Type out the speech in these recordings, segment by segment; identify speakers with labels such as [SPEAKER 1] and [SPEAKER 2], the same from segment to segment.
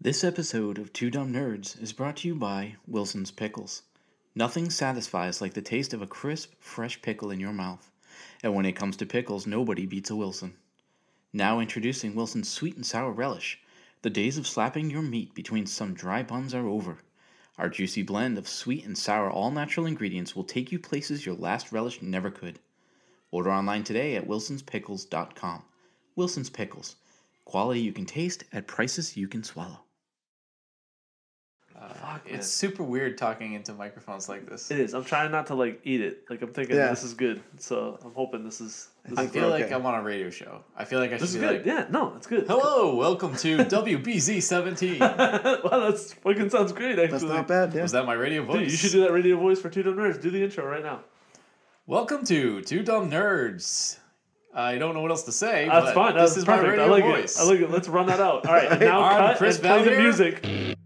[SPEAKER 1] This episode of Two Dumb Nerds is brought to you by Wilson's Pickles. Nothing satisfies like the taste of a crisp, fresh pickle in your mouth. And when it comes to pickles, nobody beats a Wilson. Now introducing Wilson's Sweet and Sour Relish. The days of slapping your meat between some dry buns are over. Our juicy blend of sweet and sour all natural ingredients will take you places your last relish never could. Order online today at wilsonspickles.com. Wilson's Pickles. Quality you can taste at prices you can swallow.
[SPEAKER 2] Fuck, it's super weird talking into microphones like this.
[SPEAKER 3] It is. I'm trying not to like eat it. Like I'm thinking
[SPEAKER 4] Yeah.
[SPEAKER 3] this is good, so I'm hoping this is. This
[SPEAKER 2] I
[SPEAKER 3] is,
[SPEAKER 2] feel like
[SPEAKER 4] okay.
[SPEAKER 2] I'm on a radio show. I feel like I should
[SPEAKER 3] this is
[SPEAKER 2] be
[SPEAKER 3] good.
[SPEAKER 2] like,
[SPEAKER 3] yeah. No, it's good.
[SPEAKER 2] "Hello, welcome to WBZ 17."
[SPEAKER 3] wow, that's fucking sounds great. Actually,
[SPEAKER 4] That's not bad, yeah.
[SPEAKER 2] Was that my radio voice?
[SPEAKER 3] Dude, you should do that radio voice for Two Dumb Nerds. Do the intro right now.
[SPEAKER 2] Welcome to Two Dumb Nerds. I don't know what else to say.
[SPEAKER 3] That's
[SPEAKER 2] but
[SPEAKER 3] fine. That's
[SPEAKER 2] this is
[SPEAKER 3] perfect.
[SPEAKER 2] my radio
[SPEAKER 3] I like
[SPEAKER 2] voice.
[SPEAKER 3] it. I like it. Let's run that out. All right, and now
[SPEAKER 2] I'm
[SPEAKER 3] cut
[SPEAKER 2] Chris
[SPEAKER 3] and play the
[SPEAKER 2] Valliere.
[SPEAKER 3] music.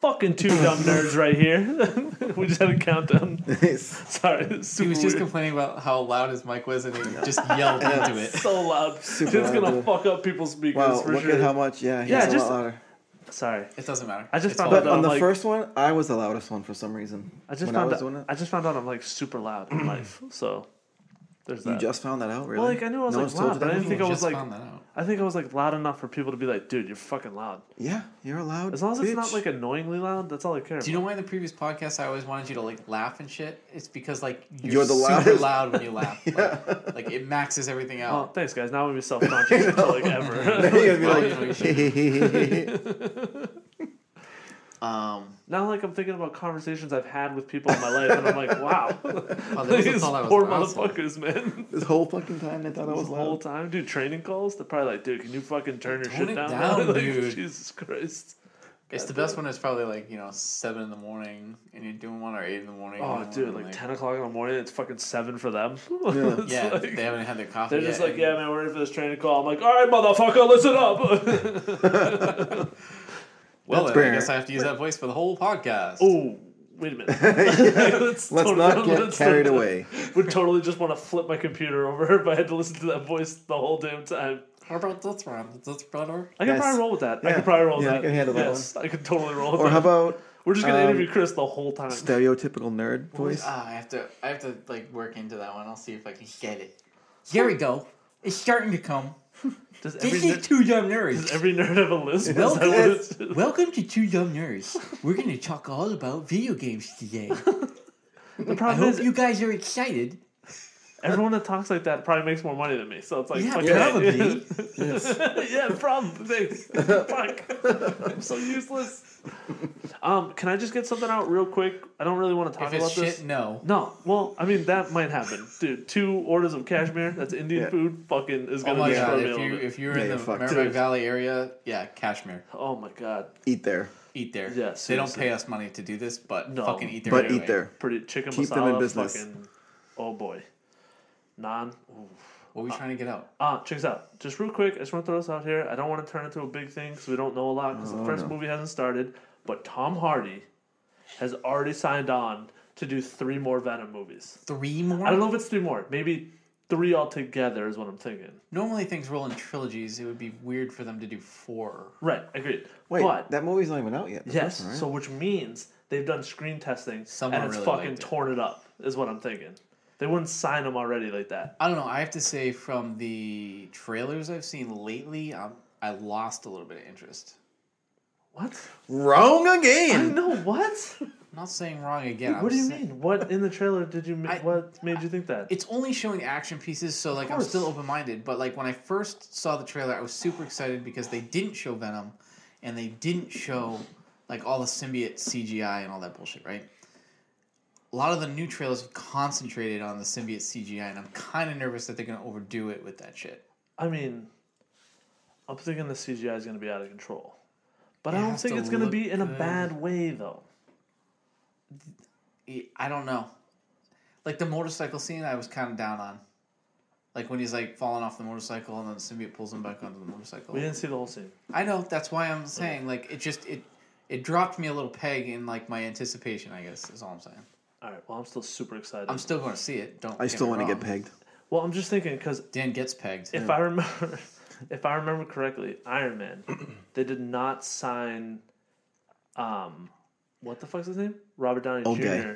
[SPEAKER 3] Fucking Two Dumb Nerds right here. we just had a countdown.
[SPEAKER 4] Nice.
[SPEAKER 3] Sorry, it's super
[SPEAKER 2] he was just
[SPEAKER 3] weird.
[SPEAKER 2] complaining about how loud his mic was, and he just yelled into it.
[SPEAKER 3] so loud.
[SPEAKER 4] Super
[SPEAKER 3] it's gonna
[SPEAKER 4] loud, dude.
[SPEAKER 3] fuck up people's speakers
[SPEAKER 4] Wow,
[SPEAKER 3] for
[SPEAKER 4] look
[SPEAKER 3] sure.
[SPEAKER 4] at how much. Yeah, he's
[SPEAKER 3] Yeah,
[SPEAKER 4] a
[SPEAKER 3] just-
[SPEAKER 4] lot louder.
[SPEAKER 3] Sorry,
[SPEAKER 2] It doesn't matter.
[SPEAKER 3] I just
[SPEAKER 2] It's
[SPEAKER 3] found
[SPEAKER 2] all
[SPEAKER 4] But
[SPEAKER 3] out-
[SPEAKER 4] on the
[SPEAKER 3] like-
[SPEAKER 4] first one, I was the loudest one for some reason.
[SPEAKER 3] I just
[SPEAKER 4] when I
[SPEAKER 3] found
[SPEAKER 4] was
[SPEAKER 3] out.
[SPEAKER 4] doing it,
[SPEAKER 3] I just found out I'm like super loud in life. So there's that.
[SPEAKER 4] you just found that out, really.
[SPEAKER 3] well, like I knew I was
[SPEAKER 4] No
[SPEAKER 3] like
[SPEAKER 4] one's told
[SPEAKER 3] loud,
[SPEAKER 4] you
[SPEAKER 3] but I
[SPEAKER 4] that
[SPEAKER 3] didn't think
[SPEAKER 2] You
[SPEAKER 3] I was
[SPEAKER 2] just
[SPEAKER 3] like
[SPEAKER 2] found that out.
[SPEAKER 3] I think I was like loud enough for people to be like, dude, you're fucking loud.
[SPEAKER 4] yeah, you're loud.
[SPEAKER 3] As long as it's not
[SPEAKER 4] bitch.
[SPEAKER 3] like annoyingly loud, that's all I care about.
[SPEAKER 2] Do you know why in the previous podcast I always wanted you to like laugh and shit? It's because like you're,
[SPEAKER 4] You're the
[SPEAKER 2] super
[SPEAKER 4] loudest.
[SPEAKER 2] loud when you laugh. like, like, it maxes everything
[SPEAKER 3] Oh,
[SPEAKER 2] out.
[SPEAKER 3] thanks, guys. Now I'm gonna be self conscious until like
[SPEAKER 4] You're
[SPEAKER 3] ever.
[SPEAKER 4] gonna be
[SPEAKER 2] Well,
[SPEAKER 4] like,
[SPEAKER 2] you know, you should- Um,
[SPEAKER 3] now, like I'm thinking about conversations I've had with people in my life, and I'm like, wow,
[SPEAKER 2] oh, that was the
[SPEAKER 3] these
[SPEAKER 2] thought I was
[SPEAKER 3] poor
[SPEAKER 2] aroused for.
[SPEAKER 3] motherfuckers, man.
[SPEAKER 4] this whole fucking time I thought I
[SPEAKER 3] This
[SPEAKER 4] was
[SPEAKER 3] whole
[SPEAKER 4] loud.
[SPEAKER 3] time, dude, training calls. They're probably like, dude, can you fucking turn your
[SPEAKER 2] Tone
[SPEAKER 3] shit
[SPEAKER 2] it
[SPEAKER 3] down,
[SPEAKER 2] down,
[SPEAKER 3] Like,
[SPEAKER 2] dude.
[SPEAKER 3] Jesus Christ.
[SPEAKER 2] It's the best one. It's probably like you know seven in the morning, and you're doing one or eight in the morning.
[SPEAKER 3] Oh,
[SPEAKER 2] and
[SPEAKER 3] dude,
[SPEAKER 2] one,
[SPEAKER 3] like, 10 o'clock in the morning, it's fucking 7 for them. It's
[SPEAKER 2] Yeah,
[SPEAKER 3] like-
[SPEAKER 2] they haven't had their coffee.
[SPEAKER 3] they're
[SPEAKER 2] yet,
[SPEAKER 3] just like,
[SPEAKER 2] and
[SPEAKER 3] yeah, man, we're ready for this training call. I'm like, all right, motherfucker, listen up.
[SPEAKER 2] Well,
[SPEAKER 4] That's
[SPEAKER 2] then, I
[SPEAKER 4] fair.
[SPEAKER 2] guess I have to use that voice for the whole podcast.
[SPEAKER 3] oh, wait a minute. let's
[SPEAKER 4] Let's
[SPEAKER 3] tone it
[SPEAKER 4] not
[SPEAKER 3] down,
[SPEAKER 4] get
[SPEAKER 3] let's
[SPEAKER 4] carried
[SPEAKER 3] tone it
[SPEAKER 4] away.
[SPEAKER 3] down. Would totally just want to flip my computer over if I had to listen to that voice the whole damn time.
[SPEAKER 2] How about this one? Is this better?
[SPEAKER 3] I can
[SPEAKER 4] Yes.
[SPEAKER 3] probably roll with that. I
[SPEAKER 4] Yeah.
[SPEAKER 3] can probably roll with
[SPEAKER 4] Yeah, I
[SPEAKER 3] that.
[SPEAKER 4] can handle that
[SPEAKER 3] yes, I can totally roll with
[SPEAKER 4] Or
[SPEAKER 3] that.
[SPEAKER 4] how about
[SPEAKER 3] we're just gonna
[SPEAKER 4] um,
[SPEAKER 3] interview Chris the whole time.
[SPEAKER 4] stereotypical nerd voice?
[SPEAKER 2] Ah, I have to. I have to like work into that one. I'll see if I can get it. Here we go. It's starting to come.
[SPEAKER 3] Does every,
[SPEAKER 2] This
[SPEAKER 3] ner-
[SPEAKER 2] is two dumb
[SPEAKER 3] does
[SPEAKER 2] nerds.
[SPEAKER 3] every nerd have a list? Is that what
[SPEAKER 2] Welcome,
[SPEAKER 3] it's-
[SPEAKER 2] welcome to Two Dumb Nerds. We're going to talk all about video games today.
[SPEAKER 3] The
[SPEAKER 2] I
[SPEAKER 3] problem
[SPEAKER 2] hope
[SPEAKER 3] is
[SPEAKER 2] you guys are excited.
[SPEAKER 3] everyone that talks like that probably makes more money than me. So it's like
[SPEAKER 2] Yeah,
[SPEAKER 3] fuck
[SPEAKER 2] probably.
[SPEAKER 3] it. yeah, problem. Thanks. Fuck. I'm so useless. Um, can I just get something out real quick? I don't really want to talk
[SPEAKER 2] If it's
[SPEAKER 3] about this.
[SPEAKER 2] shit, no.
[SPEAKER 3] No, well, I mean that might happen, dude. Two orders of cashmere, that's Indian
[SPEAKER 4] Yeah.
[SPEAKER 3] food, fucking is
[SPEAKER 2] Oh
[SPEAKER 3] gonna
[SPEAKER 2] my
[SPEAKER 3] destroy
[SPEAKER 2] god!
[SPEAKER 3] me a
[SPEAKER 2] If
[SPEAKER 3] little
[SPEAKER 2] you
[SPEAKER 3] bit.
[SPEAKER 2] if you're
[SPEAKER 4] Yeah,
[SPEAKER 2] in the
[SPEAKER 4] you're fucked.
[SPEAKER 2] Merrimack
[SPEAKER 3] Dude.
[SPEAKER 2] Valley area, yeah, Kashmir,
[SPEAKER 3] Oh my god,
[SPEAKER 4] Eat there,
[SPEAKER 2] eat there.
[SPEAKER 3] Yeah,
[SPEAKER 2] they don't
[SPEAKER 3] seriously.
[SPEAKER 2] pay us money to do this, but
[SPEAKER 3] No.
[SPEAKER 2] fucking eat there.
[SPEAKER 4] but
[SPEAKER 2] anyway.
[SPEAKER 4] eat there.
[SPEAKER 3] pretty chicken
[SPEAKER 4] Keep
[SPEAKER 3] masala,
[SPEAKER 4] them in business.
[SPEAKER 3] fucking. Oh boy, non. Ooh.
[SPEAKER 2] What are we trying to get out?
[SPEAKER 3] Ah, check this out. Just real quick, I just want to throw this out here. I don't want to turn it into a big thing because we don't know a lot because the
[SPEAKER 4] Oh,
[SPEAKER 3] first
[SPEAKER 4] no.
[SPEAKER 3] movie hasn't started. But Tom Hardy has already signed on to do three more Venom movies.
[SPEAKER 2] Three more.
[SPEAKER 3] I don't know if it's three more. Maybe three altogether is what I'm thinking.
[SPEAKER 2] Normally things roll in trilogies. It would be weird for them to do four.
[SPEAKER 3] Right, agreed.
[SPEAKER 4] Wait,
[SPEAKER 3] but
[SPEAKER 4] that movie's not even out yet. the
[SPEAKER 3] yes,
[SPEAKER 4] first one, right?
[SPEAKER 3] so which means they've done screen testing
[SPEAKER 2] Someone
[SPEAKER 3] and it's
[SPEAKER 2] really
[SPEAKER 3] fucking
[SPEAKER 2] liked it.
[SPEAKER 3] torn it up. Is what I'm thinking. They wouldn't sign him already like that.
[SPEAKER 2] I don't know. I have to say, from the trailers I've seen lately, i I lost a little bit of interest.
[SPEAKER 3] What?
[SPEAKER 4] wrong again.
[SPEAKER 3] No, what?
[SPEAKER 2] I'm not saying wrong again. I'm
[SPEAKER 3] what do you
[SPEAKER 2] sa-
[SPEAKER 3] mean? What in the trailer did you? Ma-
[SPEAKER 2] I-
[SPEAKER 3] what made you think that?
[SPEAKER 2] It's only showing action pieces, so like I'm
[SPEAKER 3] course.
[SPEAKER 2] still open minded. But like when I first saw the trailer, I was super excited because they didn't show Venom, and they didn't show like all the symbiote CGI and all that bullshit, right? A lot of the new trailers have concentrated on the symbiote CGI, and I'm kind of nervous that they're gonna overdo it with that shit.
[SPEAKER 3] I mean, I'm thinking the CGI is going to be out of control. But
[SPEAKER 2] It
[SPEAKER 3] I don't
[SPEAKER 2] has
[SPEAKER 3] think
[SPEAKER 2] to
[SPEAKER 3] it's going to
[SPEAKER 2] look
[SPEAKER 3] be in a
[SPEAKER 2] good.
[SPEAKER 3] bad way, though.
[SPEAKER 2] I don't know. Like the motorcycle scene, I was kind of down on. Like when he's like falling off the motorcycle and then the symbiote pulls him back onto the motorcycle.
[SPEAKER 3] We didn't see the whole scene.
[SPEAKER 2] I know that's why I'm saying like it just it it dropped me a little peg in like my anticipation. I guess is all I'm saying.
[SPEAKER 3] All right. Well, I'm still super excited.
[SPEAKER 2] I'm still going to see it. Don't
[SPEAKER 4] I
[SPEAKER 2] get
[SPEAKER 4] still
[SPEAKER 2] me
[SPEAKER 4] want to get
[SPEAKER 2] wrong.
[SPEAKER 4] pegged.
[SPEAKER 3] well, I'm just thinking because
[SPEAKER 2] Dan gets pegged.
[SPEAKER 3] if I remember, if I remember correctly, Iron Man, they did not sign. Um, what the fuck's his name? Robert Downey
[SPEAKER 4] Old
[SPEAKER 3] Jr.
[SPEAKER 4] guy.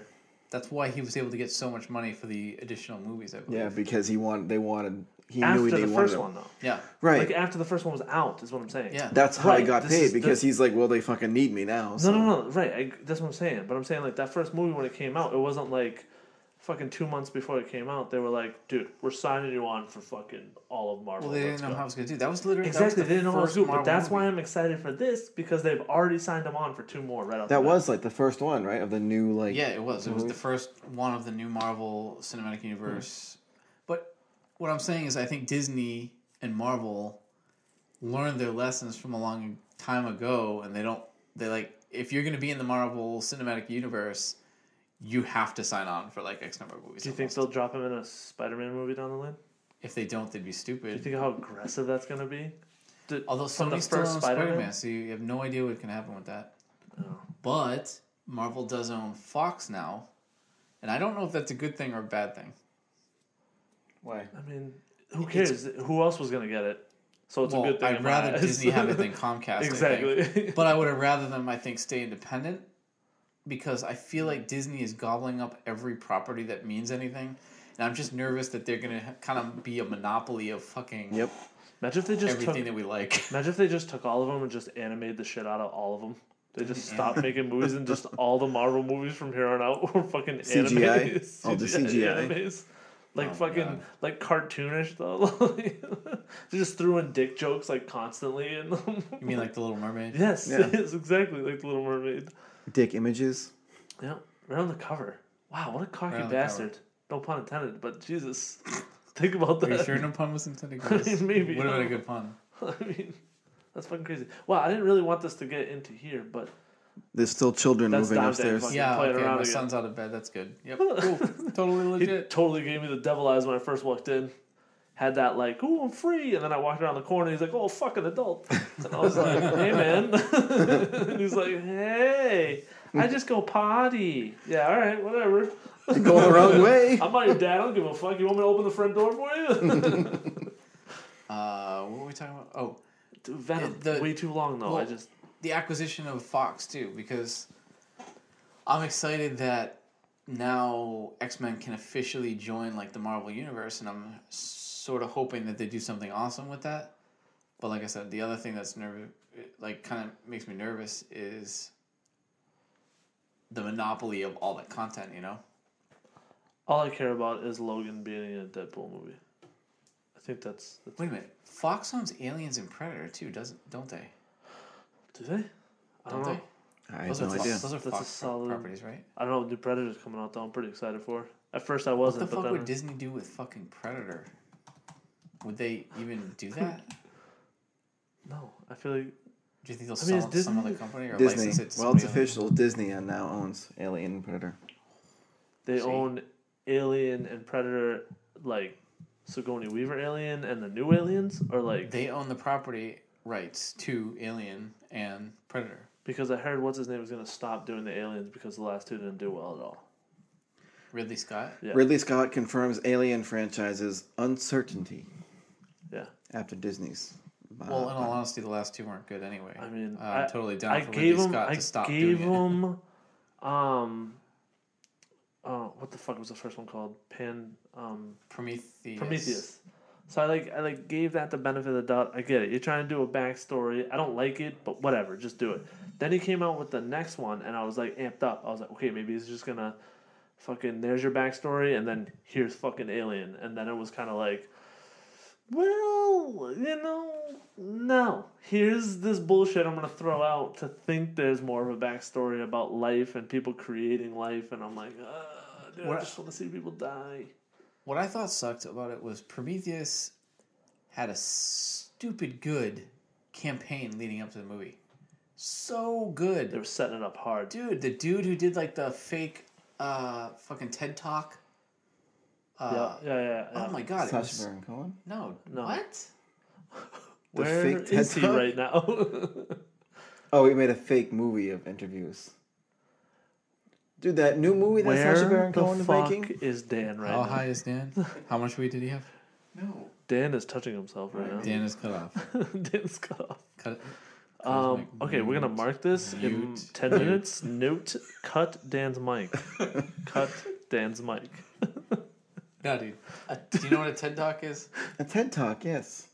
[SPEAKER 2] That's why he was able to get so much money for the additional movies. I believe.
[SPEAKER 4] Yeah, because he wanted. They wanted. He
[SPEAKER 3] After
[SPEAKER 4] knew they
[SPEAKER 3] the
[SPEAKER 4] wanted
[SPEAKER 3] first
[SPEAKER 4] him.
[SPEAKER 3] one, though.
[SPEAKER 2] Yeah.
[SPEAKER 4] Right.
[SPEAKER 3] Like after the first one was out, is what I'm saying.
[SPEAKER 2] Yeah.
[SPEAKER 4] That's how
[SPEAKER 3] Right,
[SPEAKER 4] he got
[SPEAKER 3] this is
[SPEAKER 4] paid
[SPEAKER 3] the-
[SPEAKER 4] because he's like, well, they fucking need me now.
[SPEAKER 3] No,
[SPEAKER 4] So.
[SPEAKER 3] no, no. Right. I, that's what I'm saying. But I'm saying like that first movie when it came out, it wasn't like fucking two months before it came out. They were like, dude, we're signing you on for fucking all of Marvel.
[SPEAKER 2] Well, they
[SPEAKER 3] Let's
[SPEAKER 2] didn't know
[SPEAKER 3] go.
[SPEAKER 2] how it was going to do. That was literally
[SPEAKER 3] Exactly,
[SPEAKER 2] That was the
[SPEAKER 3] they didn't know what to
[SPEAKER 2] first
[SPEAKER 3] do, but
[SPEAKER 2] Marvel
[SPEAKER 3] that's why
[SPEAKER 2] movie.
[SPEAKER 3] I'm excited for this because they've already signed him on for two more right off the
[SPEAKER 4] That
[SPEAKER 3] bat.
[SPEAKER 4] was like the first one, right? Of the new like.
[SPEAKER 2] Yeah, it was. It was the
[SPEAKER 4] movies.
[SPEAKER 2] first one of the new Marvel
[SPEAKER 3] Hmm.
[SPEAKER 2] Cinematic Universe. But what I'm saying is, I think Disney and Marvel learned their lessons from a long time ago, and they don't. They like if you're going to be in the Marvel Cinematic Universe, you have to sign on for like X number of movies.
[SPEAKER 3] Do you think they'll drop him in a Spider-Man movie down the line?
[SPEAKER 2] If they don't, they'd be
[SPEAKER 3] Do
[SPEAKER 2] stupid.
[SPEAKER 3] you think how aggressive that's going to be? Do-
[SPEAKER 2] Although
[SPEAKER 3] from the
[SPEAKER 2] Sony's still
[SPEAKER 3] first
[SPEAKER 2] owns
[SPEAKER 3] Spider-Man? Oh.
[SPEAKER 2] Spider Man, so you have no idea what can happen with that.
[SPEAKER 3] No.
[SPEAKER 2] But Marvel does own Fox now, and I don't know if that's a good thing or a bad thing.
[SPEAKER 4] Why?
[SPEAKER 3] I mean, who
[SPEAKER 2] It's-
[SPEAKER 3] cares? Who else was going to get it? So it's
[SPEAKER 2] well,
[SPEAKER 3] a good thing.
[SPEAKER 2] I'd
[SPEAKER 3] in my
[SPEAKER 2] rather
[SPEAKER 3] eyes.
[SPEAKER 2] Disney have it than Comcast. I think.
[SPEAKER 3] exactly.
[SPEAKER 2] But I would have rather them, I think, stay independent because I feel like Disney is gobbling up every property that means anything. And I'm just nervous that they're going to kind of be a monopoly of fucking
[SPEAKER 4] Yep.
[SPEAKER 3] imagine if they just
[SPEAKER 2] everything
[SPEAKER 3] took.
[SPEAKER 2] that we like.
[SPEAKER 3] imagine if they just took all of them and just animated the shit out of all of them. They just stopped making movies and just all the Marvel movies from here on out were fucking
[SPEAKER 4] CGI?
[SPEAKER 3] animes.
[SPEAKER 4] Oh, the CGI.
[SPEAKER 3] animes. Like
[SPEAKER 2] Oh,
[SPEAKER 3] fucking
[SPEAKER 2] God.
[SPEAKER 3] like cartoonish though. they just threw in dick jokes like constantly in them.
[SPEAKER 2] You mean like The Little Mermaid?
[SPEAKER 3] Yes,
[SPEAKER 4] Yeah.
[SPEAKER 3] yes, exactly like the Little Mermaid.
[SPEAKER 4] Dick images.
[SPEAKER 3] Yeah, right on the cover. Wow, what a cocky
[SPEAKER 2] Right on the
[SPEAKER 3] bastard. No pun intended, but Jesus, think about that.
[SPEAKER 2] Are you sure no pun was intended? 'Cause
[SPEAKER 3] Maybe.
[SPEAKER 2] It would have been a good pun.
[SPEAKER 3] I mean, that's fucking crazy. Wow, I didn't really want this to get into here, but
[SPEAKER 4] There's still children
[SPEAKER 3] That's
[SPEAKER 4] moving
[SPEAKER 3] Dante
[SPEAKER 4] upstairs.
[SPEAKER 3] fucking-
[SPEAKER 2] Yeah,
[SPEAKER 3] play it
[SPEAKER 2] okay,
[SPEAKER 3] around
[SPEAKER 2] my
[SPEAKER 3] again.
[SPEAKER 2] son's out of bed. That's good. Yep, cool. totally
[SPEAKER 3] he
[SPEAKER 2] legit.
[SPEAKER 3] totally gave me the devil eyes when I first walked in. Had that like, oh, I'm free, and then I walked around the corner. and He's like, oh, fuck an adult, and I was like, hey man, and he's like, hey, I just go potty. Yeah, all right, whatever.
[SPEAKER 4] You're going the wrong way.
[SPEAKER 3] I'm not your dad. I don't give a fuck. You want me to open the front door for you?
[SPEAKER 2] Uh, what were we talking about? Oh,
[SPEAKER 3] Dude, Venom,
[SPEAKER 2] The-
[SPEAKER 3] way too long though. I
[SPEAKER 2] well-
[SPEAKER 3] just
[SPEAKER 2] the acquisition of Fox too, because I'm excited that now X Men can officially join like the Marvel universe, and I'm sort of hoping that they do something awesome with that. But like I said, the other thing that's nerve, like kind of makes me nervous is the monopoly of all that content. You know,
[SPEAKER 3] all I care about is Logan being in a Deadpool movie. I think that's, that's
[SPEAKER 2] wait a minute, Fox owns Aliens and Predator too, doesn't don't they?
[SPEAKER 3] do they? I don't
[SPEAKER 2] Don't
[SPEAKER 3] know.
[SPEAKER 2] they?
[SPEAKER 4] I
[SPEAKER 2] Those
[SPEAKER 4] have
[SPEAKER 2] are
[SPEAKER 4] no
[SPEAKER 2] Fox,
[SPEAKER 4] idea.
[SPEAKER 2] those are
[SPEAKER 3] That's a
[SPEAKER 2] Fox
[SPEAKER 3] solid-
[SPEAKER 2] properties, right?
[SPEAKER 3] I don't know. New Predator's coming out though. I'm pretty excited for. it. At first I
[SPEAKER 2] What the
[SPEAKER 3] wasn't,
[SPEAKER 2] fuck
[SPEAKER 3] but
[SPEAKER 2] would
[SPEAKER 3] then
[SPEAKER 2] Disney do with fucking Predator? Would they even do that?
[SPEAKER 3] no. I feel like
[SPEAKER 2] Do you think they'll
[SPEAKER 3] I mean,
[SPEAKER 2] sell
[SPEAKER 3] is
[SPEAKER 2] it to some
[SPEAKER 3] Disney-
[SPEAKER 2] other company or
[SPEAKER 4] Disney.
[SPEAKER 2] license it to
[SPEAKER 4] Well, it's
[SPEAKER 2] somebody else?
[SPEAKER 4] official. Disney now owns Alien and Predator.
[SPEAKER 3] they
[SPEAKER 2] See?
[SPEAKER 3] own Alien and Predator, like Sigourney Weaver Alien and the new Aliens, or like
[SPEAKER 2] They own the property rights to Alien and Predator.
[SPEAKER 3] because I heard what's his name was gonna stop doing the Aliens because the last two didn't do well at all.
[SPEAKER 2] Ridley Scott.
[SPEAKER 3] Yeah.
[SPEAKER 4] Ridley Scott confirms Alien franchise's uncertainty
[SPEAKER 3] Yeah.
[SPEAKER 4] after Disney's. buyout.
[SPEAKER 2] Well, in all honesty, the last two weren't good anyway.
[SPEAKER 3] Uh, I mean,
[SPEAKER 2] Uh,
[SPEAKER 3] I-
[SPEAKER 2] I'm totally down
[SPEAKER 3] I
[SPEAKER 2] for
[SPEAKER 3] gave
[SPEAKER 2] Ridley
[SPEAKER 3] him.
[SPEAKER 2] Scott
[SPEAKER 3] I
[SPEAKER 2] to stop
[SPEAKER 3] gave
[SPEAKER 2] doing it.
[SPEAKER 3] him. Um. Uh, what the fuck was the first one called? Pan. Um,
[SPEAKER 2] Prometheus.
[SPEAKER 3] Prometheus. So I like I like gave that the benefit of the doubt. I get it. You're trying to do a backstory. I don't like it, but whatever. Just do it. Then he came out with the next one, and I was like amped up. I was like, okay, maybe he's just gonna fucking there's your backstory, and then here's fucking Alien, and then it was kind of like, well, you know, no. Here's this bullshit I'm gonna throw out to think there's more of a backstory about life and people creating life, and I'm like, uh, dude, I
[SPEAKER 2] What-
[SPEAKER 3] just want to see people die.
[SPEAKER 2] What I thought sucked about it was Prometheus had a stupid good campaign leading up to the movie. so good.
[SPEAKER 3] They were setting it up hard.
[SPEAKER 2] Dude, the dude who did like the fake uh fucking TED talk. Uh,
[SPEAKER 3] yeah, yeah, yeah. yeah.
[SPEAKER 2] Oh my god. it
[SPEAKER 4] Sacha
[SPEAKER 2] was-
[SPEAKER 4] Baron Cohen.
[SPEAKER 2] no,
[SPEAKER 3] No.
[SPEAKER 2] What?
[SPEAKER 4] The
[SPEAKER 3] Where
[SPEAKER 4] fake TED
[SPEAKER 3] is he
[SPEAKER 4] Talk?
[SPEAKER 3] right now?
[SPEAKER 4] Oh, we made a fake movie of interviews. Dude, that new movie that
[SPEAKER 3] Where
[SPEAKER 4] Sacha Baron
[SPEAKER 3] the
[SPEAKER 4] Cohen is
[SPEAKER 3] fuck
[SPEAKER 4] making.
[SPEAKER 3] is Dan right now?
[SPEAKER 2] How high is Dan? How much weight did he have?
[SPEAKER 1] No.
[SPEAKER 3] Dan is touching himself right now.
[SPEAKER 2] Dan is cut off.
[SPEAKER 3] Dan's cut
[SPEAKER 2] Cut it.
[SPEAKER 3] off. Um,
[SPEAKER 2] Cosmic
[SPEAKER 3] okay, we're gonna
[SPEAKER 2] mute.
[SPEAKER 3] mark this in
[SPEAKER 2] Mute.
[SPEAKER 3] ten
[SPEAKER 2] Mute.
[SPEAKER 3] minutes. Note: Cut Dan's mic. cut Dan's mic.
[SPEAKER 2] No, dude. Uh, do you know what a TED talk is?
[SPEAKER 4] A TED Talk, yes.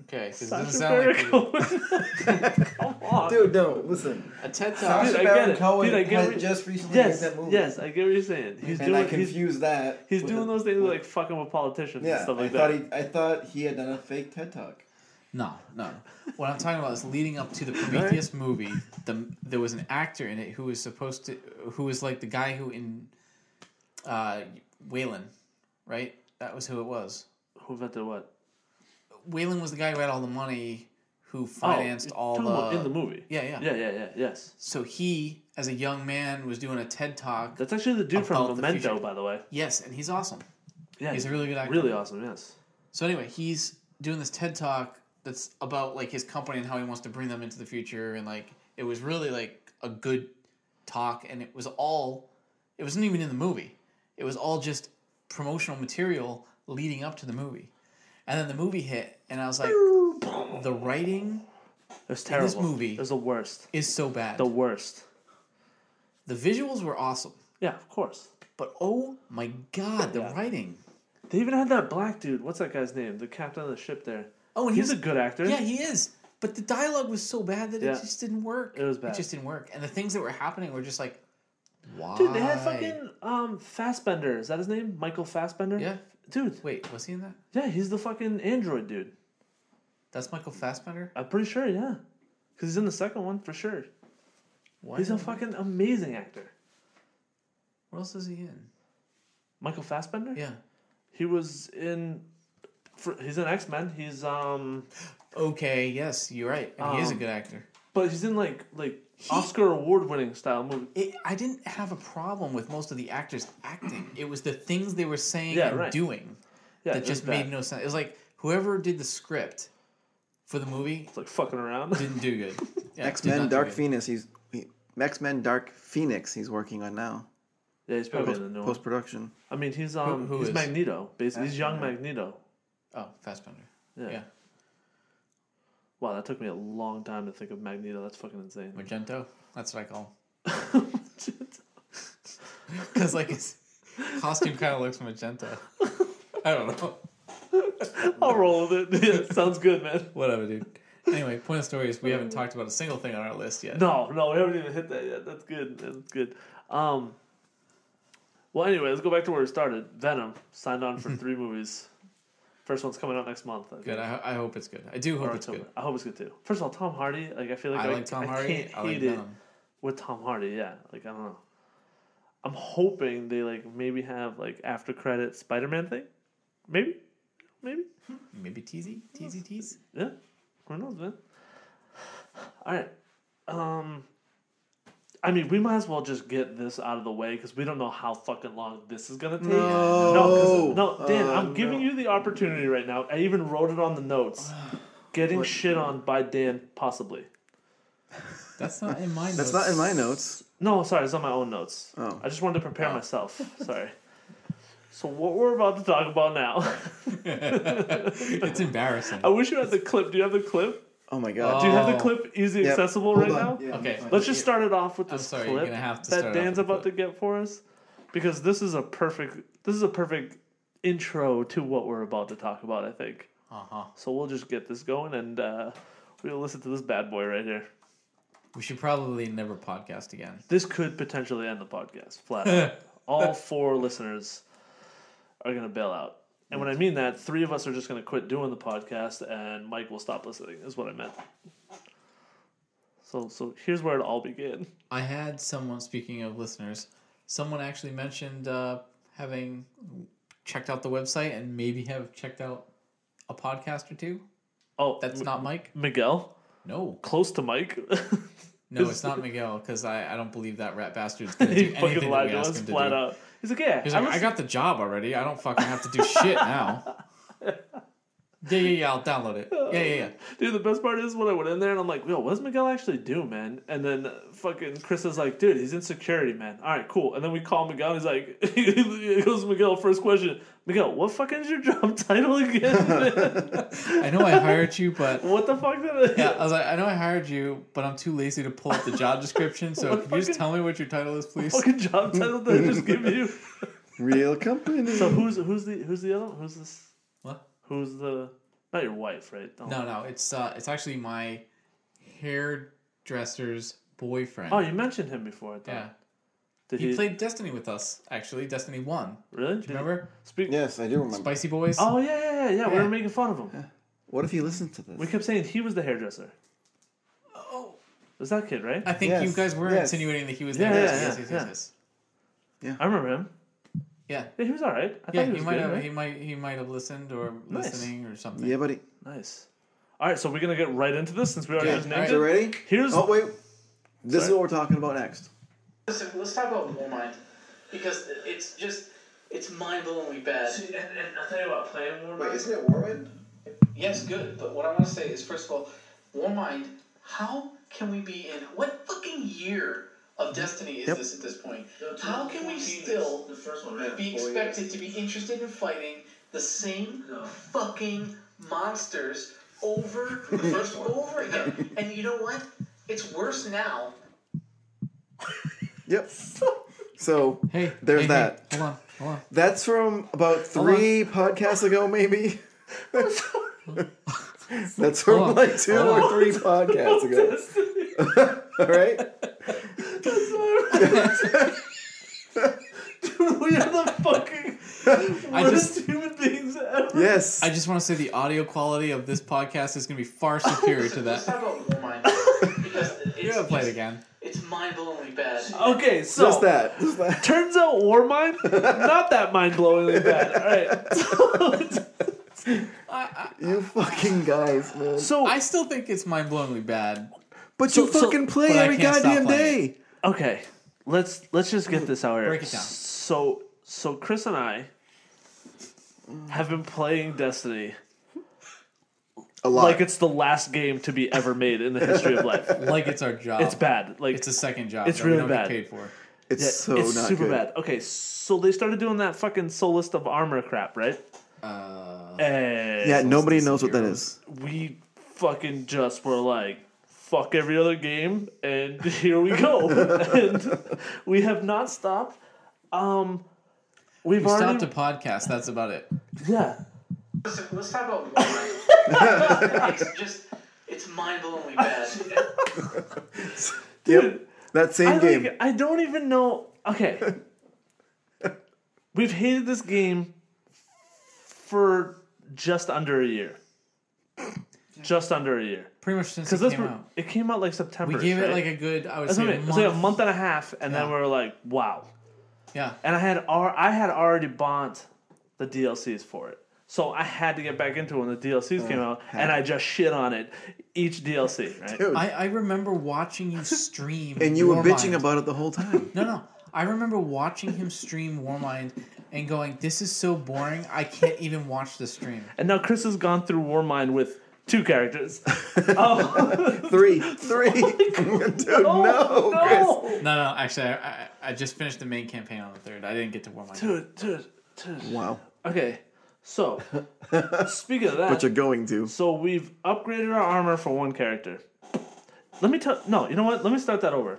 [SPEAKER 2] Okay, 'cause it
[SPEAKER 3] Sacha
[SPEAKER 2] doesn't sound like
[SPEAKER 3] Baron
[SPEAKER 2] you.
[SPEAKER 3] Cohen. Come on,
[SPEAKER 4] Dude, no, listen.
[SPEAKER 2] a TED
[SPEAKER 4] Sacha
[SPEAKER 2] talk.
[SPEAKER 3] Dude, I get
[SPEAKER 4] Baron
[SPEAKER 3] it.
[SPEAKER 4] Cohen
[SPEAKER 3] Dude, I get
[SPEAKER 4] had
[SPEAKER 3] it.
[SPEAKER 4] just recently
[SPEAKER 3] Yes,
[SPEAKER 4] made that movie.
[SPEAKER 3] yes, I get what you're saying. He's
[SPEAKER 4] and I
[SPEAKER 3] doing. He's,
[SPEAKER 4] confused that.
[SPEAKER 3] he's
[SPEAKER 4] with
[SPEAKER 3] doing
[SPEAKER 4] a-
[SPEAKER 3] those things like fucking with politicians
[SPEAKER 4] Yeah,
[SPEAKER 3] and stuff like
[SPEAKER 4] I thought
[SPEAKER 3] that.
[SPEAKER 4] he. I thought he had done a fake TED Talk.
[SPEAKER 2] No, no. What I'm talking about is leading up to the Prometheus movie. The there was an actor in it who was supposed to, who was like the guy who in, uh, Waylon, right? That was who it was.
[SPEAKER 3] Who invented what?
[SPEAKER 2] Waylon was the guy who had all the money, who financed
[SPEAKER 3] Oh, you're
[SPEAKER 2] all
[SPEAKER 3] talking about
[SPEAKER 2] the.
[SPEAKER 3] in the movie.
[SPEAKER 2] yeah, yeah,
[SPEAKER 3] Yeah, yeah, yeah. Yes,
[SPEAKER 2] So he, as a young man, was doing a TED talk.
[SPEAKER 3] that's actually the dude
[SPEAKER 2] About
[SPEAKER 3] from
[SPEAKER 2] the
[SPEAKER 3] Memento,
[SPEAKER 2] future.
[SPEAKER 3] by the way.
[SPEAKER 2] Yes, and he's awesome.
[SPEAKER 3] Yeah,
[SPEAKER 2] He's a really good actor.
[SPEAKER 3] really awesome. Yes.
[SPEAKER 2] So anyway, he's doing this TED talk that's about like his company and how he wants to bring them into the future and like it was really like a good talk and it was all it wasn't even in the movie. It was all just promotional material leading up to the movie. And then the movie hit and I was like the writing
[SPEAKER 3] It was terrible.
[SPEAKER 2] movie-
[SPEAKER 3] it was the worst.
[SPEAKER 2] is so bad.
[SPEAKER 3] The worst.
[SPEAKER 2] The visuals were awesome,
[SPEAKER 3] Yeah, of course.
[SPEAKER 2] but oh my god, the
[SPEAKER 3] Yeah.
[SPEAKER 2] writing.
[SPEAKER 3] They even had that black dude. What's that guy's name? The captain of the ship there.
[SPEAKER 2] Oh, and
[SPEAKER 3] He's
[SPEAKER 2] he's
[SPEAKER 3] a good actor.
[SPEAKER 2] Yeah, he is. But the dialogue was so bad that it
[SPEAKER 3] Yeah.
[SPEAKER 2] just didn't work.
[SPEAKER 3] It was bad.
[SPEAKER 2] It just didn't work. And the things that were happening were just like, why?
[SPEAKER 3] Dude, they had fucking um Fassbender. Is that his name? Michael Fassbender.
[SPEAKER 2] Yeah.
[SPEAKER 3] Dude.
[SPEAKER 2] Wait, was he in that?
[SPEAKER 3] Yeah, he's the fucking android dude.
[SPEAKER 2] That's Michael Fassbender.
[SPEAKER 3] I'm pretty sure. Yeah, because he's in the second one for sure.
[SPEAKER 2] Why?
[SPEAKER 3] He's a
[SPEAKER 2] am I-
[SPEAKER 3] fucking amazing actor.
[SPEAKER 2] What else is he in?
[SPEAKER 3] Michael Fassbender.
[SPEAKER 2] Yeah.
[SPEAKER 3] He was in. For, he's in X Men. He's um,
[SPEAKER 2] Okay. Yes, you're right. And he is a
[SPEAKER 3] Um,
[SPEAKER 2] good actor.
[SPEAKER 3] but he's in like like Oscar award winning style movie.
[SPEAKER 2] It, I didn't have a problem with most of the actors acting. It was the things they were saying
[SPEAKER 3] Yeah,
[SPEAKER 2] and
[SPEAKER 3] right.
[SPEAKER 2] doing
[SPEAKER 3] Yeah,
[SPEAKER 2] that just made no sense. It was like whoever did the script for the movie
[SPEAKER 3] like fucking around.
[SPEAKER 2] didn't do good. Yeah,
[SPEAKER 4] X
[SPEAKER 2] did not
[SPEAKER 4] Men
[SPEAKER 2] do
[SPEAKER 4] Dark
[SPEAKER 2] good.
[SPEAKER 4] Phoenix. He's he, X Men Dark Phoenix. He's working on now.
[SPEAKER 3] Yeah, he's probably in the new one.
[SPEAKER 4] Post production.
[SPEAKER 3] I mean, he's um,
[SPEAKER 2] who
[SPEAKER 3] he's
[SPEAKER 2] is?
[SPEAKER 3] Magneto. Basically, he's young Magneto.
[SPEAKER 2] Oh, Fassbender.
[SPEAKER 3] Yeah.
[SPEAKER 2] Yeah.
[SPEAKER 3] Wow, that took me a long time to think of Magneto. That's fucking insane.
[SPEAKER 2] Magento. That's what I call him. Because like his costume kind of looks magenta. I don't know.
[SPEAKER 3] I'll roll with it. Yeah, sounds good, man.
[SPEAKER 2] Whatever, dude. Anyway, point of story is we haven't talked about a single thing on our list yet.
[SPEAKER 3] No, no, we haven't even hit that yet. That's good. That's good. Um. Well, anyway, let's go back to where we started. Venom signed on for three movies. First one's coming out next month. I think.
[SPEAKER 2] Good. I, I hope it's good. I do hope
[SPEAKER 3] Or
[SPEAKER 2] it's
[SPEAKER 3] October.
[SPEAKER 2] good.
[SPEAKER 3] I hope it's good too. First of all, Tom Hardy. Like I feel like
[SPEAKER 2] I
[SPEAKER 3] I,
[SPEAKER 2] like Tom
[SPEAKER 3] I
[SPEAKER 2] Hardy.
[SPEAKER 3] can't
[SPEAKER 2] I like
[SPEAKER 3] hate it
[SPEAKER 2] Venom.
[SPEAKER 3] with Tom Hardy. Yeah, like I don't know. I'm hoping they like maybe have like after credit Spider Man thing, maybe, maybe.
[SPEAKER 2] Maybe Teasy? Teasy Tease?
[SPEAKER 3] Yeah, who knows, man. All right. Um, I mean, we might as well just get this out of the way because we don't know how fucking long this is gonna take.
[SPEAKER 4] No.
[SPEAKER 3] no, 'cause- no, Dan,
[SPEAKER 4] Uh,
[SPEAKER 3] I'm giving you the opportunity right now. I even wrote it on the notes. Getting shit on by Dan, possibly.
[SPEAKER 2] That's not in my
[SPEAKER 4] That's not in my notes.
[SPEAKER 3] No, sorry, it's on my own notes.
[SPEAKER 4] Oh.
[SPEAKER 3] I just wanted to prepare myself. Sorry. So what we're about to talk about now?
[SPEAKER 2] it's embarrassing.
[SPEAKER 3] I wish you had the clip. Do you have the clip?
[SPEAKER 4] Oh my god.
[SPEAKER 3] Do you have
[SPEAKER 2] Oh.
[SPEAKER 3] the clip easy
[SPEAKER 4] Yep.
[SPEAKER 3] accessible
[SPEAKER 4] Hold
[SPEAKER 3] right now?
[SPEAKER 4] on. Yeah,
[SPEAKER 2] Okay.
[SPEAKER 4] fine.
[SPEAKER 3] Let's just start it off with
[SPEAKER 2] I'm
[SPEAKER 3] this
[SPEAKER 2] sorry, you're
[SPEAKER 3] clip
[SPEAKER 2] gonna have to
[SPEAKER 3] that
[SPEAKER 2] start off
[SPEAKER 3] Dan's
[SPEAKER 2] with a
[SPEAKER 3] about to get for us, because this is a perfect this is a perfect intro to what we're about to talk about. I think
[SPEAKER 2] Uh-huh.
[SPEAKER 3] so. We'll just get this going, and uh, we'll listen to this bad boy right here.
[SPEAKER 2] We should probably never podcast again.
[SPEAKER 3] This could potentially end the podcast flat out. All four listeners are gonna bail out, and when I mean that, three of us are just gonna quit doing the podcast, and Mike will stop listening. Is what I meant. So, so here's where it all began.
[SPEAKER 2] I had someone, speaking of listeners, someone actually mentioned uh, having checked out the website and maybe have checked out a podcast or two.
[SPEAKER 3] Oh,
[SPEAKER 2] That's
[SPEAKER 3] M-
[SPEAKER 2] not Mike.
[SPEAKER 3] Miguel.
[SPEAKER 2] No,
[SPEAKER 3] Close to Mike.
[SPEAKER 2] no, it's not Miguel because I, I don't believe that rat bastard's gonna do
[SPEAKER 3] he
[SPEAKER 2] anything
[SPEAKER 3] fucking
[SPEAKER 2] that we
[SPEAKER 3] lied to
[SPEAKER 2] ask
[SPEAKER 3] us
[SPEAKER 2] him to
[SPEAKER 3] flat
[SPEAKER 2] do.
[SPEAKER 3] out. He's like, yeah,
[SPEAKER 2] He's
[SPEAKER 3] I
[SPEAKER 2] like, I
[SPEAKER 3] listened-
[SPEAKER 2] got the job already. I don't fucking have to do shit now. Yeah, yeah, yeah. I'll download it. Yeah, yeah, yeah.
[SPEAKER 3] Dude, the best part is when I went in there and I'm like, yo, what does Miguel actually do, man? And then uh, fucking Chris is like, dude, he's in security, man. All right, cool. And then we call Miguel. He's like, he goes, Miguel, first question. Miguel, what fucking is your job title again? man?
[SPEAKER 2] I know I hired you, but
[SPEAKER 3] what the fuck did I?
[SPEAKER 2] yeah, I was like, I know I hired you, but I'm too lazy to pull up the job description.
[SPEAKER 3] What
[SPEAKER 2] So can you
[SPEAKER 3] fucking-
[SPEAKER 2] just tell me what your title is, please?
[SPEAKER 3] Fucking job title that I just give you.
[SPEAKER 4] Real company.
[SPEAKER 3] So who's who's the who's the other one? Who's this?
[SPEAKER 2] What?
[SPEAKER 3] Who's the? Not your wife, right? Don't-
[SPEAKER 2] No, no, it's uh, it's actually my hairdresser's boyfriend.
[SPEAKER 3] Oh, you mentioned him before. I thought.
[SPEAKER 2] yeah.
[SPEAKER 3] Did he,
[SPEAKER 2] He played Destiny with us, actually. Destiny 1.
[SPEAKER 3] Really?
[SPEAKER 2] Do you remember?
[SPEAKER 3] Speak.
[SPEAKER 4] yes, I do remember.
[SPEAKER 2] Spicy Boys?
[SPEAKER 3] Oh yeah, yeah, yeah, yeah. We were
[SPEAKER 2] Yeah.
[SPEAKER 3] making fun of him.
[SPEAKER 4] What if he listened to this?
[SPEAKER 3] We kept saying he was the hairdresser.
[SPEAKER 2] Oh.
[SPEAKER 3] It was that kid, right?
[SPEAKER 2] I think you
[SPEAKER 4] Yes,
[SPEAKER 2] guys were
[SPEAKER 4] yes.
[SPEAKER 2] insinuating that he was
[SPEAKER 3] Yeah,
[SPEAKER 2] there.
[SPEAKER 3] yeah,
[SPEAKER 2] yes, yes,
[SPEAKER 3] yeah,
[SPEAKER 2] yes,
[SPEAKER 3] yeah.
[SPEAKER 2] yes, yes.
[SPEAKER 3] I remember him.
[SPEAKER 2] Yeah.
[SPEAKER 3] Yeah, he was all right. I
[SPEAKER 2] Yeah,
[SPEAKER 3] thought he
[SPEAKER 2] he,
[SPEAKER 3] was
[SPEAKER 2] might
[SPEAKER 3] good.
[SPEAKER 2] have
[SPEAKER 3] right?
[SPEAKER 2] he might he might have listened or listening or something.
[SPEAKER 4] yeah, buddy.
[SPEAKER 3] Nice. All right, so we're gonna get right into this since we already
[SPEAKER 4] Okay,
[SPEAKER 3] just named
[SPEAKER 2] all
[SPEAKER 4] so
[SPEAKER 2] right.
[SPEAKER 3] it.
[SPEAKER 4] ready?
[SPEAKER 3] Here's-
[SPEAKER 4] Oh wait, this is
[SPEAKER 3] Sorry.
[SPEAKER 4] what we're talking about next.
[SPEAKER 1] Listen, let's talk about Warmind because it's just it's mind-blowingly bad.
[SPEAKER 3] And, and I'll tell you about playing more.
[SPEAKER 4] it Warwind?
[SPEAKER 1] Yes, good. But what I want to say is, first of all, Warmind, how can we be in what fucking year of Destiny is this at this point? How can we still be expected to be interested in fighting the same fucking monsters over and over again? And you know what? It's worse now.
[SPEAKER 4] Yep. So
[SPEAKER 2] Hey,
[SPEAKER 4] There's
[SPEAKER 2] hey, hey,
[SPEAKER 4] that.
[SPEAKER 2] hold on, hold on.
[SPEAKER 4] that's from about three podcasts ago, maybe. that's from
[SPEAKER 2] Hold on.
[SPEAKER 4] like two
[SPEAKER 2] Hold
[SPEAKER 4] or three podcasts ago. All right.
[SPEAKER 3] we are the fucking
[SPEAKER 2] I
[SPEAKER 3] worst
[SPEAKER 2] just-
[SPEAKER 3] human beings ever.
[SPEAKER 4] Yes.
[SPEAKER 2] I just want to say the audio quality of this podcast is going to be far superior to
[SPEAKER 1] Let's
[SPEAKER 2] that.
[SPEAKER 1] talk about Warmind because
[SPEAKER 2] You're
[SPEAKER 1] it's,
[SPEAKER 2] gonna play it
[SPEAKER 1] just,
[SPEAKER 2] again.
[SPEAKER 1] it's mind-blowingly bad.
[SPEAKER 3] Okay, so
[SPEAKER 4] just that. Just that.
[SPEAKER 3] turns out Warmind not that mind blowingly bad. All right. So,
[SPEAKER 2] I,
[SPEAKER 4] You fucking guys, man.
[SPEAKER 2] I,
[SPEAKER 3] so
[SPEAKER 2] I still think it's mind blowingly bad.
[SPEAKER 4] but you
[SPEAKER 3] so-
[SPEAKER 4] fucking play
[SPEAKER 2] But I
[SPEAKER 4] every
[SPEAKER 2] can't stop
[SPEAKER 4] goddamn
[SPEAKER 2] playing
[SPEAKER 4] day.
[SPEAKER 3] okay, let's let's just get this out here.
[SPEAKER 2] Break it down.
[SPEAKER 3] So so Chris and I
[SPEAKER 2] Mm.
[SPEAKER 3] have been playing Destiny
[SPEAKER 4] A lot.
[SPEAKER 3] like it's the last game to be ever made in the history of life.
[SPEAKER 2] Like it's our job.
[SPEAKER 3] It's bad. Like
[SPEAKER 2] It's a second job.
[SPEAKER 3] It's
[SPEAKER 2] that
[SPEAKER 3] really
[SPEAKER 2] we don't
[SPEAKER 3] bad.
[SPEAKER 2] Get paid for.
[SPEAKER 4] it's
[SPEAKER 3] Yeah,
[SPEAKER 4] so
[SPEAKER 3] it's
[SPEAKER 4] not
[SPEAKER 3] super
[SPEAKER 4] good.
[SPEAKER 3] bad. Okay, so they started doing that fucking Solist of Armor crap, right?
[SPEAKER 2] Uh,
[SPEAKER 3] And
[SPEAKER 4] Yeah, nobody
[SPEAKER 2] Solstice
[SPEAKER 4] knows what that
[SPEAKER 2] Heroes.
[SPEAKER 4] is.
[SPEAKER 3] we fucking just were like, fuck every other game, and here we go. and we have not stopped. Um, we've
[SPEAKER 2] we
[SPEAKER 3] already
[SPEAKER 2] stopped a podcast. That's about it.
[SPEAKER 3] yeah.
[SPEAKER 1] Listen, let's talk about Warmind. it's just it's mind-blowingly bad.
[SPEAKER 4] Yep. That same
[SPEAKER 3] I
[SPEAKER 4] game.
[SPEAKER 3] like, I don't even know. Okay, we've hated this game for just under a year. Just under a year.
[SPEAKER 2] Pretty much since it
[SPEAKER 3] Because
[SPEAKER 2] came
[SPEAKER 3] this were-
[SPEAKER 2] out.
[SPEAKER 3] it came out like September.
[SPEAKER 2] We gave
[SPEAKER 3] right?
[SPEAKER 2] it like a good, I would
[SPEAKER 3] That's
[SPEAKER 2] say,
[SPEAKER 3] what I mean.
[SPEAKER 2] a
[SPEAKER 3] It
[SPEAKER 2] month.
[SPEAKER 3] was like a month and a half, and then
[SPEAKER 2] Yeah.
[SPEAKER 3] we were like, wow.
[SPEAKER 2] Yeah.
[SPEAKER 3] And I had al- I had already bought the DLCs for it, so I had to get back into it when the DLCs
[SPEAKER 2] Oh,
[SPEAKER 3] came out, and I just shit on it each DLC. Right?
[SPEAKER 4] Dude,
[SPEAKER 2] I, I remember watching you stream.
[SPEAKER 4] and you were
[SPEAKER 2] Warmind.
[SPEAKER 4] bitching about it the whole time.
[SPEAKER 2] No, no. I remember watching him stream Warmind and going, this is so boring. I can't even watch the stream.
[SPEAKER 3] And now Chris has gone through Warmind with two characters. oh,
[SPEAKER 4] Three, three. Dude, no, Chris.
[SPEAKER 3] no.
[SPEAKER 2] No, no. Actually, I, I, I just finished the main campaign on the third. I didn't get to Warmind.
[SPEAKER 3] dude, dude, dude.
[SPEAKER 4] Wow.
[SPEAKER 3] Okay, so speaking of that,
[SPEAKER 4] But you're going to.
[SPEAKER 3] So we've upgraded our armor for one character. Let me tell. No, you know what? Let me start that over.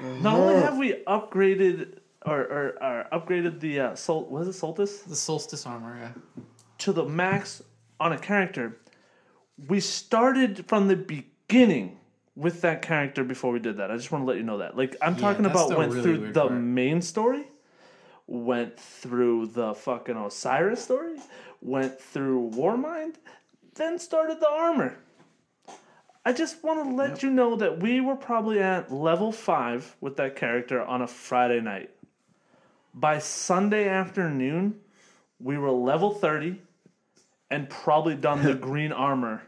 [SPEAKER 3] Not only have we upgraded or, or, or upgraded the uh, sol- was it Soltis
[SPEAKER 2] The Solstice armor, yeah.
[SPEAKER 3] to the max on a character, we started from the beginning with that character before we did that. I just want to let you know that. Like I'm talking
[SPEAKER 2] that's
[SPEAKER 3] about
[SPEAKER 2] the
[SPEAKER 3] went
[SPEAKER 2] really
[SPEAKER 3] through
[SPEAKER 2] weird
[SPEAKER 3] the
[SPEAKER 2] part.
[SPEAKER 3] main story, went through the fucking Osiris story, went through Warmind, then started the armor. I just want to let you know that we were probably at level 5 with that character on a Friday night. By Sunday afternoon, we were level 30 and probably done the green armor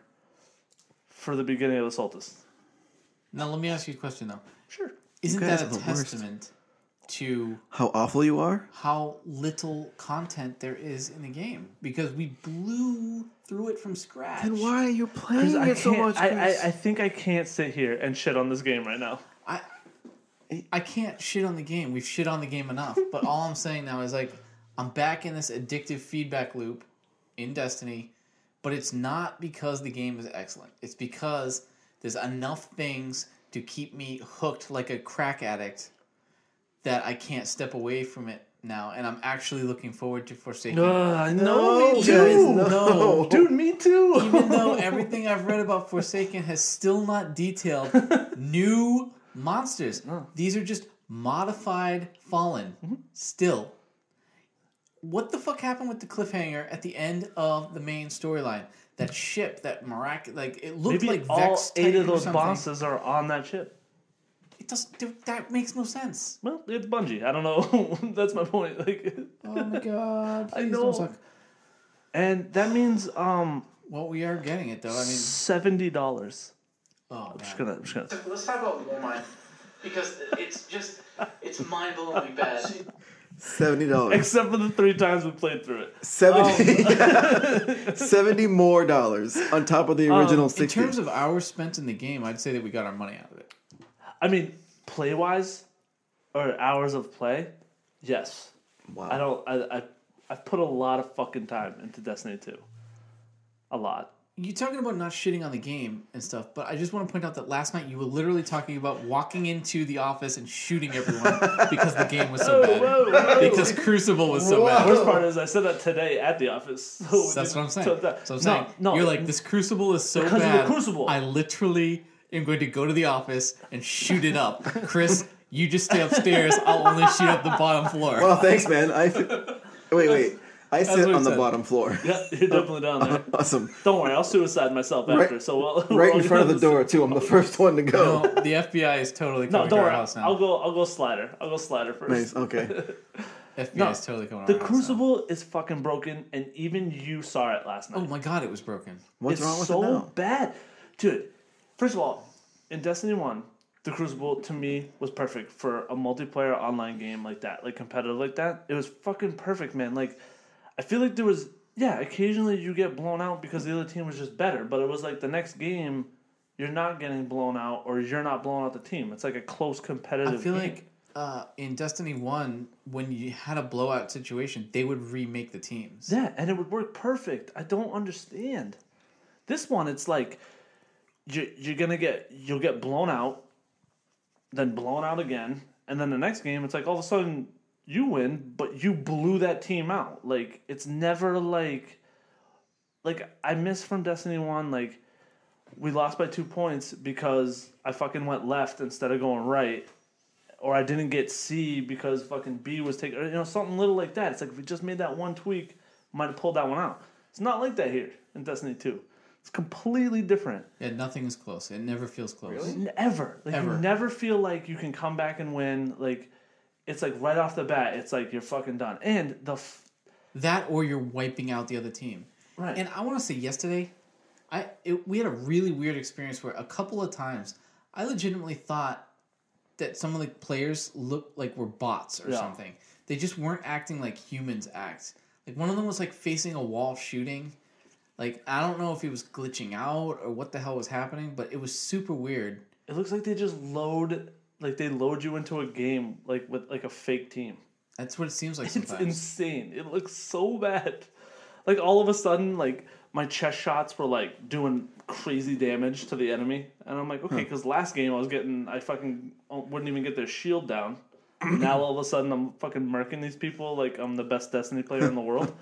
[SPEAKER 3] for the beginning of the Solstice.
[SPEAKER 2] Now let me ask you a question though.
[SPEAKER 3] Sure.
[SPEAKER 2] Isn't
[SPEAKER 4] guys
[SPEAKER 2] that
[SPEAKER 4] are
[SPEAKER 2] a
[SPEAKER 4] the worst.
[SPEAKER 2] testament to
[SPEAKER 4] How awful you are!
[SPEAKER 2] how little content there is in the game? Because we blew through it from scratch.
[SPEAKER 4] And why are you
[SPEAKER 3] Because
[SPEAKER 4] playing
[SPEAKER 3] I,
[SPEAKER 4] it so
[SPEAKER 3] can't-
[SPEAKER 4] much?
[SPEAKER 3] I, I,
[SPEAKER 4] Chris?
[SPEAKER 3] I think I can't sit here and shit on this game right now.
[SPEAKER 2] I I can't shit on the game. We've shit on the game enough. But all I'm saying now is like I'm back in this addictive feedback loop in Destiny, but it's not because the game is excellent. It's because there's enough things to keep me hooked like a crack addict that I can't step away from it now and I'm actually looking forward to Forsaken.
[SPEAKER 3] Uh, no,
[SPEAKER 4] No,
[SPEAKER 3] me
[SPEAKER 4] guys,
[SPEAKER 3] too.
[SPEAKER 4] no.
[SPEAKER 3] no, dude, me too.
[SPEAKER 2] Even though everything I've read about Forsaken has still not detailed new monsters.
[SPEAKER 3] Oh.
[SPEAKER 2] These are just modified fallen.
[SPEAKER 3] Mm-hmm.
[SPEAKER 2] Still. What the fuck happened with the cliffhanger at the end of the main storyline? That ship, that mirac like it looked
[SPEAKER 3] Maybe
[SPEAKER 2] like
[SPEAKER 3] all
[SPEAKER 2] Vex
[SPEAKER 3] eight
[SPEAKER 2] Titan
[SPEAKER 3] of
[SPEAKER 2] or
[SPEAKER 3] those
[SPEAKER 2] something.
[SPEAKER 3] bosses are on that ship.
[SPEAKER 2] It doesn't dude, that makes no sense.
[SPEAKER 3] Well, it's Bungie. I don't know. That's my point. Like,
[SPEAKER 2] Oh my god.
[SPEAKER 3] I
[SPEAKER 2] please
[SPEAKER 3] know.
[SPEAKER 2] don't suck.
[SPEAKER 3] and that means um
[SPEAKER 2] Well, we are getting it though. I mean
[SPEAKER 3] seventy dollars.
[SPEAKER 2] oh man.
[SPEAKER 3] Just gonna, just gonna.
[SPEAKER 1] Let's talk about Warmind because it's just it's mind blowingly bad.
[SPEAKER 4] Seventy dollars.
[SPEAKER 3] Except for the three times we played through it.
[SPEAKER 4] 70, 70 more dollars on top of the original
[SPEAKER 2] in
[SPEAKER 4] sixty.
[SPEAKER 2] terms of hours spent in the game, I'd say that we got our money out of it.
[SPEAKER 3] I mean, play wise, or hours of play, yes.
[SPEAKER 4] wow.
[SPEAKER 3] I don't. I, I I've put a lot of fucking time into Destiny two. A lot.
[SPEAKER 2] you talking about not shitting on the game and stuff, but I just want to point out that last night you were literally talking about walking into the office and shooting everyone because the game was so bad. Because Crucible was so bad.
[SPEAKER 3] Worst part is I said that today at the office. So we
[SPEAKER 2] That's
[SPEAKER 3] didn't-
[SPEAKER 2] what I'm saying.
[SPEAKER 3] so
[SPEAKER 2] So
[SPEAKER 3] that-
[SPEAKER 2] I'm saying
[SPEAKER 3] No, no.
[SPEAKER 2] you're like this Crucible is so
[SPEAKER 3] Because of the
[SPEAKER 2] bad.
[SPEAKER 3] Crucible.
[SPEAKER 2] I literally am going to go to the office and shoot it up. Chris, you just stay upstairs. I'll only shoot up the bottom floor.
[SPEAKER 4] Well, Oh, thanks, man. I wait, wait. I sit
[SPEAKER 2] what he
[SPEAKER 4] on the
[SPEAKER 2] said.
[SPEAKER 4] bottom floor.
[SPEAKER 3] Yeah, you're definitely down there.
[SPEAKER 4] Awesome.
[SPEAKER 3] Don't worry, I'll suicide myself
[SPEAKER 4] Right-
[SPEAKER 3] after. so well,
[SPEAKER 4] Right in front of the door too. I'm the first one to
[SPEAKER 2] no,
[SPEAKER 4] go.
[SPEAKER 2] the FBI is totally
[SPEAKER 3] No, don't
[SPEAKER 2] coming to our
[SPEAKER 3] worry.
[SPEAKER 2] house now.
[SPEAKER 3] I'll go. I'll go slider. I'll go slider first.
[SPEAKER 4] Nice. Okay.
[SPEAKER 2] FBI
[SPEAKER 3] No,
[SPEAKER 2] is totally coming to
[SPEAKER 3] The
[SPEAKER 2] our house now.
[SPEAKER 3] Crucible is fucking broken, and even you saw it last night.
[SPEAKER 2] Oh my god, it was broken.
[SPEAKER 4] What's
[SPEAKER 3] it's
[SPEAKER 4] wrong with
[SPEAKER 3] so
[SPEAKER 4] it now?
[SPEAKER 3] bad, dude. First of all, in Destiny One, the Crucible to me was perfect for a multiplayer online game like that, like competitive like that. It was fucking perfect, man. Like, I feel like there was yeah, occasionally you get blown out because the other team was just better, but it was like the next game. You're not getting blown out, or you're not blowing out the team. It's like a close competitive.
[SPEAKER 2] I feel
[SPEAKER 3] game.
[SPEAKER 2] like uh, in Destiny One, when you had a blowout situation, they would remake the teams.
[SPEAKER 3] Yeah, and it would work perfect. I don't understand. This one, it's like you're, you're gonna get you'll get blown out, then blown out again, and then the next game, it's like all of a sudden you win, but you blew that team out. Like it's never like like I miss from Destiny One. Like we lost by two points because I fucking went left instead of going right. Or I didn't get C because fucking B was taken. You know, something little like that. It's like if we just made that one tweak, might have pulled that one out. It's not like that here in Destiny Two. It's completely different.
[SPEAKER 2] And nothing is close. It never feels close.
[SPEAKER 3] N- Ever. Like
[SPEAKER 2] Ever.
[SPEAKER 3] you never feel like you can come back and win. Like it's like right off the bat, it's like you're fucking done. And the f-
[SPEAKER 2] That or you're wiping out the other team.
[SPEAKER 3] right.
[SPEAKER 2] And I want to say yesterday, I it, we had a really weird experience where a couple of times I legitimately thought that some of the players looked like were bots or
[SPEAKER 3] Yeah.
[SPEAKER 2] something. They just weren't acting like humans act. Like one of them was like facing a wall shooting. Like I don't know if he was glitching out or what the hell was happening, but it was super weird.
[SPEAKER 3] it looks like they just load like they load you into a game like with like a fake team.
[SPEAKER 2] That's what it seems like
[SPEAKER 3] It's
[SPEAKER 2] sometimes.
[SPEAKER 3] insane. It looks so bad. Like all of a sudden, like my chest shots were like doing crazy damage to the enemy, and I'm like, okay, because last game I was getting, I fucking uh, wouldn't even get their shield down. now all of a sudden I'm fucking murking these people like I'm the best Destiny player in the world.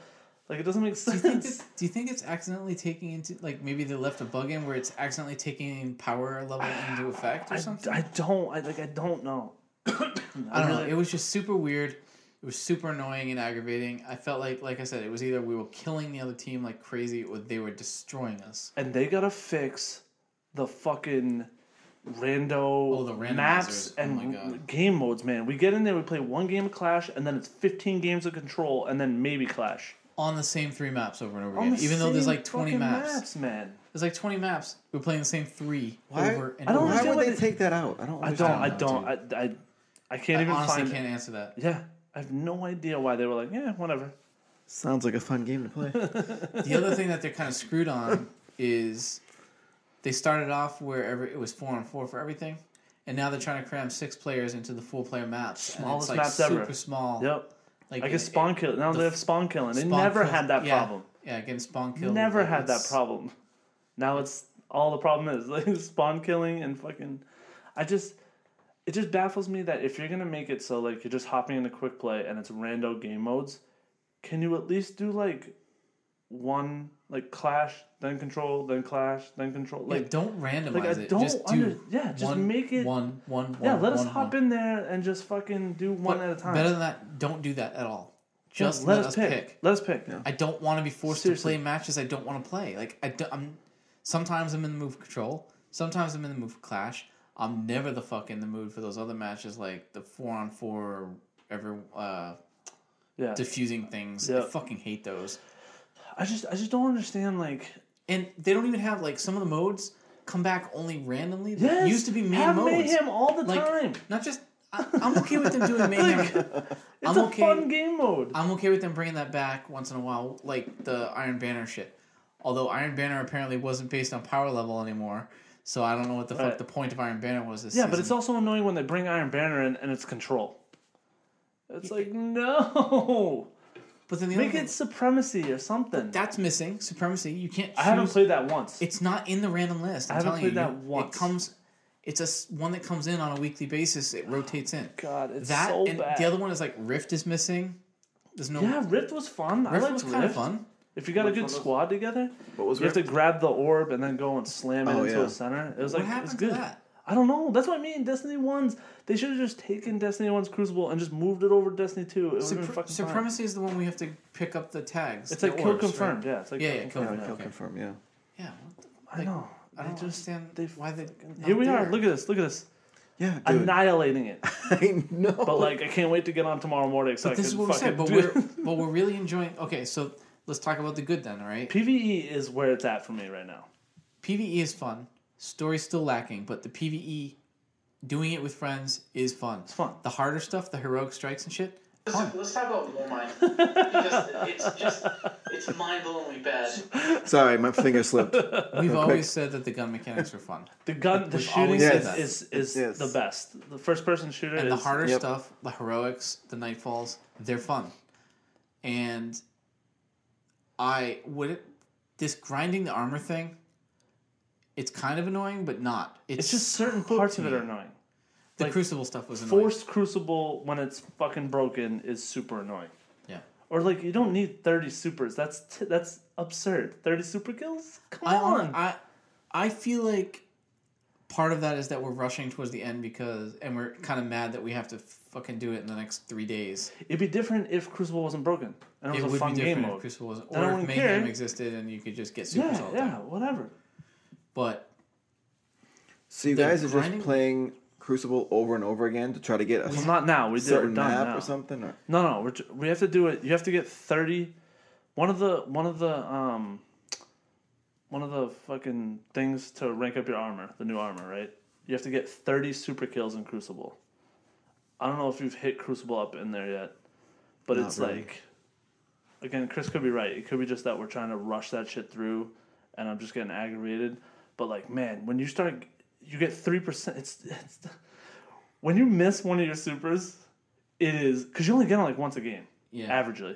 [SPEAKER 3] Like it doesn't make sense.
[SPEAKER 2] Do you think it's accidentally taking into like maybe they left a bug in where it's accidentally taking power level into effect or
[SPEAKER 3] I,
[SPEAKER 2] something?
[SPEAKER 3] I don't. I like. I don't know.
[SPEAKER 2] I don't know. It was just super weird. It was super annoying and aggravating. I felt like, like I said, it was either we were killing the other team like crazy or they were destroying us.
[SPEAKER 3] and they gotta fix the fucking rando,
[SPEAKER 2] the randomizers.
[SPEAKER 3] maps
[SPEAKER 2] Oh
[SPEAKER 3] and
[SPEAKER 2] my God.
[SPEAKER 3] game modes, man. We get in there, we play one game of Clash, and then it's 15 games of Control, and then maybe Clash.
[SPEAKER 2] on the same three maps over and over
[SPEAKER 3] On
[SPEAKER 2] again.
[SPEAKER 3] the
[SPEAKER 2] Even though there's
[SPEAKER 3] same
[SPEAKER 2] like 20
[SPEAKER 3] fucking
[SPEAKER 2] maps.
[SPEAKER 3] man.
[SPEAKER 2] There's like 20 maps. We're playing the same three
[SPEAKER 4] Why-
[SPEAKER 2] over and
[SPEAKER 3] I don't
[SPEAKER 2] over.
[SPEAKER 4] Why
[SPEAKER 3] understand why
[SPEAKER 4] would
[SPEAKER 3] they-
[SPEAKER 4] they take that out? I don't.
[SPEAKER 3] I don't.
[SPEAKER 4] Understand
[SPEAKER 3] I
[SPEAKER 4] that,
[SPEAKER 3] don't.
[SPEAKER 4] dude.
[SPEAKER 3] I, I, I can't
[SPEAKER 2] I
[SPEAKER 3] even
[SPEAKER 2] honestly
[SPEAKER 3] find.
[SPEAKER 2] can't answer that.
[SPEAKER 3] Yeah, I have no idea why they were like, yeah, whatever.
[SPEAKER 4] Sounds like a fun game to play.
[SPEAKER 2] The other thing that they're kind of screwed on is they started off wherever it was four and four for everything, and now they're trying to cram six players into the full player maps.
[SPEAKER 3] Smallest
[SPEAKER 2] and it's like
[SPEAKER 3] maps ever.
[SPEAKER 2] super small.
[SPEAKER 3] Yep.
[SPEAKER 2] Like
[SPEAKER 3] I
[SPEAKER 2] it-
[SPEAKER 3] guess spawn kill. Now
[SPEAKER 2] the
[SPEAKER 3] they
[SPEAKER 2] f-
[SPEAKER 3] have spawn killing. They
[SPEAKER 2] spawn
[SPEAKER 3] never
[SPEAKER 2] kill-
[SPEAKER 3] had that
[SPEAKER 2] yeah,
[SPEAKER 3] problem.
[SPEAKER 2] Yeah, again, spawn kill.
[SPEAKER 3] Never
[SPEAKER 2] like,
[SPEAKER 3] had that
[SPEAKER 2] it's-
[SPEAKER 3] problem. Now it's all the problem is like spawn killing and fucking. I just it just baffles me that if you're gonna make it so like you're just hopping into quick play and it's rando game modes, can you at least do like one like clash then control then clash then control
[SPEAKER 2] Like,
[SPEAKER 3] like
[SPEAKER 2] don't randomize
[SPEAKER 3] like I
[SPEAKER 2] it.
[SPEAKER 3] don't
[SPEAKER 2] just do
[SPEAKER 3] under- yeah, just
[SPEAKER 2] one,
[SPEAKER 3] make it-
[SPEAKER 2] one, one,
[SPEAKER 3] yeah
[SPEAKER 2] one,
[SPEAKER 3] let us
[SPEAKER 2] one,
[SPEAKER 3] hop
[SPEAKER 2] one.
[SPEAKER 3] in there and just fucking do one
[SPEAKER 2] But
[SPEAKER 3] at a time.
[SPEAKER 2] Better than that, don't do that at all.
[SPEAKER 3] Yeah,
[SPEAKER 2] Just let, us pick.
[SPEAKER 3] Let us pick.
[SPEAKER 2] I don't want to be forced
[SPEAKER 3] Seriously.
[SPEAKER 2] to play matches I don't want to play. Like I do, I'm sometimes I'm in the mood for control. Sometimes I'm in the mood for clash. I'm never the fuck in the mood for those other matches like the four on four or every uh,
[SPEAKER 3] Yeah.
[SPEAKER 2] diffusing things.
[SPEAKER 3] Yeah.
[SPEAKER 2] I fucking hate those.
[SPEAKER 3] I just I just don't understand like
[SPEAKER 2] And they don't even have like some of the modes come back only randomly. That
[SPEAKER 3] yes,
[SPEAKER 2] used to be main
[SPEAKER 3] have
[SPEAKER 2] modes.
[SPEAKER 3] mayhem all the
[SPEAKER 2] Like,
[SPEAKER 3] time.
[SPEAKER 2] Not just. I, I'm okay with them doing mayhem.
[SPEAKER 3] It's
[SPEAKER 2] I'm
[SPEAKER 3] a
[SPEAKER 2] okay-
[SPEAKER 3] fun game mode.
[SPEAKER 2] I'm okay with them bringing that back once in a while, like the Iron Banner shit. Although Iron Banner apparently wasn't based on power level anymore, so I don't know what the
[SPEAKER 3] Right.
[SPEAKER 2] fuck the point of Iron Banner was this
[SPEAKER 3] yeah,
[SPEAKER 2] season.
[SPEAKER 3] but it's also annoying when they bring Iron Banner in and it's control. It's like no,
[SPEAKER 2] But then the
[SPEAKER 3] make
[SPEAKER 2] other
[SPEAKER 3] it
[SPEAKER 2] thing-
[SPEAKER 3] supremacy or something.
[SPEAKER 2] that's missing supremacy. You can't. Choose.
[SPEAKER 3] I haven't played that once.
[SPEAKER 2] It's not in the random list. I'm
[SPEAKER 3] haven't
[SPEAKER 2] telling you,
[SPEAKER 3] played that
[SPEAKER 2] you-
[SPEAKER 3] once.
[SPEAKER 2] It comes. It's a s- one that comes in on a weekly basis. It rotates in.
[SPEAKER 3] God, it's
[SPEAKER 2] that
[SPEAKER 3] so
[SPEAKER 2] and
[SPEAKER 3] bad.
[SPEAKER 2] the other one is like Rift is missing. There's no
[SPEAKER 3] yeah, Rift was fun. I
[SPEAKER 2] Rift
[SPEAKER 3] liked
[SPEAKER 2] was kind
[SPEAKER 3] Rift.
[SPEAKER 2] of fun.
[SPEAKER 3] If you got a good squad together,
[SPEAKER 4] What was
[SPEAKER 3] you have to grab the orb and then go and slam it
[SPEAKER 4] Oh,
[SPEAKER 3] into
[SPEAKER 4] yeah.
[SPEAKER 3] a center. It was
[SPEAKER 2] What
[SPEAKER 3] like it
[SPEAKER 2] happened
[SPEAKER 3] was
[SPEAKER 2] to
[SPEAKER 3] good.
[SPEAKER 2] that?
[SPEAKER 3] I don't know. That's what I mean. Destiny ones. They should have just taken Destiny one's Crucible and just moved it over to Destiny two. It would have been
[SPEAKER 2] Supre-
[SPEAKER 3] fucking fine.
[SPEAKER 2] supremacy is the one we have to pick up the tags.
[SPEAKER 3] It's
[SPEAKER 2] the
[SPEAKER 3] like kill
[SPEAKER 2] orbs, right?
[SPEAKER 3] confirmed. Yeah, it's like
[SPEAKER 2] Yeah,
[SPEAKER 3] kill
[SPEAKER 2] yeah, kill
[SPEAKER 3] confirmed.
[SPEAKER 2] confirmed.
[SPEAKER 4] I'll
[SPEAKER 2] okay.
[SPEAKER 4] confirm. Yeah.
[SPEAKER 2] Yeah. What the
[SPEAKER 3] I know.
[SPEAKER 2] I don't understand
[SPEAKER 3] they
[SPEAKER 2] why they.
[SPEAKER 3] Here we are. Look at this. Look at this.
[SPEAKER 4] Yeah, dude.
[SPEAKER 3] Annihilating it.
[SPEAKER 4] I know.
[SPEAKER 3] But like, I can't wait to get on tomorrow morning so I can
[SPEAKER 2] this is what we
[SPEAKER 3] fucking
[SPEAKER 2] said, but
[SPEAKER 3] do
[SPEAKER 2] we're
[SPEAKER 3] it.
[SPEAKER 2] but we're really enjoying. Okay, so let's talk about the good then, all right?
[SPEAKER 3] PVE E is where it's at for me right now.
[SPEAKER 2] PVE is fun. Story's still lacking, but the PVE, doing it with friends is fun. It's
[SPEAKER 3] fun.
[SPEAKER 2] The harder stuff, the heroic strikes and shit.
[SPEAKER 5] Let's, let's talk about Warmind. because it's just, it's mind blowingly bad.
[SPEAKER 4] Sorry, my finger slipped.
[SPEAKER 2] We've
[SPEAKER 4] quick.
[SPEAKER 2] always said that the gun mechanics were fun,
[SPEAKER 3] The gun, the
[SPEAKER 2] We've
[SPEAKER 3] shooting
[SPEAKER 2] always
[SPEAKER 4] said
[SPEAKER 3] is,
[SPEAKER 2] that.
[SPEAKER 3] is is
[SPEAKER 4] Yes.
[SPEAKER 3] the best. The first person shooter
[SPEAKER 2] and the
[SPEAKER 3] is
[SPEAKER 2] harder
[SPEAKER 4] Yep.
[SPEAKER 2] stuff, the heroics, the nightfalls, they're fun. And I would it, this grinding the armor thing. It's kind of annoying, but not. It's,
[SPEAKER 3] It's just certain parts of it are annoying.
[SPEAKER 2] The
[SPEAKER 3] like,
[SPEAKER 2] crucible stuff was annoying.
[SPEAKER 3] Forced Crucible when it's fucking broken is super annoying.
[SPEAKER 2] Yeah.
[SPEAKER 3] Or like, you don't need thirty supers. That's t- that's absurd. Thirty super kills. Come
[SPEAKER 2] I,
[SPEAKER 3] on.
[SPEAKER 2] I I feel like part of that is that we're rushing towards the end because and we're kind of mad that we have to fucking do it in the next three days.
[SPEAKER 3] It'd be different if Crucible wasn't broken. And it
[SPEAKER 2] It
[SPEAKER 3] was a
[SPEAKER 2] would
[SPEAKER 3] fun
[SPEAKER 2] be
[SPEAKER 3] game
[SPEAKER 2] different if
[SPEAKER 3] mode.
[SPEAKER 2] Crucible wasn't,
[SPEAKER 3] Then I
[SPEAKER 2] or if
[SPEAKER 3] wouldn't
[SPEAKER 2] Mayhem
[SPEAKER 3] care.
[SPEAKER 2] existed and you could just get supers
[SPEAKER 3] Yeah,
[SPEAKER 2] all the
[SPEAKER 3] yeah,
[SPEAKER 2] time.
[SPEAKER 3] whatever.
[SPEAKER 2] But
[SPEAKER 4] So you
[SPEAKER 2] They're
[SPEAKER 4] guys are just
[SPEAKER 2] grinding-
[SPEAKER 4] playing Crucible over and over again to try to get a
[SPEAKER 3] Well, not now. We did. We're
[SPEAKER 4] certain
[SPEAKER 3] done
[SPEAKER 4] map
[SPEAKER 3] now.
[SPEAKER 4] or something. Or,
[SPEAKER 3] No, no. We're, ju- we have to do it. You have to get thirty. One of the one of the um, one of the fucking things to rank up your armor, the new armor, right? You have to get thirty super kills in Crucible. I don't know if you've hit Crucible up in there yet, but
[SPEAKER 4] Not
[SPEAKER 3] it's
[SPEAKER 4] really.
[SPEAKER 3] like, again, Chris could be right. It could be just that we're trying to rush that shit through, and I'm just getting aggravated. But like, man, when you start, you get three percent. It's it's when you miss one of your supers, it is because you only get them like once a game,
[SPEAKER 2] yeah,
[SPEAKER 3] averagely,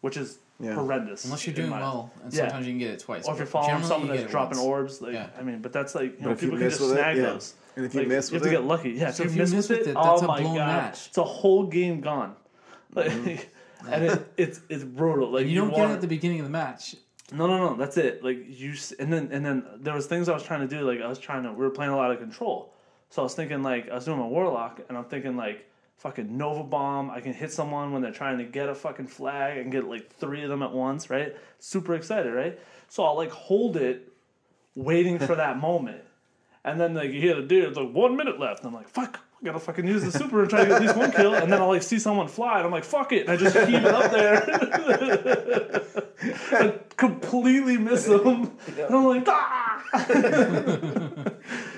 [SPEAKER 3] which is
[SPEAKER 4] Yeah.
[SPEAKER 3] horrendous.
[SPEAKER 2] unless you're
[SPEAKER 3] in
[SPEAKER 2] doing
[SPEAKER 3] my-
[SPEAKER 2] well, and
[SPEAKER 3] Yeah.
[SPEAKER 2] sometimes you can get it twice.
[SPEAKER 3] or if you're
[SPEAKER 2] but
[SPEAKER 3] following
[SPEAKER 2] generally
[SPEAKER 3] someone
[SPEAKER 2] you get
[SPEAKER 3] that's
[SPEAKER 2] it
[SPEAKER 3] dropping
[SPEAKER 2] once.
[SPEAKER 3] orbs, like
[SPEAKER 2] Yeah.
[SPEAKER 3] I mean, but that's like you know,
[SPEAKER 4] if you
[SPEAKER 3] people can
[SPEAKER 4] miss
[SPEAKER 3] just
[SPEAKER 4] with it,
[SPEAKER 3] snag
[SPEAKER 4] yeah.
[SPEAKER 3] those.
[SPEAKER 4] And if you
[SPEAKER 3] Like,
[SPEAKER 4] miss
[SPEAKER 3] you have
[SPEAKER 4] with
[SPEAKER 3] to
[SPEAKER 4] it-
[SPEAKER 3] get lucky. Yeah,
[SPEAKER 2] So
[SPEAKER 3] if, you, miss, with it,
[SPEAKER 2] that's
[SPEAKER 3] oh
[SPEAKER 2] a
[SPEAKER 3] my
[SPEAKER 2] blown
[SPEAKER 3] god,
[SPEAKER 2] match.
[SPEAKER 3] it's a whole game gone. Like,
[SPEAKER 4] Mm-hmm.
[SPEAKER 3] and it, it's it's brutal. Like
[SPEAKER 2] You don't get
[SPEAKER 3] want-
[SPEAKER 2] it at the beginning of the match.
[SPEAKER 3] no, no, no. That's it. Like you, s- and then and then there was things I was trying to do. Like I was trying to. We were playing a lot of control, so I was thinking like I was doing my warlock, and I'm thinking like fucking nova bomb. I can hit someone when they're trying to get a fucking flag and get like three of them at once. Right? Super excited. Right? So I'll like hold it, waiting for that moment, and then like you hear the dude it's like one minute left. And I'm like fuck. gotta fucking use the super and try to get at least one kill, and then I'll like see someone fly, and I'm like, fuck it, and I just keep it up there, and completely miss them, and I'm like, ah!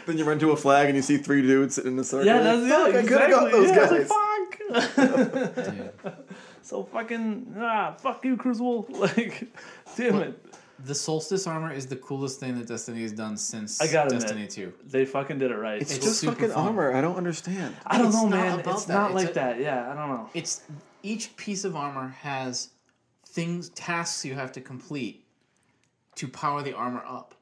[SPEAKER 4] Then you run to a flag and you see three dudes sitting in a circle.
[SPEAKER 3] yeah, that's
[SPEAKER 4] Fuck,
[SPEAKER 3] yeah,
[SPEAKER 4] I could have
[SPEAKER 3] exactly.
[SPEAKER 4] got those
[SPEAKER 3] yeah,
[SPEAKER 4] guys.
[SPEAKER 3] I was like, fuck.
[SPEAKER 2] Dude.
[SPEAKER 3] so fucking ah, fuck you, Crucible. Like, damn it.
[SPEAKER 2] The Solstice armor is the coolest thing that Destiny has done since
[SPEAKER 3] I gotta
[SPEAKER 2] Destiny 2.
[SPEAKER 3] They fucking did it right.
[SPEAKER 4] It's,
[SPEAKER 2] It's
[SPEAKER 4] just
[SPEAKER 2] super
[SPEAKER 4] fucking
[SPEAKER 2] fun.
[SPEAKER 4] armor. I don't understand.
[SPEAKER 3] I don't
[SPEAKER 2] it's
[SPEAKER 3] know,
[SPEAKER 2] not
[SPEAKER 3] man.
[SPEAKER 2] about
[SPEAKER 3] It's
[SPEAKER 2] that.
[SPEAKER 3] not
[SPEAKER 2] It's
[SPEAKER 3] like
[SPEAKER 2] a-
[SPEAKER 3] that. Yeah, I don't know.
[SPEAKER 2] It's each piece of armor has things tasks you have to complete to power the armor up.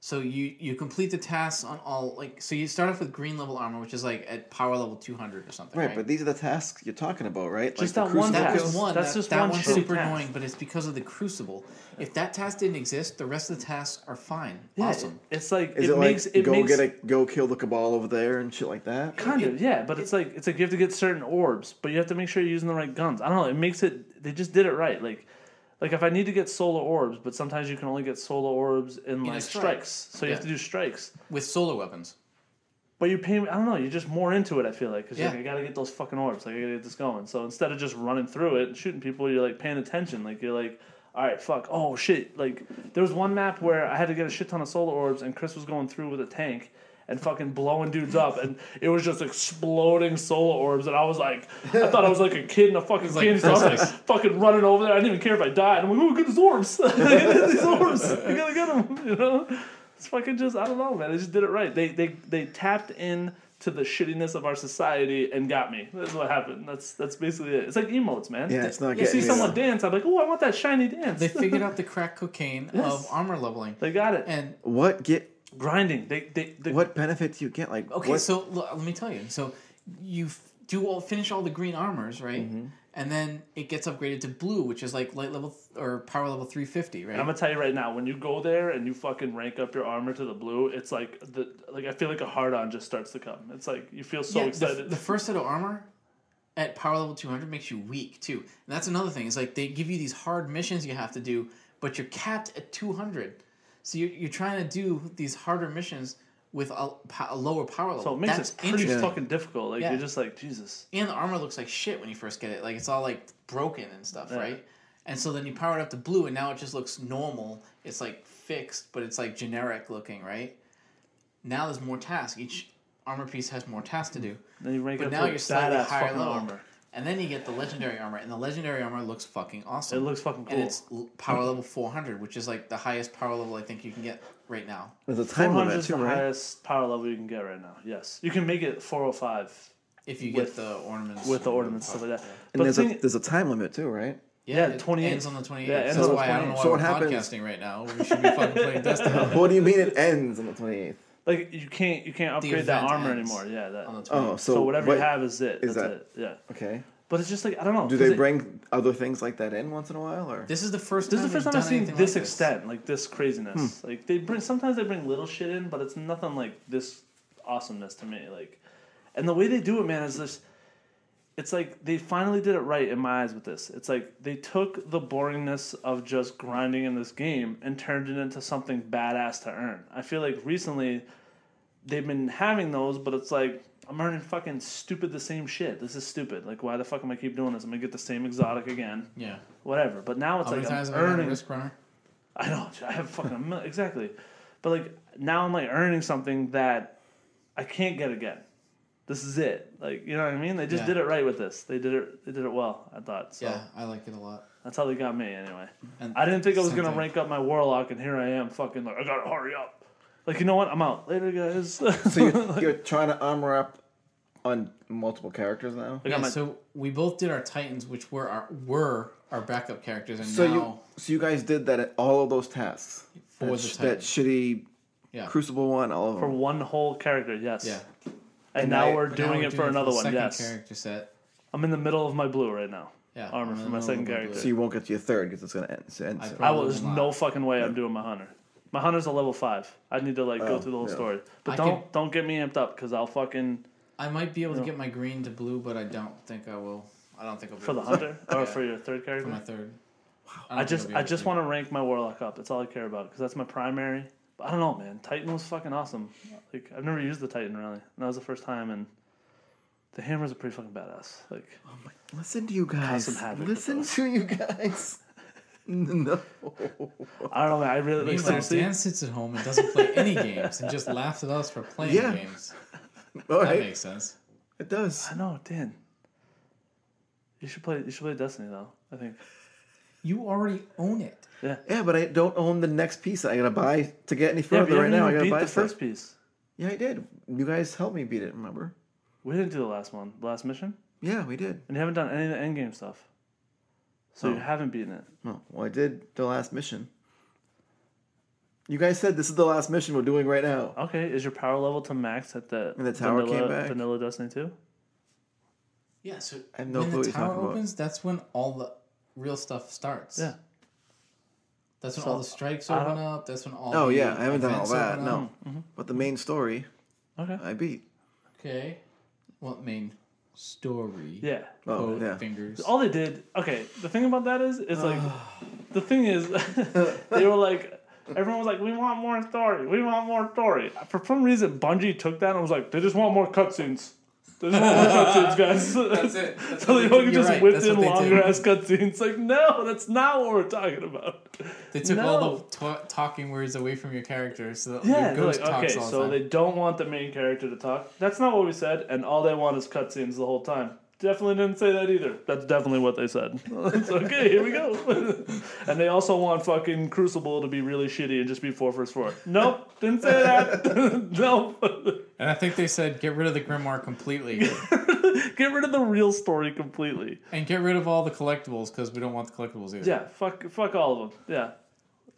[SPEAKER 2] So you you complete the tasks on all like so you start off with green level armor which is like at power level 200 or something,
[SPEAKER 4] Right,
[SPEAKER 2] right?
[SPEAKER 4] but these are the tasks you're talking about, right?
[SPEAKER 3] Just
[SPEAKER 4] the
[SPEAKER 3] that one
[SPEAKER 4] crucible
[SPEAKER 2] that
[SPEAKER 3] task.
[SPEAKER 4] kills-
[SPEAKER 2] was one.
[SPEAKER 3] That's
[SPEAKER 2] that,
[SPEAKER 3] just
[SPEAKER 2] that
[SPEAKER 3] one
[SPEAKER 2] one's
[SPEAKER 3] shit
[SPEAKER 2] super
[SPEAKER 3] task.
[SPEAKER 2] annoying, but it's because of the crucible. If that task didn't exist, the rest of the tasks are fine.
[SPEAKER 3] Yeah,
[SPEAKER 2] awesome.
[SPEAKER 3] It's like
[SPEAKER 4] Is
[SPEAKER 3] it,
[SPEAKER 4] it,
[SPEAKER 3] makes
[SPEAKER 4] like
[SPEAKER 3] it
[SPEAKER 4] go
[SPEAKER 3] makes
[SPEAKER 4] get a go kill the cabal over there and shit like that?
[SPEAKER 3] kind of yeah, but it's like it's like you have to get certain orbs, but you have to make sure you're using the right guns. I don't know. It makes it. They just did it right. Like. Like if I need to get solar orbs, but sometimes you can only get solar orbs in like
[SPEAKER 2] strike.
[SPEAKER 3] strikes, so you have
[SPEAKER 2] Yeah.
[SPEAKER 3] to do strikes.
[SPEAKER 2] With solar weapons.
[SPEAKER 3] But you pay. I don't know. You're just more into it. I feel like because
[SPEAKER 2] Yeah.
[SPEAKER 3] like, I gotta get those fucking orbs. Like I gotta get this going. So instead of just running through it and shooting people, you're like paying attention. Like you're like, all right, fuck. Oh shit. Like there was one map where I had to get a shit ton of solar orbs, and Chris was going through with a tank. And fucking blowing dudes up, and it was just exploding solar orbs, and I was like, I thought I was like a kid in a fucking
[SPEAKER 2] like
[SPEAKER 3] candy store. I was, like,
[SPEAKER 2] Christmas.
[SPEAKER 3] fucking running over there. I didn't even care if I died. I'm like, oh, get these orbs, I get these orbs, you gotta get them, you know. It's fucking just I don't know, man. They just did it right. They they they tapped in to the shittiness of our society and got me. That's what happened. That's that's basically it. It's like emotes, man.
[SPEAKER 4] Yeah, it's not
[SPEAKER 3] You
[SPEAKER 4] getting
[SPEAKER 3] see
[SPEAKER 4] me
[SPEAKER 3] someone
[SPEAKER 4] though.
[SPEAKER 3] dance, I'm like, oh, I want that shiny dance.
[SPEAKER 2] They figured out the crack cocaine of armor leveling.
[SPEAKER 3] They got it.
[SPEAKER 2] And
[SPEAKER 4] What get?
[SPEAKER 3] Grinding. They they, they
[SPEAKER 4] What benefits you get? Like
[SPEAKER 2] Okay,
[SPEAKER 4] what-
[SPEAKER 2] so look, let me tell you. So you f- do all finish all the green armors, right?
[SPEAKER 3] Mm-hmm.
[SPEAKER 2] And then it gets upgraded to blue, which is like light level th- or power level 350, right?
[SPEAKER 3] I'm gonna tell you right now, when you go there and you fucking rank up your armor to the blue, it's like the like I feel like a hard on just starts to come. It's like you feel so
[SPEAKER 2] Yeah, the f-
[SPEAKER 3] excited.
[SPEAKER 2] The, first set of armor at power level 200 makes you weak too. And that's another thing. It's like they give you these hard missions you have to do, but you're capped at 200. So you're, you're trying to do these harder missions with a, po- a lower power level.
[SPEAKER 3] so it makes
[SPEAKER 2] that's
[SPEAKER 3] it pretty
[SPEAKER 2] interesting.
[SPEAKER 3] fucking difficult. Like
[SPEAKER 2] Yeah.
[SPEAKER 3] you're just like Jesus.
[SPEAKER 2] and the armor looks like shit when you first get it. Like it's all like broken and stuff, right? And so then you power it up to blue, and now it just looks normal. It's like fixed, but it's like generic looking, right? Now there's more tasks. Each armor piece has more tasks to do.
[SPEAKER 3] Then you rank
[SPEAKER 2] But
[SPEAKER 3] up
[SPEAKER 2] now
[SPEAKER 3] to a
[SPEAKER 2] you're slightly
[SPEAKER 3] badass
[SPEAKER 2] higher
[SPEAKER 3] fucking
[SPEAKER 2] level.
[SPEAKER 3] armor.
[SPEAKER 2] And then you get the legendary armor, and the legendary armor looks fucking
[SPEAKER 3] It
[SPEAKER 2] awesome.
[SPEAKER 3] looks fucking cool.
[SPEAKER 2] and it's l- power level 400, which is like the highest power level I think you can get right now.
[SPEAKER 4] there's a time
[SPEAKER 3] 400
[SPEAKER 4] limit
[SPEAKER 3] is
[SPEAKER 4] too,
[SPEAKER 3] the
[SPEAKER 4] right?
[SPEAKER 3] highest power level you can get right now. Yes, you can make it 405
[SPEAKER 2] If you
[SPEAKER 3] With-
[SPEAKER 2] get the ornaments.
[SPEAKER 3] with the ornaments stuff like that.
[SPEAKER 4] And
[SPEAKER 3] But the
[SPEAKER 4] there's a
[SPEAKER 3] thing,
[SPEAKER 4] there's a time limit too, right?
[SPEAKER 3] yeah,
[SPEAKER 2] it
[SPEAKER 3] 28
[SPEAKER 2] ends on the 28th.
[SPEAKER 3] Yeah, it ends
[SPEAKER 2] That's
[SPEAKER 3] on the
[SPEAKER 2] why I don't know
[SPEAKER 4] 28th.
[SPEAKER 2] why
[SPEAKER 4] So
[SPEAKER 2] we're
[SPEAKER 4] what happens-
[SPEAKER 2] podcasting right now. We should be fucking playing Destiny.
[SPEAKER 4] What do you mean it ends on the 28th?
[SPEAKER 3] like you can't you can't upgrade that
[SPEAKER 2] event
[SPEAKER 3] armor
[SPEAKER 2] ends
[SPEAKER 3] anymore. Yeah, that.
[SPEAKER 2] on the 28th.
[SPEAKER 4] Oh, so,
[SPEAKER 3] so, whatever
[SPEAKER 4] what-
[SPEAKER 3] you have is it.
[SPEAKER 4] is
[SPEAKER 3] That's
[SPEAKER 4] that-
[SPEAKER 3] it. Yeah,
[SPEAKER 4] Okay.
[SPEAKER 3] but it's just like I don't know.
[SPEAKER 4] Do
[SPEAKER 3] 'cause
[SPEAKER 4] they
[SPEAKER 3] it-
[SPEAKER 4] bring other things like that in once in a while, or
[SPEAKER 2] This is the first.
[SPEAKER 3] This is
[SPEAKER 2] time
[SPEAKER 3] the first
[SPEAKER 2] they've
[SPEAKER 3] time I've
[SPEAKER 2] done
[SPEAKER 3] seen
[SPEAKER 2] anything
[SPEAKER 3] this
[SPEAKER 2] like
[SPEAKER 3] extent, like this craziness. Like they bring sometimes they bring little shit in, but it's nothing like this awesomeness to me. Like, and the way they do it, man, is this. It's like they finally did it right in my eyes with this. It's like they took the boringness of just grinding in this game and turned it into something badass to earn. I feel like recently they've been having those, but it's like I'm earning fucking stupid the same shit. This is stupid. Like why the fuck am I keep doing this? I'm gonna get the same exotic again,
[SPEAKER 2] Yeah.
[SPEAKER 3] whatever. But now it's
[SPEAKER 2] How many
[SPEAKER 3] like
[SPEAKER 2] times
[SPEAKER 3] I'm
[SPEAKER 2] have I done
[SPEAKER 3] earning
[SPEAKER 2] Risk Runner?
[SPEAKER 3] I know. I have fucking a mil- exactly, but like now I'm like earning something that I can't get again. This is it. Like you know what I mean? They just
[SPEAKER 2] Yeah.
[SPEAKER 3] did it right with this. They did it. They did it well. I thought. So
[SPEAKER 2] Yeah, I like it a lot.
[SPEAKER 3] that's how they got me anyway.
[SPEAKER 2] And
[SPEAKER 3] I didn't think I was
[SPEAKER 2] same
[SPEAKER 3] gonna
[SPEAKER 2] thing.
[SPEAKER 3] rank up my warlock, and here I am, fucking like I gotta hurry up. Like you know what? I'm out later, guys.
[SPEAKER 4] so you're, you're trying to armor up on multiple characters now?
[SPEAKER 3] I got
[SPEAKER 2] Yeah,
[SPEAKER 3] my-
[SPEAKER 2] so we both did our Titans, which were our were our backup characters, and
[SPEAKER 4] So you
[SPEAKER 2] now
[SPEAKER 4] so you guys did that at all of those tasks.
[SPEAKER 2] For
[SPEAKER 4] that,
[SPEAKER 2] the
[SPEAKER 4] sh- that
[SPEAKER 2] Titans.
[SPEAKER 4] shitty
[SPEAKER 2] Yeah.
[SPEAKER 4] Crucible one, all of
[SPEAKER 3] for
[SPEAKER 4] them.
[SPEAKER 3] one whole character, yes.
[SPEAKER 2] Yeah.
[SPEAKER 3] And,
[SPEAKER 4] And
[SPEAKER 3] now
[SPEAKER 4] I-
[SPEAKER 3] we're
[SPEAKER 2] but now
[SPEAKER 3] doing
[SPEAKER 2] we're
[SPEAKER 3] it for
[SPEAKER 2] the
[SPEAKER 3] another one.
[SPEAKER 2] Second
[SPEAKER 3] Yes.
[SPEAKER 2] character set.
[SPEAKER 3] I'm in the middle of my blue right now.
[SPEAKER 2] Yeah,
[SPEAKER 3] Armor
[SPEAKER 2] I'm
[SPEAKER 3] for
[SPEAKER 2] in
[SPEAKER 3] my
[SPEAKER 2] the
[SPEAKER 3] second
[SPEAKER 2] middle of
[SPEAKER 3] character.
[SPEAKER 4] So you won't get to your third because it's gonna end. So end
[SPEAKER 2] I
[SPEAKER 4] soon.
[SPEAKER 2] probably-
[SPEAKER 3] I will. There's
[SPEAKER 2] will not.
[SPEAKER 3] no fucking way I'm doing my hunter. My hunter's a level five. I need to like go
[SPEAKER 4] Oh,
[SPEAKER 3] through the whole
[SPEAKER 4] yeah.
[SPEAKER 3] story. But
[SPEAKER 2] I
[SPEAKER 3] don't don't get me amped up because I'll fucking
[SPEAKER 2] I might be able to get my green to blue, but I don't think I will. I don't think I'll be
[SPEAKER 3] for the
[SPEAKER 2] able to.
[SPEAKER 3] hunter or
[SPEAKER 2] Yeah.
[SPEAKER 3] for your third
[SPEAKER 2] for
[SPEAKER 3] character.
[SPEAKER 2] my third.
[SPEAKER 3] I just I just want to rank my warlock up. That's all I care about because that's my primary. But I don't know, man. Titan was fucking awesome. Like I've never used the Titan really, and that was the first time. And The Hammer's a pretty fucking badass. Like,
[SPEAKER 4] Listen to you guys.
[SPEAKER 3] some havoc with
[SPEAKER 4] Listen
[SPEAKER 3] those.
[SPEAKER 4] to you guys. No.
[SPEAKER 3] I don't know. I really like
[SPEAKER 2] Meanwhile,
[SPEAKER 3] seriously.
[SPEAKER 2] Dan sits at home and doesn't play any games and just laughs at us for playing
[SPEAKER 4] Yeah.
[SPEAKER 2] games.
[SPEAKER 4] All
[SPEAKER 2] That
[SPEAKER 4] right.
[SPEAKER 2] makes sense.
[SPEAKER 4] It does.
[SPEAKER 3] I know, Dan. You should play. You should play Destiny though. I think.
[SPEAKER 2] You already own it.
[SPEAKER 4] Yeah, but I don't own the next piece that I gotta buy to get any
[SPEAKER 3] Yeah,
[SPEAKER 4] further
[SPEAKER 3] but you
[SPEAKER 4] right now. I
[SPEAKER 3] haven't even
[SPEAKER 4] gotta
[SPEAKER 3] beat
[SPEAKER 4] buy
[SPEAKER 3] the
[SPEAKER 4] stuff.
[SPEAKER 3] first piece.
[SPEAKER 4] Yeah, I did. You guys helped me beat it. Remember?
[SPEAKER 3] We didn't do the last one, the last mission,
[SPEAKER 4] Yeah, we did.
[SPEAKER 3] and you haven't done any of the end game stuff. So
[SPEAKER 2] Oh.
[SPEAKER 3] you
[SPEAKER 4] No.
[SPEAKER 3] haven't beaten it.
[SPEAKER 4] No, well, I did the last mission. You guys said this is the last mission we're doing right now.
[SPEAKER 2] Uh,
[SPEAKER 3] Okay, is your power level to max at the,
[SPEAKER 4] And the tower
[SPEAKER 3] vanilla,
[SPEAKER 4] came back.
[SPEAKER 3] vanilla Destiny two?
[SPEAKER 2] Yeah, so
[SPEAKER 4] I have no
[SPEAKER 2] when
[SPEAKER 4] clue what
[SPEAKER 2] the
[SPEAKER 4] you're
[SPEAKER 2] tower
[SPEAKER 4] talking about.
[SPEAKER 2] opens, that's when all the real stuff starts.
[SPEAKER 3] Yeah.
[SPEAKER 2] That's when
[SPEAKER 3] So,
[SPEAKER 2] all the strikes
[SPEAKER 3] I don't-
[SPEAKER 2] open up. That's when all.
[SPEAKER 4] Oh
[SPEAKER 2] the
[SPEAKER 4] yeah, I haven't done all
[SPEAKER 2] events
[SPEAKER 4] that.
[SPEAKER 2] open
[SPEAKER 4] No,
[SPEAKER 2] up.
[SPEAKER 4] but the main story
[SPEAKER 2] Uh,
[SPEAKER 3] Okay.
[SPEAKER 4] I beat.
[SPEAKER 2] Okay. What main story?
[SPEAKER 3] Yeah.
[SPEAKER 4] Oh
[SPEAKER 2] Quote
[SPEAKER 4] yeah,
[SPEAKER 2] Fingers.
[SPEAKER 3] All they did. Okay. The thing about that is, is like, the thing is, they were like, everyone was like, we want more story. We want more story. For some reason, Bungie took that and was like, they just want more cutscenes. They just want more cutscenes, guys.
[SPEAKER 2] That's it. That's
[SPEAKER 3] So
[SPEAKER 2] what
[SPEAKER 3] they
[SPEAKER 2] they did.
[SPEAKER 3] fucking
[SPEAKER 2] You're
[SPEAKER 3] just
[SPEAKER 2] right.
[SPEAKER 3] whipped
[SPEAKER 2] That's
[SPEAKER 3] in
[SPEAKER 2] what they did.
[SPEAKER 3] longer ass cutscenes. Like, no, that's not what we're talking about.
[SPEAKER 2] They took
[SPEAKER 3] No.
[SPEAKER 2] all the ta- talking words away from your character so that
[SPEAKER 3] Yeah,
[SPEAKER 2] your
[SPEAKER 3] they're
[SPEAKER 2] ghost
[SPEAKER 3] like, okay,
[SPEAKER 2] talks all
[SPEAKER 3] so
[SPEAKER 2] the
[SPEAKER 3] they
[SPEAKER 2] time.
[SPEAKER 3] don't want the main character to talk. That's not what we said, and all they want is cutscenes the whole time. Definitely didn't say that either. That's definitely what they said. it's okay, here we go. and they also want fucking Crucible to be really shitty and just be 4 versus 4. Nope, didn't say that. nope.
[SPEAKER 2] And I think they said get rid of the grimoire completely
[SPEAKER 3] Get rid of the real story completely.
[SPEAKER 2] and get rid of all the collectibles because we don't want the collectibles either.
[SPEAKER 3] Yeah, fuck, fuck all of them. Yeah.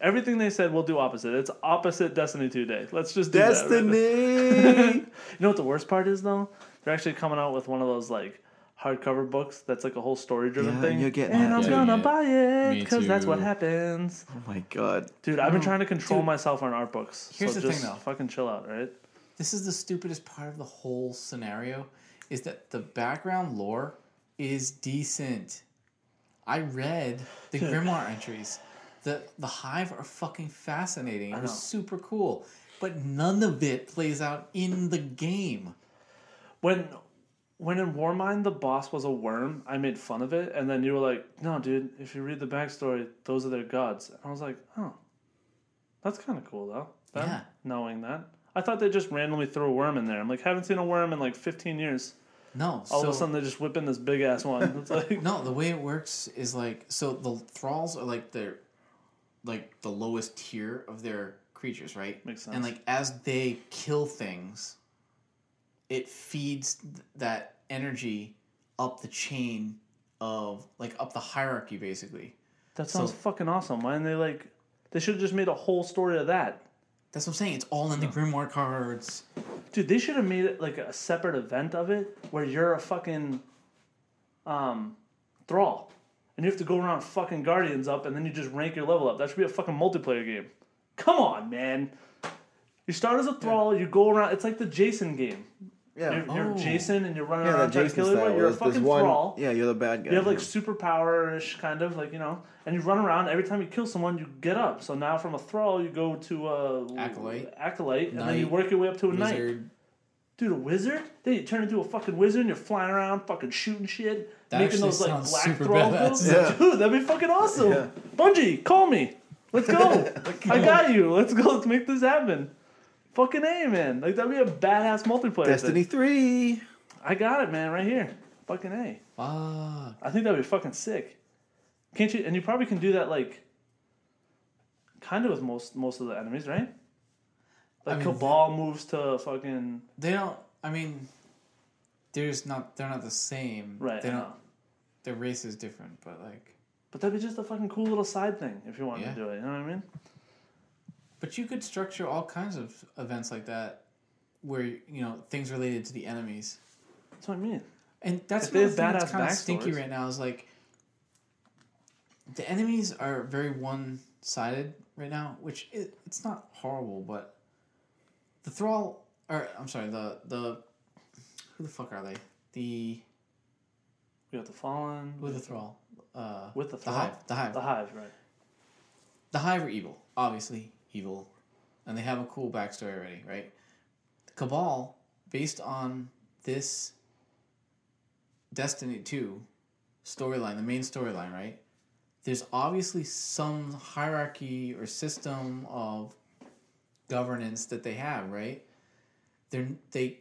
[SPEAKER 3] Everything they said, we'll do opposite. It's opposite Destiny 2 day. Let's just do that. right now.
[SPEAKER 4] Destiny.
[SPEAKER 3] You know what the worst part is though? They're actually coming out with one of those like hardcover books that's like a whole story driven
[SPEAKER 4] Yeah,
[SPEAKER 3] thing.
[SPEAKER 4] you're getting
[SPEAKER 3] and
[SPEAKER 4] that
[SPEAKER 3] I'm
[SPEAKER 4] too.
[SPEAKER 3] gonna
[SPEAKER 2] Yeah.
[SPEAKER 3] buy it
[SPEAKER 2] Me
[SPEAKER 3] because that's what
[SPEAKER 2] too.
[SPEAKER 3] happens.
[SPEAKER 4] oh my god.
[SPEAKER 3] Dude, I've
[SPEAKER 4] Oh.
[SPEAKER 3] been trying to control
[SPEAKER 2] Dude.
[SPEAKER 3] myself on art books.
[SPEAKER 2] Here's
[SPEAKER 3] so
[SPEAKER 2] the thing,
[SPEAKER 3] just
[SPEAKER 2] though.
[SPEAKER 3] fucking chill out, right?
[SPEAKER 2] This is the stupidest part of the whole scenario is that the background lore is decent. I read the grimoire entries. The the hive are fucking fascinating. It
[SPEAKER 3] know.
[SPEAKER 2] was super cool. But none of it plays out in the game.
[SPEAKER 3] When when in Warmind the boss was a worm, I made fun of it, and then you were like, No, dude, if you read the backstory, those are their gods. And I was like, Oh. That's kinda cool though. Them
[SPEAKER 2] Yeah.
[SPEAKER 3] Knowing that. I thought they just randomly threw a worm in there. I'm like, haven't seen a worm in like fifteen years.
[SPEAKER 2] No.
[SPEAKER 3] all
[SPEAKER 2] so,
[SPEAKER 3] of a sudden they just whip in this big ass one. It's like
[SPEAKER 2] No, the way it works is like so the thralls are like their like the lowest tier of their creatures, right?
[SPEAKER 3] Makes
[SPEAKER 2] And
[SPEAKER 3] sense.
[SPEAKER 2] like as they kill things, it feeds th- that energy up the chain of like up the hierarchy basically.
[SPEAKER 3] that sounds fucking awesome. Why didn't they like? They should have just made a whole story of that,
[SPEAKER 2] That's what I'm saying. It's all in the grimoire cards.
[SPEAKER 3] dude. They should have made it like a separate event of it where you're a fucking um thrall and you have to go around fucking guardians up and then you just rank your level up. That should be a fucking multiplayer game. Come on, man. You start as a thrall, you go around. It's like the Jason game.
[SPEAKER 4] Yeah.
[SPEAKER 3] You're, you're
[SPEAKER 2] Oh.
[SPEAKER 3] Jason and you're running
[SPEAKER 4] Yeah, the
[SPEAKER 3] around trying to
[SPEAKER 4] Jason
[SPEAKER 3] kill everyone.
[SPEAKER 4] style.
[SPEAKER 3] You're a
[SPEAKER 4] There's, there's
[SPEAKER 3] fucking
[SPEAKER 4] one.
[SPEAKER 3] thrall.
[SPEAKER 4] Yeah, you're the bad guy.
[SPEAKER 3] You have like superpowerish kind of like you know, and you run around. Every time you kill someone, you get up. So now from a thrall, you go to a
[SPEAKER 2] Acolyte.
[SPEAKER 3] acolyte, and then you
[SPEAKER 2] Knight.
[SPEAKER 3] work your way up to a knight.
[SPEAKER 2] Wizard.
[SPEAKER 3] Dude, a wizard? Then you turn into a fucking wizard. and You're flying around, fucking shooting shit,
[SPEAKER 2] That
[SPEAKER 3] making
[SPEAKER 2] actually
[SPEAKER 3] those like
[SPEAKER 2] sounds
[SPEAKER 3] black
[SPEAKER 2] super
[SPEAKER 3] thrall
[SPEAKER 2] badass.
[SPEAKER 3] moves.
[SPEAKER 4] Yeah.
[SPEAKER 3] Dude, that'd be fucking awesome.
[SPEAKER 4] Yeah.
[SPEAKER 3] Bungie, call me. Let's go. I got you. Let's go. Let's make this happen. Fucking a man. Like that'd be a badass multiplayer. thing.
[SPEAKER 4] Destiny three.
[SPEAKER 3] I got it, man. Right here. Fucking a.
[SPEAKER 2] Fuck.
[SPEAKER 3] I think that would be fucking sick. Can't you? And you probably can do that like, kind of with most most of the enemies, right? Like
[SPEAKER 2] mean,
[SPEAKER 3] Cabal moves to fucking
[SPEAKER 2] They don't I mean there's not they're not the same.
[SPEAKER 3] right.
[SPEAKER 2] They
[SPEAKER 3] I
[SPEAKER 2] don't
[SPEAKER 3] know.
[SPEAKER 2] their race is different, but like
[SPEAKER 3] But that'd be just a fucking cool little side thing if you wanted to
[SPEAKER 2] Yeah.
[SPEAKER 3] do it. You know what I mean?
[SPEAKER 2] But you could structure all kinds of events like that, where you know things related to the enemies,
[SPEAKER 3] That's what I mean.
[SPEAKER 2] and that's
[SPEAKER 3] If they
[SPEAKER 2] another
[SPEAKER 3] have
[SPEAKER 2] thing that's
[SPEAKER 3] badass
[SPEAKER 2] kind of
[SPEAKER 3] backstories.
[SPEAKER 2] stinky right now. Is like the enemies are very one-sided right now, which it, it's not horrible, but the thrall or I'm sorry, the the who the fuck are they? The
[SPEAKER 3] We got the Fallen
[SPEAKER 2] with the thrall, uh,
[SPEAKER 3] with the,
[SPEAKER 2] the
[SPEAKER 3] thrall.
[SPEAKER 2] hive, the hive,
[SPEAKER 3] the hive, right?
[SPEAKER 2] the Hive are evil, obviously evil, and they have a cool backstory already, right? The Cabal, based on this Destiny 2 storyline, the main storyline, right? There's obviously some hierarchy or system of governance that they have, right? They're, they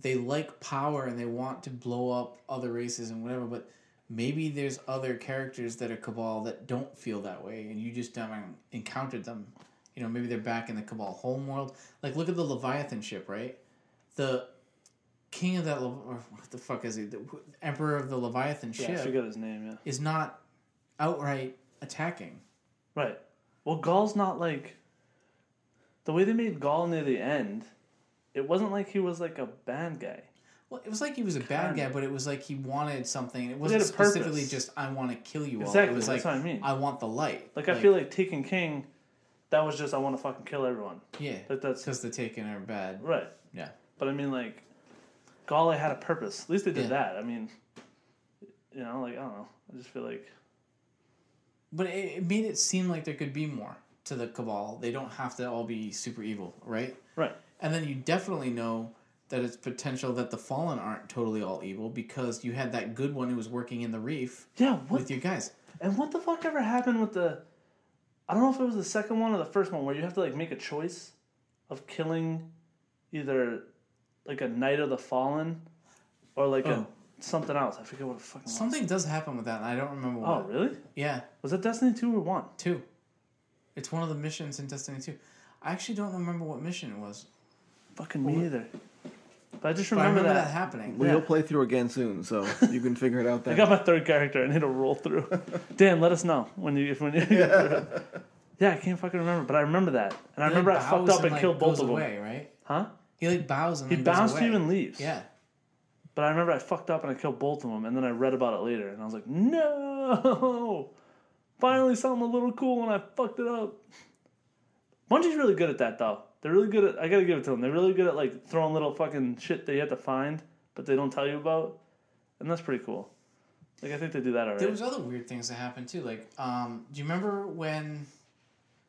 [SPEAKER 2] they like power and they want to blow up other races and whatever, but maybe there's other characters that are cabal that don't feel that way and you just haven't encountered them. You know, maybe they're back in the cabal homeworld. Like look at the Leviathan ship, right? The king of that Le- or what the fuck is he? The emperor of the Leviathan
[SPEAKER 3] Yeah,
[SPEAKER 2] ship
[SPEAKER 3] I forgot his name. Yeah.
[SPEAKER 2] is not outright attacking.
[SPEAKER 3] Right. Well, Gaul's not like the way they made Gaul near the end. It wasn't like he was like a bad guy.
[SPEAKER 2] Well, it was like he was a bad
[SPEAKER 3] Kinda.
[SPEAKER 2] guy, but it was like he wanted something. It
[SPEAKER 3] had
[SPEAKER 2] wasn't
[SPEAKER 3] a purpose.
[SPEAKER 2] specifically just "I want to kill you all."
[SPEAKER 3] Exactly,
[SPEAKER 2] it was
[SPEAKER 3] that's
[SPEAKER 2] like
[SPEAKER 3] what I mean.
[SPEAKER 2] want the light."
[SPEAKER 3] Like, I feel like Taken King, that was just I want to fucking kill everyone.
[SPEAKER 2] yeah,
[SPEAKER 3] Like that's
[SPEAKER 2] because the taken are bad.
[SPEAKER 3] right.
[SPEAKER 2] Yeah,
[SPEAKER 3] But I mean like, Gaul I had a purpose. At least they did
[SPEAKER 2] Yeah.
[SPEAKER 3] that. I mean, you know, like I don't know. I just feel like
[SPEAKER 2] but it, it made it seem like there could be more to the cabal. They don't have to all be super evil, right?
[SPEAKER 3] right.
[SPEAKER 2] And then you definitely know that it's potential that the fallen aren't totally all evil because you had that good one who was working in the reef
[SPEAKER 3] Yeah. What
[SPEAKER 2] with your guys.
[SPEAKER 3] and what the fuck ever happened with the? I don't know if it was the second one or the first one where you have to like make a choice of killing either like a knight of the fallen or like
[SPEAKER 2] Oh.
[SPEAKER 3] a something else. I forget what the fucking. Some,
[SPEAKER 2] Something does happen with that, and I don't remember what.
[SPEAKER 3] oh really?
[SPEAKER 2] Yeah,
[SPEAKER 3] Was that Destiny two or one?
[SPEAKER 2] two. It's one of the missions in Destiny two. I actually don't remember what mission it was.
[SPEAKER 3] Fucking me either. But I just
[SPEAKER 2] But I
[SPEAKER 3] remember,
[SPEAKER 2] remember that,
[SPEAKER 3] that.
[SPEAKER 2] happening.
[SPEAKER 4] Well,
[SPEAKER 3] Yeah.
[SPEAKER 4] you'll play through again soon, so you can figure it out
[SPEAKER 3] I
[SPEAKER 4] then.
[SPEAKER 3] got my third character and it'll roll through. Dan, let us know when you if when you. yeah, I can't fucking remember, but I remember that, and I
[SPEAKER 2] He, like,
[SPEAKER 3] remember I fucked
[SPEAKER 2] bows
[SPEAKER 3] up and,
[SPEAKER 2] like,
[SPEAKER 3] killed both
[SPEAKER 2] goes
[SPEAKER 3] of them.
[SPEAKER 2] Away, right?
[SPEAKER 3] Huh?
[SPEAKER 2] He like bows and
[SPEAKER 3] He
[SPEAKER 2] then goes
[SPEAKER 3] bounced to
[SPEAKER 2] away.
[SPEAKER 3] you and leaves.
[SPEAKER 2] yeah.
[SPEAKER 3] But I remember I fucked up and I killed both of them, and then I read about it later, and I was like, no! Finally, something a little cool, and I fucked it up. Bungie's really good at that, though. They're really good at, I gotta give it to them, they're really good at like throwing little fucking shit that you have to find, but they don't tell you about, and that's pretty cool. Like, I think they do that already.
[SPEAKER 2] There was other weird things that happened too. Like, um, do you remember when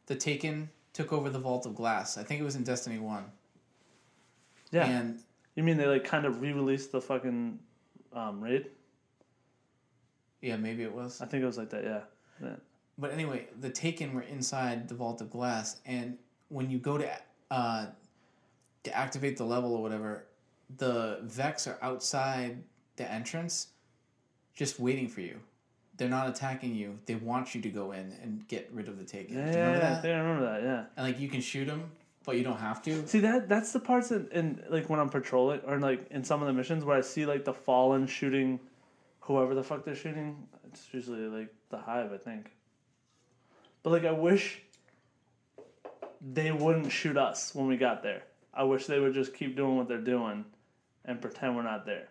[SPEAKER 2] the Taken took over the Vault of Glass? I think it was in Destiny One.
[SPEAKER 3] yeah.
[SPEAKER 2] And
[SPEAKER 3] you mean they like kind of re released the fucking um, raid?
[SPEAKER 2] yeah, maybe it was.
[SPEAKER 3] I think it was like that, yeah. yeah.
[SPEAKER 2] But anyway, the Taken were inside the Vault of Glass, and when you go to uh, to activate the level or whatever, the Vex are outside the entrance, just waiting for you. They're not attacking you. They want you to go in and get rid of the Taken. Do you remember
[SPEAKER 3] Yeah, I
[SPEAKER 2] that?
[SPEAKER 3] think I remember that, yeah.
[SPEAKER 2] And like you can shoot them, but you don't have to.
[SPEAKER 3] See that that's the parts in, in like when I'm patrolling or like in some of the missions where I see like the fallen shooting whoever the fuck they're shooting. It's usually like the hive, I think. But like I wish they wouldn't shoot us when we got there. I wish they would just keep doing what they're doing and pretend we're not there.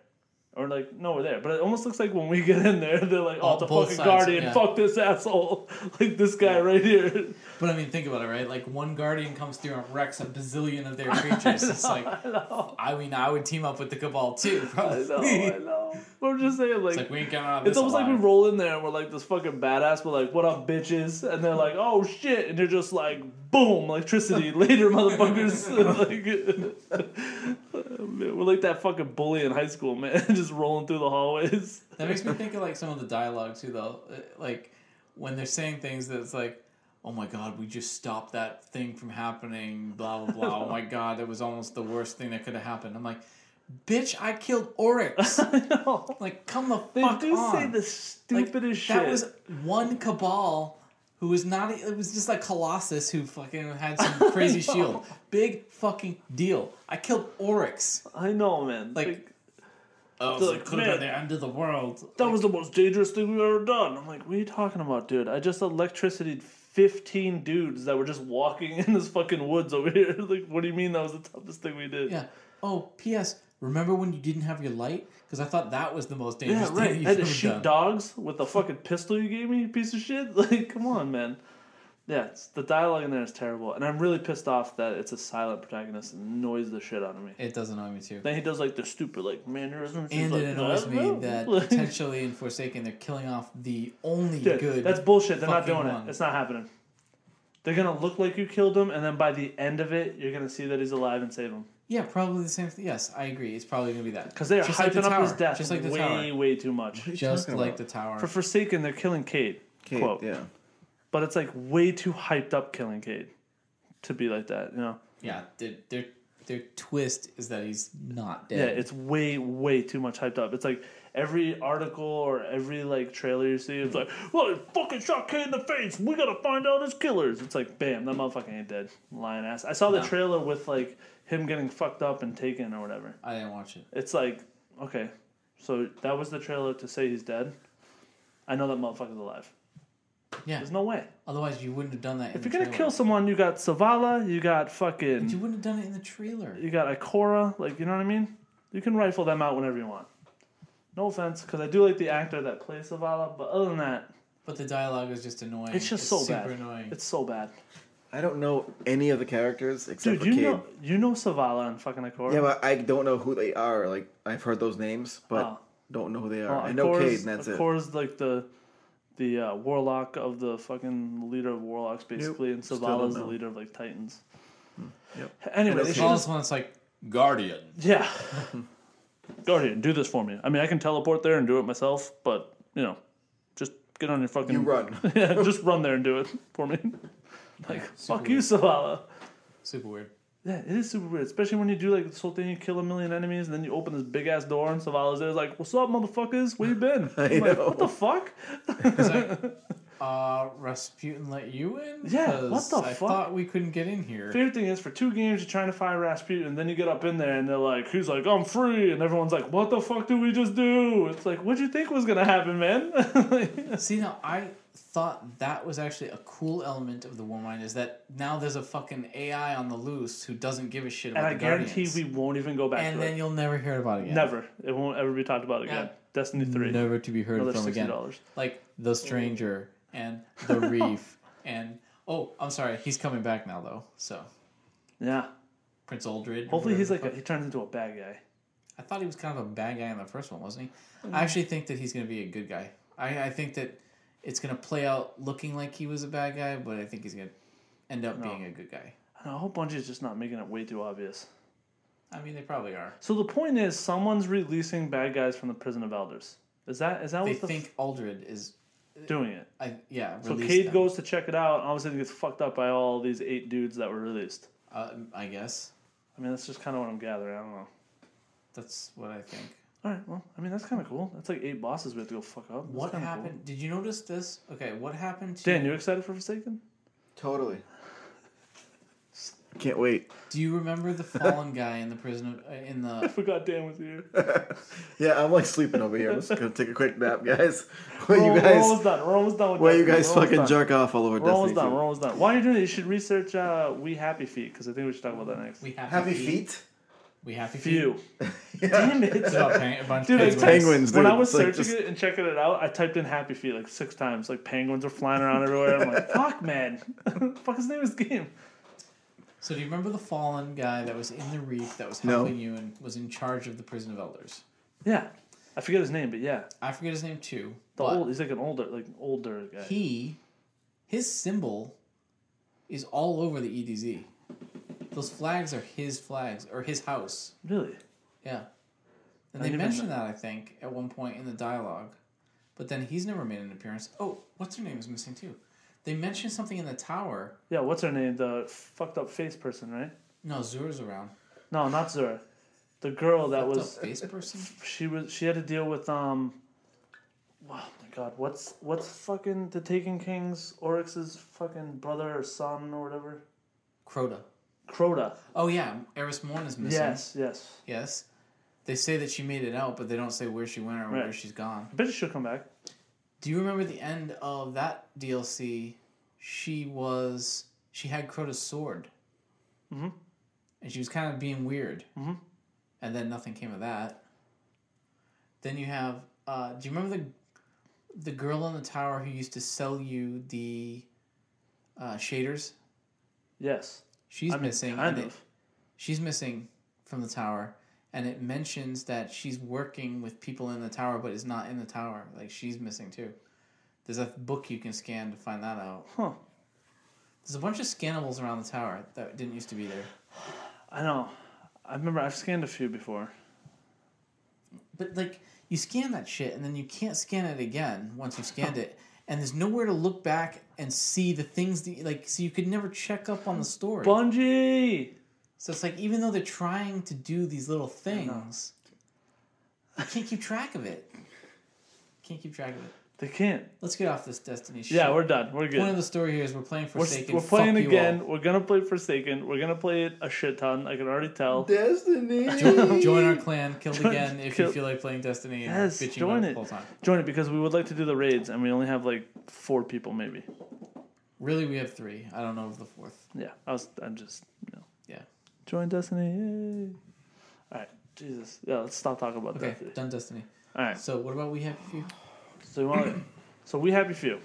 [SPEAKER 3] Or like, no, we're there. But it almost looks like when we get in there, they're like,
[SPEAKER 2] Oh,
[SPEAKER 3] oh, the
[SPEAKER 2] both
[SPEAKER 3] fucking
[SPEAKER 2] sides,
[SPEAKER 3] guardian,
[SPEAKER 2] yeah.
[SPEAKER 3] fuck this asshole, like this guy right here.
[SPEAKER 2] But I mean, think about it, right? Like one guardian comes through and wrecks a bazillion of their creatures. it's like, I mean, I would team up with the Cabal too,
[SPEAKER 3] I
[SPEAKER 2] probably.
[SPEAKER 3] know, I know. But I'm just saying,
[SPEAKER 2] It's like we ain't coming out. Of
[SPEAKER 3] It's
[SPEAKER 2] this
[SPEAKER 3] almost like we
[SPEAKER 2] alive.
[SPEAKER 3] roll in there and we're like this fucking badass. We're like, "What up, bitches?" And they're like, "Oh shit!" And you're just like, "Boom!" Electricity later, motherfuckers. like, man, we're like that fucking bully in high school, man, just rolling through the hallways.
[SPEAKER 2] That makes me think of like some of the dialogue too, though. Uh, Like when they're saying things that's like, "Oh my god, we just stopped that thing from happening." Blah blah blah. oh my god, that was almost the worst thing that could have happened. I'm like, bitch, I killed Oryx. like, come the
[SPEAKER 3] They
[SPEAKER 2] fuck
[SPEAKER 3] do
[SPEAKER 2] on.
[SPEAKER 3] say the
[SPEAKER 2] Like,
[SPEAKER 3] stupidest shit.
[SPEAKER 2] That was one cabal who was not. e, It was just like Colossus who fucking had some crazy
[SPEAKER 3] know.
[SPEAKER 2] shield. Big fucking deal. I killed Oryx.
[SPEAKER 3] I know, man.
[SPEAKER 2] Like,
[SPEAKER 3] Like,
[SPEAKER 2] Oh,
[SPEAKER 3] so it could've been the
[SPEAKER 2] end of the world.
[SPEAKER 3] that was the most dangerous thing we've ever done. I'm like, what are you talking about, dude? I just electricity 15 dudes that were just walking in this fucking woods over here. like, what do you mean that was the toughest thing we did?
[SPEAKER 2] Yeah. Oh, P.S. Remember when you didn't have your light? Because I thought that was the most
[SPEAKER 3] Yeah,
[SPEAKER 2] dangerous
[SPEAKER 3] right.
[SPEAKER 2] thing
[SPEAKER 3] I
[SPEAKER 2] you've
[SPEAKER 3] had
[SPEAKER 2] ever
[SPEAKER 3] to shoot
[SPEAKER 2] done.
[SPEAKER 3] dogs with the fucking pistol you gave me, you piece of shit. Like, come on, man. Yeah, it's, the dialogue in there is terrible, and I'm really pissed off that it's a silent protagonist and annoys the shit out of me.
[SPEAKER 2] It does annoy me too.
[SPEAKER 3] Then he does like the stupid like mannerisms. He's
[SPEAKER 2] And
[SPEAKER 3] like,
[SPEAKER 2] it annoys
[SPEAKER 3] "I
[SPEAKER 2] me
[SPEAKER 3] don't know."
[SPEAKER 2] that
[SPEAKER 3] Like,
[SPEAKER 2] potentially in Forsaken they're killing off the only
[SPEAKER 3] dude,
[SPEAKER 2] good.
[SPEAKER 3] That's bullshit. They're not
[SPEAKER 2] fucking
[SPEAKER 3] doing
[SPEAKER 2] one.
[SPEAKER 3] it. It's not happening. They're gonna look like you killed him, and then by the end of it, you're gonna see that he's alive and save him.
[SPEAKER 2] Yeah, probably the same thing. Yes, I agree. It's probably gonna be that.
[SPEAKER 3] Because they are
[SPEAKER 2] Just like
[SPEAKER 3] hyping
[SPEAKER 2] the
[SPEAKER 3] up his
[SPEAKER 2] tower.
[SPEAKER 3] death
[SPEAKER 2] Just like the
[SPEAKER 3] way,
[SPEAKER 2] tower.
[SPEAKER 3] way too much.
[SPEAKER 4] What are you
[SPEAKER 2] Just
[SPEAKER 4] talking
[SPEAKER 2] like
[SPEAKER 4] about?
[SPEAKER 2] the tower.
[SPEAKER 3] For Forsaken, they're killing Cade.
[SPEAKER 4] Kate,
[SPEAKER 3] quote.
[SPEAKER 4] yeah.
[SPEAKER 3] But it's like way too hyped up killing Cade to be like that, you know?
[SPEAKER 2] yeah, their their their twist is that he's not dead.
[SPEAKER 3] Yeah, it's way, way too much hyped up. It's like every article or every like trailer you see, it's like, well, he fucking shot Kane in the face. We gotta find out his killers. It's like, bam, that motherfucker ain't dead. Lying ass. I saw the
[SPEAKER 2] No.
[SPEAKER 3] trailer with like him getting fucked up and taken or whatever.
[SPEAKER 2] I didn't watch it.
[SPEAKER 3] It's like, okay, so that was the trailer to say he's dead. I know that motherfucker's alive.
[SPEAKER 2] Yeah.
[SPEAKER 3] There's no way.
[SPEAKER 2] Otherwise, you wouldn't have done that. In
[SPEAKER 3] If
[SPEAKER 2] the
[SPEAKER 3] you're gonna
[SPEAKER 2] trailer.
[SPEAKER 3] kill someone, you got Savala, you got fucking,
[SPEAKER 2] But you
[SPEAKER 3] you,
[SPEAKER 2] wouldn't have done it in the trailer.
[SPEAKER 3] got Ikora. Like, you know what I mean? You can rifle them out whenever you want. No offense, because I do like the actor that plays Savala, but other than that,
[SPEAKER 2] But the dialogue is just annoying.
[SPEAKER 3] it's just so
[SPEAKER 2] super
[SPEAKER 3] bad.
[SPEAKER 2] annoying.
[SPEAKER 3] It's so bad,
[SPEAKER 4] I don't know any of the characters except
[SPEAKER 3] dude.
[SPEAKER 4] for
[SPEAKER 3] you
[SPEAKER 4] Kate.
[SPEAKER 3] know, you know Savala and fucking Ikora.
[SPEAKER 4] Yeah, but I don't know who they are. Like I've heard those names, but
[SPEAKER 3] Oh.
[SPEAKER 4] don't know who they are.
[SPEAKER 3] Well,
[SPEAKER 4] I know
[SPEAKER 3] Ikora's-
[SPEAKER 4] Cade, and that's it.
[SPEAKER 3] Ikora's like the the uh, warlock of the fucking leader of warlocks, basically, and
[SPEAKER 4] still
[SPEAKER 3] Savala's
[SPEAKER 4] don't
[SPEAKER 3] the
[SPEAKER 4] know. Hmm.
[SPEAKER 3] leader of like titans.
[SPEAKER 4] yep. I
[SPEAKER 3] Anyway,
[SPEAKER 4] know
[SPEAKER 3] they
[SPEAKER 4] Cade.
[SPEAKER 3] should
[SPEAKER 2] all
[SPEAKER 3] just,
[SPEAKER 2] this one that's like Guardian.
[SPEAKER 3] yeah. Guardian, do this for me. I mean, I can teleport there and do it myself, but you know, just get on your fucking.
[SPEAKER 4] You run.
[SPEAKER 3] yeah, just run there and do it for me. like fuck you, Savala.
[SPEAKER 2] Super weird.
[SPEAKER 3] Yeah, it is super weird, especially when you do like this whole thing, you kill a million enemies, and then you open this big ass door, and Savala's there, like, "What's up, motherfuckers? Where you been?"
[SPEAKER 4] I
[SPEAKER 3] I'm like,
[SPEAKER 4] know.
[SPEAKER 3] what the fuck?
[SPEAKER 2] It's like, uh, Rasputin let you in?
[SPEAKER 3] Yeah, what
[SPEAKER 2] 'Cause
[SPEAKER 3] the
[SPEAKER 2] I
[SPEAKER 3] fuck?
[SPEAKER 2] thought we couldn't get in here.
[SPEAKER 3] favorite thing is for two games you're trying to fire Rasputin, and then you get up in there and they're like, "He's like, I'm free," and everyone's like, "What the fuck did we just do?" It's like, what'd you think was gonna happen, man?
[SPEAKER 2] See, now I thought that was actually a cool element of the Warmind is that now there's a fucking AI on the loose who doesn't give a shit about
[SPEAKER 3] and I
[SPEAKER 2] the
[SPEAKER 3] guarantee
[SPEAKER 2] Guardians.
[SPEAKER 3] we won't even go back
[SPEAKER 2] and
[SPEAKER 3] to
[SPEAKER 2] then
[SPEAKER 3] it.
[SPEAKER 2] you'll never hear about it again.
[SPEAKER 3] Never. It won't ever be talked about again.
[SPEAKER 2] Yeah.
[SPEAKER 3] Destiny three.
[SPEAKER 2] Never to be heard
[SPEAKER 3] Another
[SPEAKER 2] from
[SPEAKER 3] sixty
[SPEAKER 2] again.
[SPEAKER 3] dollars.
[SPEAKER 2] Like The Stranger and The Reef and oh, I'm sorry, he's coming back now though. So
[SPEAKER 3] Yeah.
[SPEAKER 2] Prince Aldred. or
[SPEAKER 3] Hopefully he's like
[SPEAKER 2] whatever
[SPEAKER 3] a,
[SPEAKER 2] the
[SPEAKER 3] he turns into a bad guy.
[SPEAKER 2] fuck- I thought he was kind of a bad guy in the first one, wasn't he?
[SPEAKER 3] Hmm.
[SPEAKER 2] I actually think that he's gonna be a good guy. I, I think that it's gonna play out looking like he was a bad guy, but I think he's gonna end up being a good guy.
[SPEAKER 3] And I hope Bungie's just not making it way too obvious.
[SPEAKER 2] I mean, they probably are.
[SPEAKER 3] So the point is, someone's releasing bad guys from the prison of elders. Is that is that
[SPEAKER 2] They
[SPEAKER 3] what the
[SPEAKER 2] think Aldred is,
[SPEAKER 3] f- doing it?
[SPEAKER 2] I yeah.
[SPEAKER 3] So
[SPEAKER 2] released
[SPEAKER 3] Cade
[SPEAKER 2] them.
[SPEAKER 3] goes to check it out, and all of a sudden gets fucked up by all these eight dudes that were released.
[SPEAKER 2] Uh, I guess
[SPEAKER 3] I mean, that's just kind of what I'm gathering. I don't know.
[SPEAKER 2] that's what I think.
[SPEAKER 3] All right, well, I mean, that's kind of cool. That's like eight bosses we have to go fuck up. That's
[SPEAKER 2] What
[SPEAKER 3] kinda cool.
[SPEAKER 2] happened? Did you notice this? Okay, what happened to
[SPEAKER 3] Dan, you excited for Forsaken?
[SPEAKER 4] Totally. Can't wait.
[SPEAKER 2] Do you remember the fallen guy in the prison of, uh, in
[SPEAKER 3] I
[SPEAKER 2] the
[SPEAKER 3] forgot Dan was here.
[SPEAKER 4] Yeah, I'm like sleeping over here. I'm just gonna take a quick nap, guys. Where
[SPEAKER 3] We're,
[SPEAKER 4] you
[SPEAKER 3] we're
[SPEAKER 4] guys?
[SPEAKER 3] almost done. We're almost done with
[SPEAKER 4] Where you
[SPEAKER 3] Destiny.
[SPEAKER 4] guys
[SPEAKER 3] We're almost
[SPEAKER 4] fucking
[SPEAKER 3] done.
[SPEAKER 4] jerk off all over
[SPEAKER 3] We're almost
[SPEAKER 4] Destiny?
[SPEAKER 3] done. We're
[SPEAKER 4] 2?
[SPEAKER 3] almost done. While you're doing it, you should research uh, We Happy Feet because I think we should talk about that next.
[SPEAKER 2] we happy,
[SPEAKER 4] Happy feet.
[SPEAKER 2] We happy feet.
[SPEAKER 3] Few. Damn it.
[SPEAKER 2] It's about peng- a bunch
[SPEAKER 3] Dude,
[SPEAKER 2] of
[SPEAKER 3] I
[SPEAKER 2] penguins.
[SPEAKER 3] typed-
[SPEAKER 4] Penguins,
[SPEAKER 3] when
[SPEAKER 4] dude,
[SPEAKER 3] I was
[SPEAKER 4] it's like
[SPEAKER 3] searching
[SPEAKER 4] just-
[SPEAKER 3] it and checking it out, I typed in Happy Feet like six times. Like penguins are flying around everywhere. I'm like, fuck, man. fuck his name is game.
[SPEAKER 2] So do you remember the fallen guy that was in the reef that was
[SPEAKER 4] No.
[SPEAKER 2] helping you and was in charge of the prison of elders?
[SPEAKER 3] Yeah, I forget his name, but yeah,
[SPEAKER 2] I forget his name too.
[SPEAKER 3] the
[SPEAKER 2] but
[SPEAKER 3] old. He's like an older, like an older guy.
[SPEAKER 2] he, his symbol, is all over the EDZ. Those flags are his flags or his house.
[SPEAKER 3] really.
[SPEAKER 2] Yeah. And
[SPEAKER 3] I
[SPEAKER 2] they
[SPEAKER 3] didn't even
[SPEAKER 2] mentioned that, I think, at one point in the dialogue. But then he's never made an appearance. Oh, what's her name is missing too. They mentioned something in the tower.
[SPEAKER 3] Yeah, what's her name? The fucked up face person, right?
[SPEAKER 2] No, Zura's around.
[SPEAKER 3] No, not Zura. The girl that
[SPEAKER 2] What the
[SPEAKER 3] was
[SPEAKER 2] face person?
[SPEAKER 3] she was she had to deal with um Oh my god, what's what's fucking the Taken King's Oryx's fucking brother or son or whatever?
[SPEAKER 2] Crota.
[SPEAKER 3] Crota.
[SPEAKER 2] Oh yeah, Eris Morn is missing.
[SPEAKER 3] Yes, yes.
[SPEAKER 2] Yes. They say that she made it out, but they don't say where she went or where
[SPEAKER 3] Right.
[SPEAKER 2] she's gone.
[SPEAKER 3] I bet she'll come back.
[SPEAKER 2] Do you remember the end of that DLC? She was she had Crota's sword.
[SPEAKER 3] Mhm.
[SPEAKER 2] And she was kind of being weird.
[SPEAKER 3] Mhm.
[SPEAKER 2] And then nothing came of that. Then you have uh, do you remember the the girl in the tower who used to sell you the uh, shaders?
[SPEAKER 3] Yes.
[SPEAKER 2] She's
[SPEAKER 3] I mean,
[SPEAKER 2] missing.
[SPEAKER 3] kind
[SPEAKER 2] and it-
[SPEAKER 3] of.
[SPEAKER 2] she's missing from the tower and it mentions that she's working with people in the tower but is not in the tower like she's missing too there's a book you can scan to find that out
[SPEAKER 3] Huh.
[SPEAKER 2] there's a bunch of scannables around the tower that didn't used to be there
[SPEAKER 3] I know. I remember I've scanned a few before.
[SPEAKER 2] But like you scan that shit and then you can't scan it again once you've scanned it. And there's nowhere to look back and see the things that you- like so you could never check up on the story.
[SPEAKER 3] Bungie.
[SPEAKER 2] so it's like even though they're trying to do these little things, you can't keep track of it. Can't keep track of it.
[SPEAKER 3] They can't.
[SPEAKER 2] Let's get off this Destiny shit.
[SPEAKER 3] Yeah, we're done. We're
[SPEAKER 2] Point of
[SPEAKER 3] good.
[SPEAKER 2] the story here is we're playing
[SPEAKER 3] We're,
[SPEAKER 2] Forsaken.
[SPEAKER 3] we're playing
[SPEAKER 2] Fuck you
[SPEAKER 3] again.
[SPEAKER 2] all.
[SPEAKER 3] We're gonna play Forsaken. We're gonna play it a shit ton. I can already tell.
[SPEAKER 4] Destiny.
[SPEAKER 2] Join, join our clan, killed
[SPEAKER 3] Join-
[SPEAKER 2] again, if
[SPEAKER 3] kill-
[SPEAKER 2] you feel like playing Destiny and
[SPEAKER 3] Yes,
[SPEAKER 2] bitching
[SPEAKER 3] join
[SPEAKER 2] about it the
[SPEAKER 3] it.
[SPEAKER 2] whole time.
[SPEAKER 3] Join it because we would like to do the raids, and we only have like four people, maybe.
[SPEAKER 2] Really, we have three. I don't know of the fourth.
[SPEAKER 3] Yeah, I was. I'm just. You know.
[SPEAKER 2] Yeah.
[SPEAKER 3] Join Destiny. Yay. All right, Jesus. Yeah, let's stop talking about
[SPEAKER 2] Okay,
[SPEAKER 3] Destiny.
[SPEAKER 2] done Destiny.
[SPEAKER 3] All right.
[SPEAKER 2] So what about we have a few?
[SPEAKER 3] So you want. so we happy few.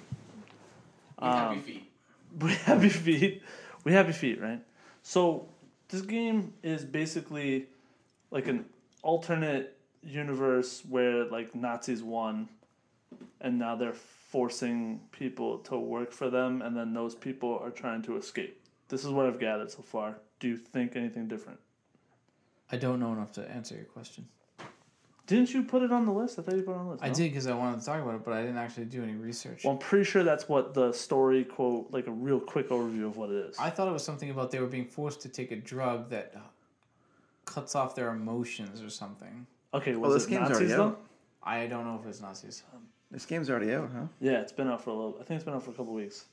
[SPEAKER 2] Um,
[SPEAKER 5] happy feet.
[SPEAKER 3] We happy feet. We happy feet, right? So this game is basically like an alternate universe where like Nazis won, and now they're forcing people to work for them, and then those people are trying to escape. This is what I've gathered so far. Do you think anything different?
[SPEAKER 2] I don't know enough to answer your question.
[SPEAKER 3] Didn't you put it on the list? I thought you put it on the list.
[SPEAKER 2] I
[SPEAKER 3] no?
[SPEAKER 2] did because I wanted to talk about it, but I didn't actually do any research.
[SPEAKER 3] Well, I'm pretty sure that's what the story quote, like a real quick overview of what it is.
[SPEAKER 2] I thought it was something about they were being forced to take a drug that cuts off their emotions or something.
[SPEAKER 3] okay,
[SPEAKER 4] Well, this
[SPEAKER 3] was it
[SPEAKER 4] game's
[SPEAKER 3] Nazis
[SPEAKER 4] already
[SPEAKER 3] though?
[SPEAKER 4] out.
[SPEAKER 2] I don't know if it's Nazis.
[SPEAKER 4] This game's already out, huh?
[SPEAKER 3] Yeah, it's been out for a little. I think it's been out for a couple weeks.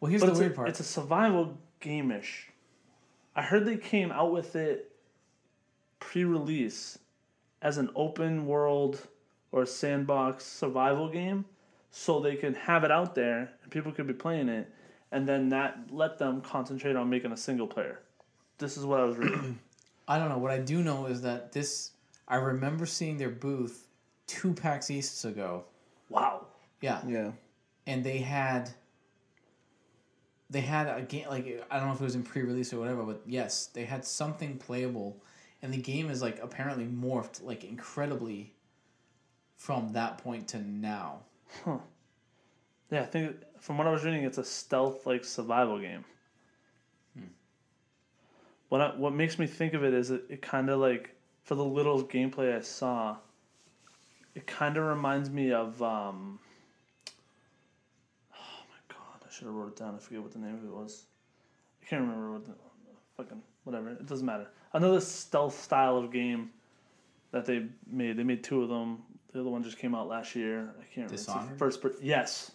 [SPEAKER 2] Well, here's
[SPEAKER 3] But
[SPEAKER 2] the
[SPEAKER 3] it's,
[SPEAKER 2] weird
[SPEAKER 3] a,
[SPEAKER 2] part.
[SPEAKER 3] it's a survival game-ish. I heard they came out with it pre-release as an open world or sandbox survival game, so they can have it out there and people could be playing it, and then that let them concentrate on making a single player. This is what I was reading.
[SPEAKER 2] I don't know. What I do know is that this. I remember seeing their booth two packs east ago.
[SPEAKER 3] wow.
[SPEAKER 2] Yeah,
[SPEAKER 4] Yeah.
[SPEAKER 2] and they had. They had a game like I don't know if it was in pre-release or whatever, but yes, they had something playable, and the game is like apparently morphed like incredibly. From that point to now,
[SPEAKER 3] Yeah, I think from what I was reading, it's a stealth like survival game. What I, what makes me think of it is it, it kind of like for the little gameplay I saw, it kind of reminds me of. Um, oh my god! I should have wrote it down. I forget what the name of it was. I can't remember what the fucking whatever. It doesn't matter. Another stealth style of game that they made. They made two of them. The other one just came out last year. I can't remember. It's the
[SPEAKER 2] Dishonored?
[SPEAKER 3] First, per- yes,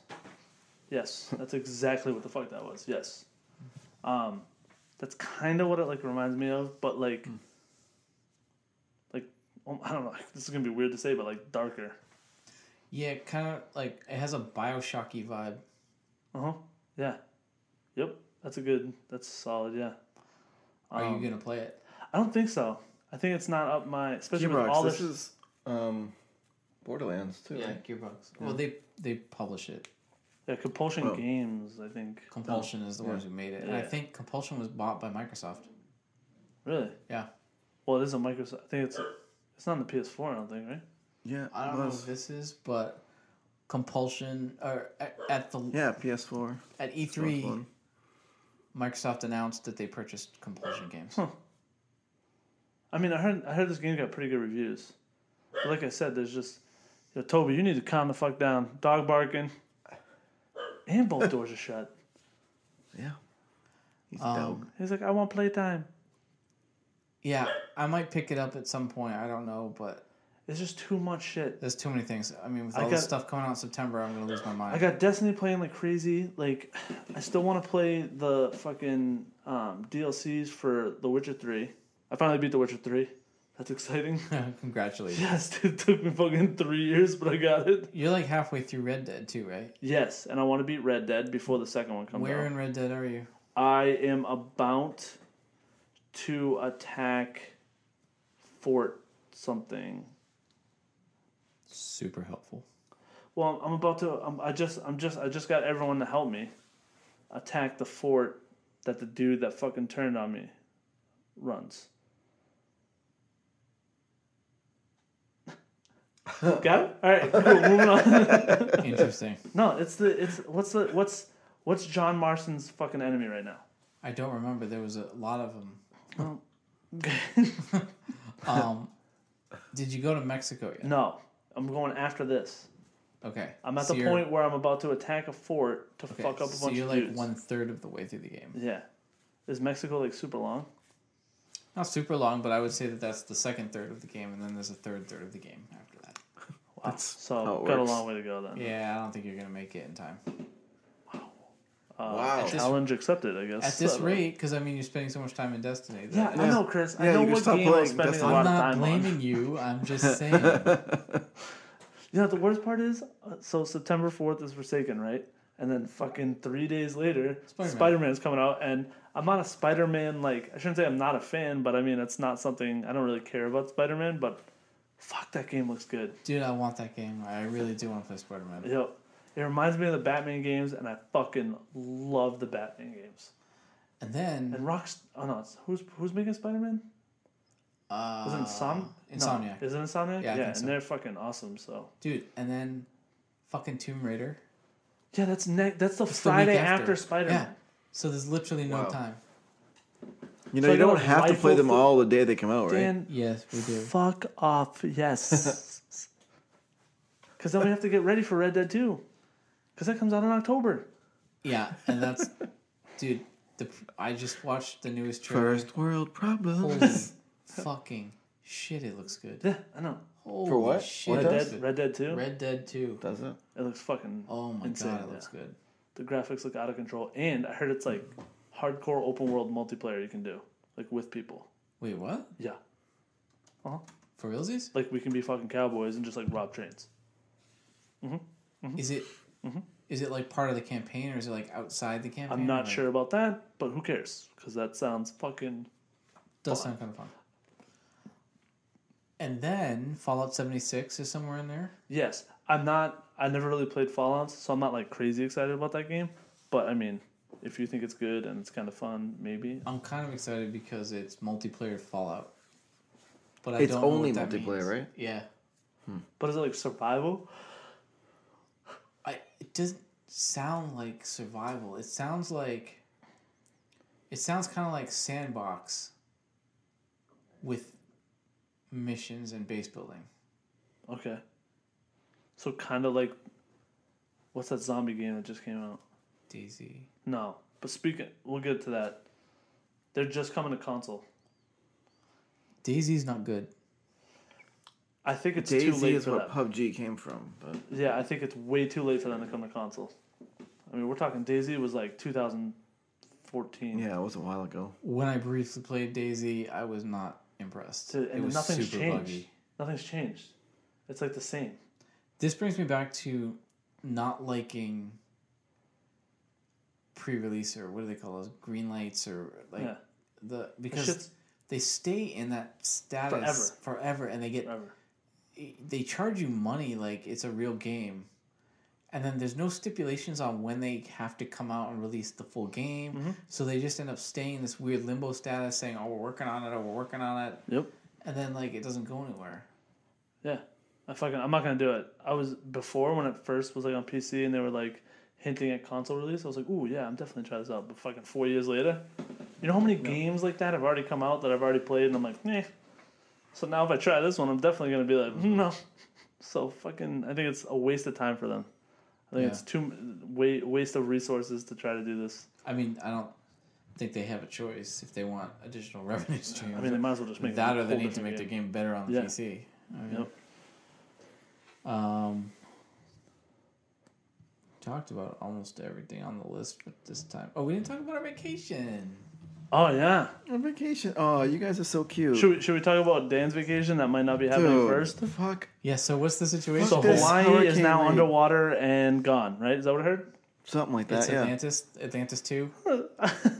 [SPEAKER 3] yes, that's exactly what the fuck that was. Yes, um, that's kind of what it like reminds me of, but like, like um, I don't know. This is gonna be weird to say, but like darker.
[SPEAKER 2] yeah, kind of like it has a Bioshocky vibe.
[SPEAKER 3] Uh huh. Yeah. Yep. That's a good. That's solid. Yeah.
[SPEAKER 2] Are
[SPEAKER 3] Um,
[SPEAKER 2] you gonna play it?
[SPEAKER 3] I don't think so. I think it's not up my especially with all
[SPEAKER 4] Gearbox.
[SPEAKER 3] this.
[SPEAKER 4] This is um, Borderlands too.
[SPEAKER 2] Yeah,
[SPEAKER 4] Right?
[SPEAKER 2] Gearbox. Well, they they publish it.
[SPEAKER 3] yeah, compulsion
[SPEAKER 4] Oh.
[SPEAKER 3] games. I think.
[SPEAKER 2] Compulsion is the ones who made it, and I
[SPEAKER 3] Yeah.
[SPEAKER 2] think Compulsion was bought by Microsoft.
[SPEAKER 3] Really.
[SPEAKER 2] Yeah.
[SPEAKER 3] Well, it is a Microsoft. I think it's. It's not on the PS4. I don't think. Right.
[SPEAKER 4] Yeah.
[SPEAKER 2] I don't know who this is, but Compulsion or at, at the
[SPEAKER 4] Yeah, PS4.
[SPEAKER 2] at E three, Microsoft announced that they purchased Compulsion games.
[SPEAKER 3] I mean, I heard. I heard this game got pretty good reviews. But like I said, there's just. You know, Toby, you need to calm the fuck down. Dog barking. And both doors are shut.
[SPEAKER 4] Yeah. He's
[SPEAKER 2] Um,
[SPEAKER 4] dog.
[SPEAKER 3] He's like, I want playtime.
[SPEAKER 2] Yeah, I might pick it up at some point. I don't know, but
[SPEAKER 3] It's just too much shit.
[SPEAKER 2] there's too many things. I mean, with
[SPEAKER 3] I
[SPEAKER 2] all this
[SPEAKER 3] got-
[SPEAKER 2] stuff coming out in September, I'm gonna lose my mind.
[SPEAKER 3] I got Destiny playing like crazy. Like, I still want to play the fucking um, DLCs for The Witcher 3. I finally beat The Witcher 3. That's exciting.
[SPEAKER 2] Congratulations.
[SPEAKER 3] yes, it took me fucking three years, but I got it.
[SPEAKER 2] You're like halfway through Red Dead too, right?
[SPEAKER 3] Yes, and I want to beat Red Dead before the second one comes
[SPEAKER 2] Where
[SPEAKER 3] out.
[SPEAKER 2] in Red Dead are you?
[SPEAKER 3] I am about to attack Fort something.
[SPEAKER 2] Super helpful.
[SPEAKER 3] Well, I'm about to. I'm, I just. I'm just. I just got everyone to help me attack the fort that the dude that fucking turned on me runs. got it. All right. Cool. Moving on.
[SPEAKER 2] Interesting.
[SPEAKER 3] no, it's the. It's what's the what's what's John Marston's fucking enemy right now.
[SPEAKER 2] I don't remember. There was a lot of them.
[SPEAKER 3] Well,
[SPEAKER 2] Um, did you go to Mexico yet?
[SPEAKER 3] no, I'm going after this.
[SPEAKER 2] Okay.
[SPEAKER 3] I'm at
[SPEAKER 2] So
[SPEAKER 3] the
[SPEAKER 2] you're-
[SPEAKER 3] point where I'm about to attack a fort to
[SPEAKER 2] okay,
[SPEAKER 3] fuck up a
[SPEAKER 2] so
[SPEAKER 3] bunch
[SPEAKER 2] you're
[SPEAKER 3] of
[SPEAKER 2] like
[SPEAKER 3] dudes.
[SPEAKER 2] one third of the way through the game.
[SPEAKER 3] Yeah, is Mexico like super long?
[SPEAKER 2] Not super long, but I would say that that's the second third of the game, and then there's a third third of the game after that.
[SPEAKER 3] Wow. so
[SPEAKER 4] how it
[SPEAKER 3] got
[SPEAKER 4] works.
[SPEAKER 3] a long way to go then.
[SPEAKER 2] Yeah, I don't think you're gonna make it in time
[SPEAKER 3] Uh,
[SPEAKER 4] Wow. At
[SPEAKER 2] this-
[SPEAKER 3] Challenge accepted, I guess.
[SPEAKER 2] at this
[SPEAKER 3] So-
[SPEAKER 2] rate because I mean you're spending so much time in Destiny. that-
[SPEAKER 3] Yeah, I know, Chris.
[SPEAKER 4] Yeah,
[SPEAKER 3] I know
[SPEAKER 4] you can
[SPEAKER 3] what
[SPEAKER 4] stop
[SPEAKER 3] game I'm
[SPEAKER 4] playing
[SPEAKER 3] spending a
[SPEAKER 4] Destiny.
[SPEAKER 3] lot
[SPEAKER 2] I'm
[SPEAKER 3] of
[SPEAKER 2] not
[SPEAKER 3] time on.
[SPEAKER 2] blaming you. I'm just saying.
[SPEAKER 3] You know what the worst part is? Uh, So September fourth is Forsaken, right? And then fucking three days later,
[SPEAKER 2] Spider-Man.
[SPEAKER 3] Spider Man's coming out, and I'm not a Spider Man like I shouldn't say I'm not a fan, but I mean it's not something I don't really care about Spider Man, but fuck that game looks good.
[SPEAKER 2] Dude, I want that game. I really do want to play Spider Man.
[SPEAKER 3] Yo, it reminds me of the Batman games, and I fucking love the Batman games.
[SPEAKER 2] And
[SPEAKER 3] And
[SPEAKER 2] then
[SPEAKER 3] Rocks, oh no, it's, who's who's making Spider Man?
[SPEAKER 2] uh,
[SPEAKER 3] Is it Insom- no,
[SPEAKER 2] Insomniac.
[SPEAKER 3] Is it Um, Insomniac?
[SPEAKER 2] Yeah, I think so.
[SPEAKER 3] and they're fucking awesome. So
[SPEAKER 2] Dude, and then fucking Tomb Raider.
[SPEAKER 3] yeah, that's ne- that's the
[SPEAKER 2] the week
[SPEAKER 3] Friday after,
[SPEAKER 2] after.
[SPEAKER 3] Spider Man.
[SPEAKER 2] Yeah. So there's literally no
[SPEAKER 4] Wow.
[SPEAKER 2] time.
[SPEAKER 4] You know,
[SPEAKER 3] So I
[SPEAKER 4] you don't
[SPEAKER 3] gotta
[SPEAKER 4] have to play
[SPEAKER 3] rifle
[SPEAKER 4] them
[SPEAKER 3] through-
[SPEAKER 4] all the day they come out, right?
[SPEAKER 3] Dan,
[SPEAKER 2] Yes, we do.
[SPEAKER 3] Fuck off. Yes. Because then we have to get ready for Red Dead 2. Because that comes out in October.
[SPEAKER 2] Yeah, and that's, dude. The I just watched the newest trailer.
[SPEAKER 4] First world
[SPEAKER 2] Holy
[SPEAKER 4] problems.
[SPEAKER 2] fucking shit! It looks good.
[SPEAKER 3] Yeah, I know.
[SPEAKER 2] Holy
[SPEAKER 4] what?
[SPEAKER 2] Shit,
[SPEAKER 4] What
[SPEAKER 2] it
[SPEAKER 3] Red
[SPEAKER 4] does?
[SPEAKER 2] looks
[SPEAKER 3] Dead,
[SPEAKER 2] good.
[SPEAKER 3] Red Dead 2.
[SPEAKER 2] Red Dead Two.
[SPEAKER 4] Does it?
[SPEAKER 3] It looks fucking.
[SPEAKER 2] Oh my
[SPEAKER 3] Insane,
[SPEAKER 2] god, it
[SPEAKER 3] yeah.
[SPEAKER 2] looks good.
[SPEAKER 3] The graphics look out of control. And I heard it's like hardcore open world multiplayer you can do. Like with people.
[SPEAKER 2] Wait, what?
[SPEAKER 3] Yeah.
[SPEAKER 2] For realsies?
[SPEAKER 3] Like we can be fucking cowboys and just like rob trains. Mm-hmm.
[SPEAKER 2] Is it? Is it like part of the campaign, or is it like outside the campaign?
[SPEAKER 3] I'm not
[SPEAKER 2] Like,
[SPEAKER 3] sure about that, but who cares? Because that sounds fucking.
[SPEAKER 2] Does sound kind of fun. And then Fallout 76 is somewhere in there.
[SPEAKER 3] Yes. I'm not. I never really played Fallout, so I'm not like crazy excited about that game. But I mean, if you think it's good and it's kind of fun, maybe.
[SPEAKER 2] I'm kind of excited because it's multiplayer Fallout. But I
[SPEAKER 4] It's
[SPEAKER 2] don't know
[SPEAKER 4] only
[SPEAKER 2] what that
[SPEAKER 4] multiplayer,
[SPEAKER 2] means.
[SPEAKER 4] right?
[SPEAKER 2] Yeah.
[SPEAKER 3] But is it like survival?
[SPEAKER 2] I it doesn't sound like survival. It sounds like it sounds kind of like sandbox with missions and base building.
[SPEAKER 3] Okay. So kind of like, what's that zombie game that just came out?
[SPEAKER 2] DZ.
[SPEAKER 3] No, but speaking, we'll get to that. They're just coming to console.
[SPEAKER 2] DayZ's not good.
[SPEAKER 3] I think it's too
[SPEAKER 4] Daisy
[SPEAKER 3] late
[SPEAKER 4] is
[SPEAKER 3] for
[SPEAKER 4] where
[SPEAKER 3] that.
[SPEAKER 4] PUBG came from, but
[SPEAKER 3] yeah, I think it's way too late for them to come to console. I mean, we're talking Daisy was like 2014.
[SPEAKER 4] yeah, it was a while ago.
[SPEAKER 2] When I briefly played DayZ, I was not impressed.
[SPEAKER 3] So-
[SPEAKER 2] it
[SPEAKER 3] and
[SPEAKER 2] was
[SPEAKER 3] nothing's
[SPEAKER 2] super
[SPEAKER 3] changed.
[SPEAKER 2] buggy.
[SPEAKER 3] Nothing's changed. It's like the same.
[SPEAKER 2] This brings me back to not liking pre-release or what do they call those green lights or like
[SPEAKER 3] yeah,
[SPEAKER 2] the
[SPEAKER 3] it's
[SPEAKER 2] because
[SPEAKER 3] just
[SPEAKER 2] they stay in that status forever, and they get
[SPEAKER 3] forever.
[SPEAKER 2] they charge you money like it's a real game and then there's no stipulations on when they have to come out and release the full game
[SPEAKER 3] Mm-hmm.
[SPEAKER 2] so they just end up staying in this weird limbo status saying oh we're working on it oh we're working on it
[SPEAKER 3] Yep.
[SPEAKER 2] and then like it doesn't go anywhere
[SPEAKER 3] Yeah, I fucking I'm not gonna do it. I was before when it first was like on PC and they were like hinting at console release. I was like, ooh yeah, I'm definitely trying this out. But fucking four years later, you know how many games like that have already come out that I've already played and I'm like, meh. So now if I try this one, I'm definitely gonna be like, "Mm, no. So fucking, I think it's a waste of time for them. I think
[SPEAKER 2] Yeah.
[SPEAKER 3] it's too wa waste of resources to try to do this.
[SPEAKER 2] i mean i don't think they have a choice if they want additional revenue streams
[SPEAKER 3] I mean, they might as well just make
[SPEAKER 2] that
[SPEAKER 3] a
[SPEAKER 2] or they
[SPEAKER 3] whole
[SPEAKER 2] need to
[SPEAKER 3] different
[SPEAKER 2] make
[SPEAKER 3] game.
[SPEAKER 2] the game better on the
[SPEAKER 3] Yeah.
[SPEAKER 2] pc I mean,
[SPEAKER 3] Yep.
[SPEAKER 2] Um, talked about almost everything on the list but this time. Oh, we didn't talk about our vacation.
[SPEAKER 3] Oh yeah.
[SPEAKER 4] On vacation. Oh, you guys are so cute.
[SPEAKER 3] Should we, should we talk about Dan's vacation that might not be happening
[SPEAKER 4] Dude,
[SPEAKER 3] first?
[SPEAKER 4] Fuck.
[SPEAKER 2] Yeah. So what's the situation?
[SPEAKER 3] So
[SPEAKER 4] Fuck this
[SPEAKER 3] Hawaii is
[SPEAKER 4] hurricane
[SPEAKER 3] now
[SPEAKER 4] league.
[SPEAKER 3] underwater and gone, right? Is that what I heard?
[SPEAKER 4] Something like
[SPEAKER 2] it's
[SPEAKER 4] that. Yeah.
[SPEAKER 2] Atlantis, Atlantis two,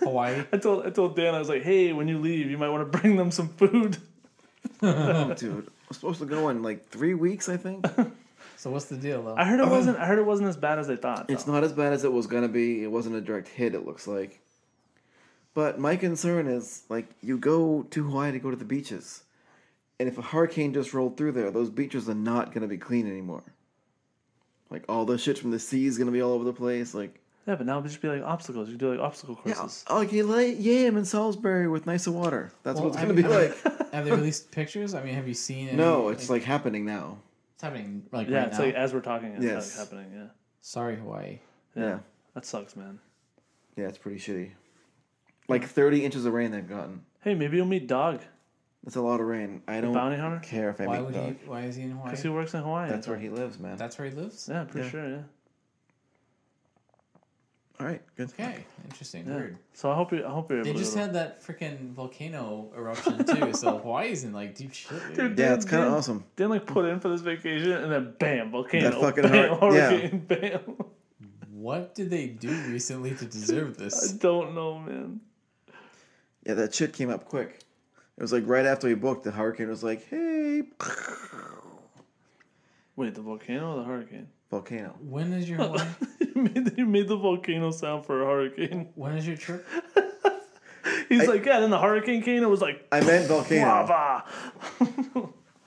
[SPEAKER 2] Hawaii.
[SPEAKER 3] I told I told Dan I was like, hey, when you leave, you might want to bring them some food.
[SPEAKER 4] Oh, dude. I'm supposed to go in like three weeks, I think.
[SPEAKER 2] So what's the deal though?
[SPEAKER 3] I heard it wasn't I heard it wasn't as bad as they thought.
[SPEAKER 4] Oh. It's
[SPEAKER 3] though.
[SPEAKER 4] not as bad as it was gonna be. It wasn't a direct hit. It looks like. But my concern is like you go to Hawaii to go to the beaches, and if a hurricane just rolled through there, those beaches are not gonna be clean anymore. Like all the shit from the sea is gonna be all over the place. Like
[SPEAKER 3] Yeah, but now it would just be like obstacles. You could do like obstacle
[SPEAKER 4] Yeah,
[SPEAKER 3] courses.
[SPEAKER 4] like you lay yam in Salisbury with nicer water. That's what
[SPEAKER 2] Well,
[SPEAKER 4] it's
[SPEAKER 2] I
[SPEAKER 4] gonna
[SPEAKER 2] mean-
[SPEAKER 4] be like.
[SPEAKER 2] Have they released pictures? I mean, have you seen? Any,
[SPEAKER 4] No, it's like happening now.
[SPEAKER 2] it's happening like
[SPEAKER 3] Yeah,
[SPEAKER 2] right
[SPEAKER 3] it's
[SPEAKER 2] now.
[SPEAKER 3] like as we're talking, it's
[SPEAKER 4] Yes.
[SPEAKER 3] like happening. Yeah.
[SPEAKER 2] Sorry, Hawaii.
[SPEAKER 3] yeah,
[SPEAKER 4] Yeah.
[SPEAKER 3] that sucks, man.
[SPEAKER 4] Yeah, it's pretty shitty. Like thirty inches of rain they've gotten.
[SPEAKER 3] Hey, maybe you'll meet Dog
[SPEAKER 4] That's a lot of rain. I don't
[SPEAKER 3] Bounty Hunter
[SPEAKER 4] care if I
[SPEAKER 2] Why
[SPEAKER 4] meet
[SPEAKER 2] would
[SPEAKER 4] dog.
[SPEAKER 2] he? Why is he in Hawaii?
[SPEAKER 3] because he works in Hawaii.
[SPEAKER 4] That's where he lives, man.
[SPEAKER 2] That's where he lives.
[SPEAKER 3] Yeah, pretty
[SPEAKER 4] Yeah.
[SPEAKER 3] sure. Yeah.
[SPEAKER 4] All right, good.
[SPEAKER 2] Okay, interesting.
[SPEAKER 3] Yeah.
[SPEAKER 2] Weird.
[SPEAKER 3] So I hope you. I hope you're.
[SPEAKER 2] They
[SPEAKER 3] able
[SPEAKER 2] just
[SPEAKER 3] to,
[SPEAKER 2] had that freaking volcano eruption too, so Hawaii's in like deep shit. dude.
[SPEAKER 3] Dude,
[SPEAKER 4] Yeah, it's kind of
[SPEAKER 3] Dude.
[SPEAKER 4] awesome.
[SPEAKER 3] didn't like put in for this vacation and then bam volcano.
[SPEAKER 4] That fucking
[SPEAKER 3] bam,
[SPEAKER 4] hurt- yeah.
[SPEAKER 3] hurricane, Bam.
[SPEAKER 2] What did they do recently to deserve
[SPEAKER 3] I
[SPEAKER 2] this?
[SPEAKER 3] don't know, man.
[SPEAKER 4] Yeah, that shit came up quick. It was like right after we booked, the hurricane was like, "Hey,
[SPEAKER 3] Wait, the volcano or the hurricane?
[SPEAKER 4] volcano."
[SPEAKER 2] When is your Hawaii?
[SPEAKER 3] you, made, you made the volcano sound for a hurricane.
[SPEAKER 2] When is your trip?
[SPEAKER 3] He's
[SPEAKER 4] I-
[SPEAKER 3] like, yeah. Then the hurricane came. It was like
[SPEAKER 4] I meant volcano.
[SPEAKER 3] lava.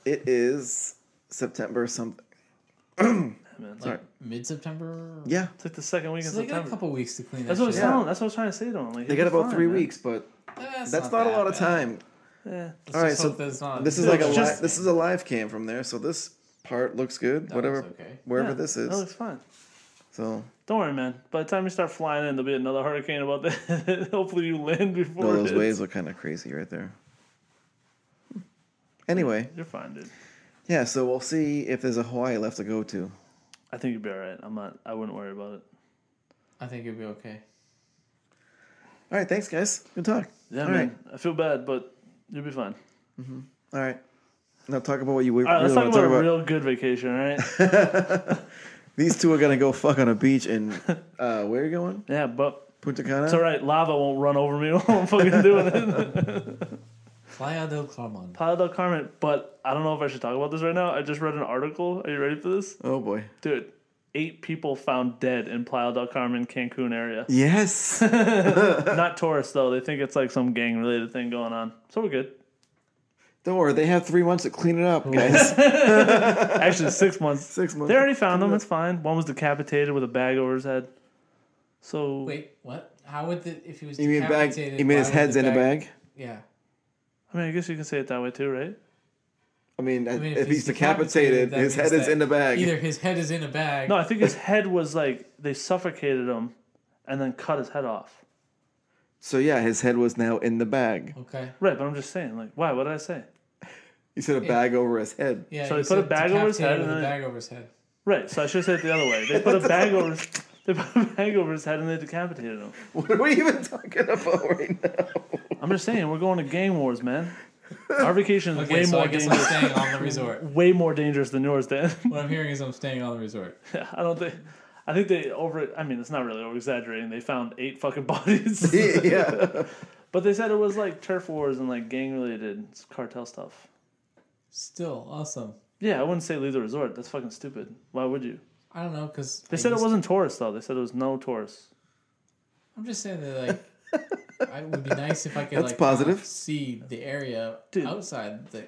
[SPEAKER 4] It is September something.
[SPEAKER 3] man, it's,
[SPEAKER 2] Like
[SPEAKER 3] like,
[SPEAKER 2] mid September.
[SPEAKER 4] Yeah,
[SPEAKER 3] it's like the second week in
[SPEAKER 2] So they got a
[SPEAKER 3] September.
[SPEAKER 2] couple weeks to clean that
[SPEAKER 3] That's what I was
[SPEAKER 2] shit
[SPEAKER 4] Yeah.
[SPEAKER 2] up.
[SPEAKER 3] telling. That's what I was trying to say to him. Like,
[SPEAKER 4] they got
[SPEAKER 3] it'll be
[SPEAKER 4] about
[SPEAKER 3] fine,
[SPEAKER 4] three
[SPEAKER 3] man.
[SPEAKER 4] weeks, but
[SPEAKER 2] That's,
[SPEAKER 4] that's not, a
[SPEAKER 2] that
[SPEAKER 4] lot of
[SPEAKER 2] Eh, bad.
[SPEAKER 4] time.
[SPEAKER 3] Yeah.
[SPEAKER 2] Let's
[SPEAKER 4] All right,
[SPEAKER 2] just
[SPEAKER 4] so
[SPEAKER 2] hope that's not-
[SPEAKER 4] This is
[SPEAKER 3] Yeah,
[SPEAKER 4] like a
[SPEAKER 3] it's
[SPEAKER 4] li-
[SPEAKER 3] just-
[SPEAKER 4] this is a live cam from there, so this part looks good.
[SPEAKER 2] That
[SPEAKER 4] whatever,
[SPEAKER 2] looks okay.
[SPEAKER 4] wherever
[SPEAKER 3] Yeah,
[SPEAKER 4] this
[SPEAKER 3] That
[SPEAKER 4] is.
[SPEAKER 3] looks fine.
[SPEAKER 4] So
[SPEAKER 3] Don't worry, man. By the time you start flying in, there'll be another hurricane about that. Hopefully, you land before
[SPEAKER 4] no,
[SPEAKER 3] it
[SPEAKER 4] those
[SPEAKER 3] hits.
[SPEAKER 4] waves look kind of crazy right there. Anyway,
[SPEAKER 3] You're fine, dude.
[SPEAKER 4] yeah, so we'll see if there's a Hawaii left to go to.
[SPEAKER 3] I think you'd be all right. I'm not. I wouldn't worry about it.
[SPEAKER 2] I think it'll be okay.
[SPEAKER 4] All right, thanks guys. Good talk.
[SPEAKER 3] Yeah,
[SPEAKER 4] All
[SPEAKER 3] man.
[SPEAKER 4] right.
[SPEAKER 3] I feel bad, but you'll be fine.
[SPEAKER 4] All right. Now talk about what you would
[SPEAKER 3] All right, let's
[SPEAKER 4] really
[SPEAKER 3] talk
[SPEAKER 4] want to
[SPEAKER 3] about
[SPEAKER 4] talk
[SPEAKER 3] a
[SPEAKER 4] about.
[SPEAKER 3] real good vacation, all right?
[SPEAKER 4] These two are gonna go fuck on a beach in uh, where are you going?
[SPEAKER 3] yeah, but
[SPEAKER 4] Punta Cana.
[SPEAKER 3] it's all right. Lava won't run over me while I'm fucking doing it.
[SPEAKER 2] Playa del Carmen.
[SPEAKER 3] Playa del Carmen, but I don't know if I should talk about this right now. I just read an article. Are you ready for this?
[SPEAKER 4] Oh boy.
[SPEAKER 3] Dude, eight people found dead in Playa del Carmen, Cancun area.
[SPEAKER 4] Yes.
[SPEAKER 3] Not tourists, though. They think it's like some gang related thing going on. So we're good.
[SPEAKER 4] Don't worry, they have three months to clean it up, guys.
[SPEAKER 3] Actually, six months.
[SPEAKER 4] Six months.
[SPEAKER 3] They already found them. It's fine. One was decapitated with a bag over his head. So
[SPEAKER 2] Wait, what? How would the if he was
[SPEAKER 4] You mean bag?
[SPEAKER 2] decapitated?
[SPEAKER 4] You mean
[SPEAKER 2] why
[SPEAKER 4] his
[SPEAKER 2] would the
[SPEAKER 4] head's in a bag?
[SPEAKER 2] Yeah.
[SPEAKER 3] I mean, I guess you can say it that way too, right?
[SPEAKER 4] I mean, I-
[SPEAKER 2] mean,
[SPEAKER 4] if, he's decapitated,
[SPEAKER 2] that
[SPEAKER 4] his
[SPEAKER 2] means
[SPEAKER 4] head is
[SPEAKER 2] that
[SPEAKER 4] in the bag.
[SPEAKER 2] Either his head is in a bag.
[SPEAKER 3] No, I think his head was like they suffocated him and then cut his head off.
[SPEAKER 4] So yeah, his head was now in the bag.
[SPEAKER 2] Okay.
[SPEAKER 3] Right, but I'm just saying, like, why? What did I say?
[SPEAKER 4] He said a bag over his head.
[SPEAKER 2] Yeah.
[SPEAKER 3] So
[SPEAKER 2] you
[SPEAKER 3] he put a
[SPEAKER 2] said
[SPEAKER 3] bag over his head
[SPEAKER 2] decapitated with
[SPEAKER 3] and
[SPEAKER 2] a
[SPEAKER 3] then-
[SPEAKER 2] bag over his head.
[SPEAKER 3] Right, so I should say it the other way. They put a bag over his, they put a bag over his head and they decapitated him.
[SPEAKER 4] What are we even talking about right now?
[SPEAKER 3] I'm just saying, we're going to gang wars, man. Our vacation is
[SPEAKER 2] Okay,
[SPEAKER 3] way
[SPEAKER 2] so
[SPEAKER 3] more
[SPEAKER 2] I guess
[SPEAKER 3] dangerous,
[SPEAKER 2] I'm staying on the resort.
[SPEAKER 3] way more dangerous than yours, Dan.
[SPEAKER 2] What I'm hearing is I'm staying on the resort.
[SPEAKER 3] I don't think. I think they over. I mean, it's not really over exaggerating. They found eight fucking bodies,
[SPEAKER 4] yeah.
[SPEAKER 3] but they said it was like turf wars and like gang related cartel stuff.
[SPEAKER 2] Still awesome.
[SPEAKER 3] Yeah, I wouldn't say leave the resort. That's fucking stupid. Why would you?
[SPEAKER 2] I don't know because
[SPEAKER 3] They said it wasn't tourists though. They said it was no tourists.
[SPEAKER 2] I'm just saying that like. I- It would be nice if I could
[SPEAKER 4] That's
[SPEAKER 2] like
[SPEAKER 4] positive.
[SPEAKER 2] see the area
[SPEAKER 3] Dude.
[SPEAKER 2] outside the,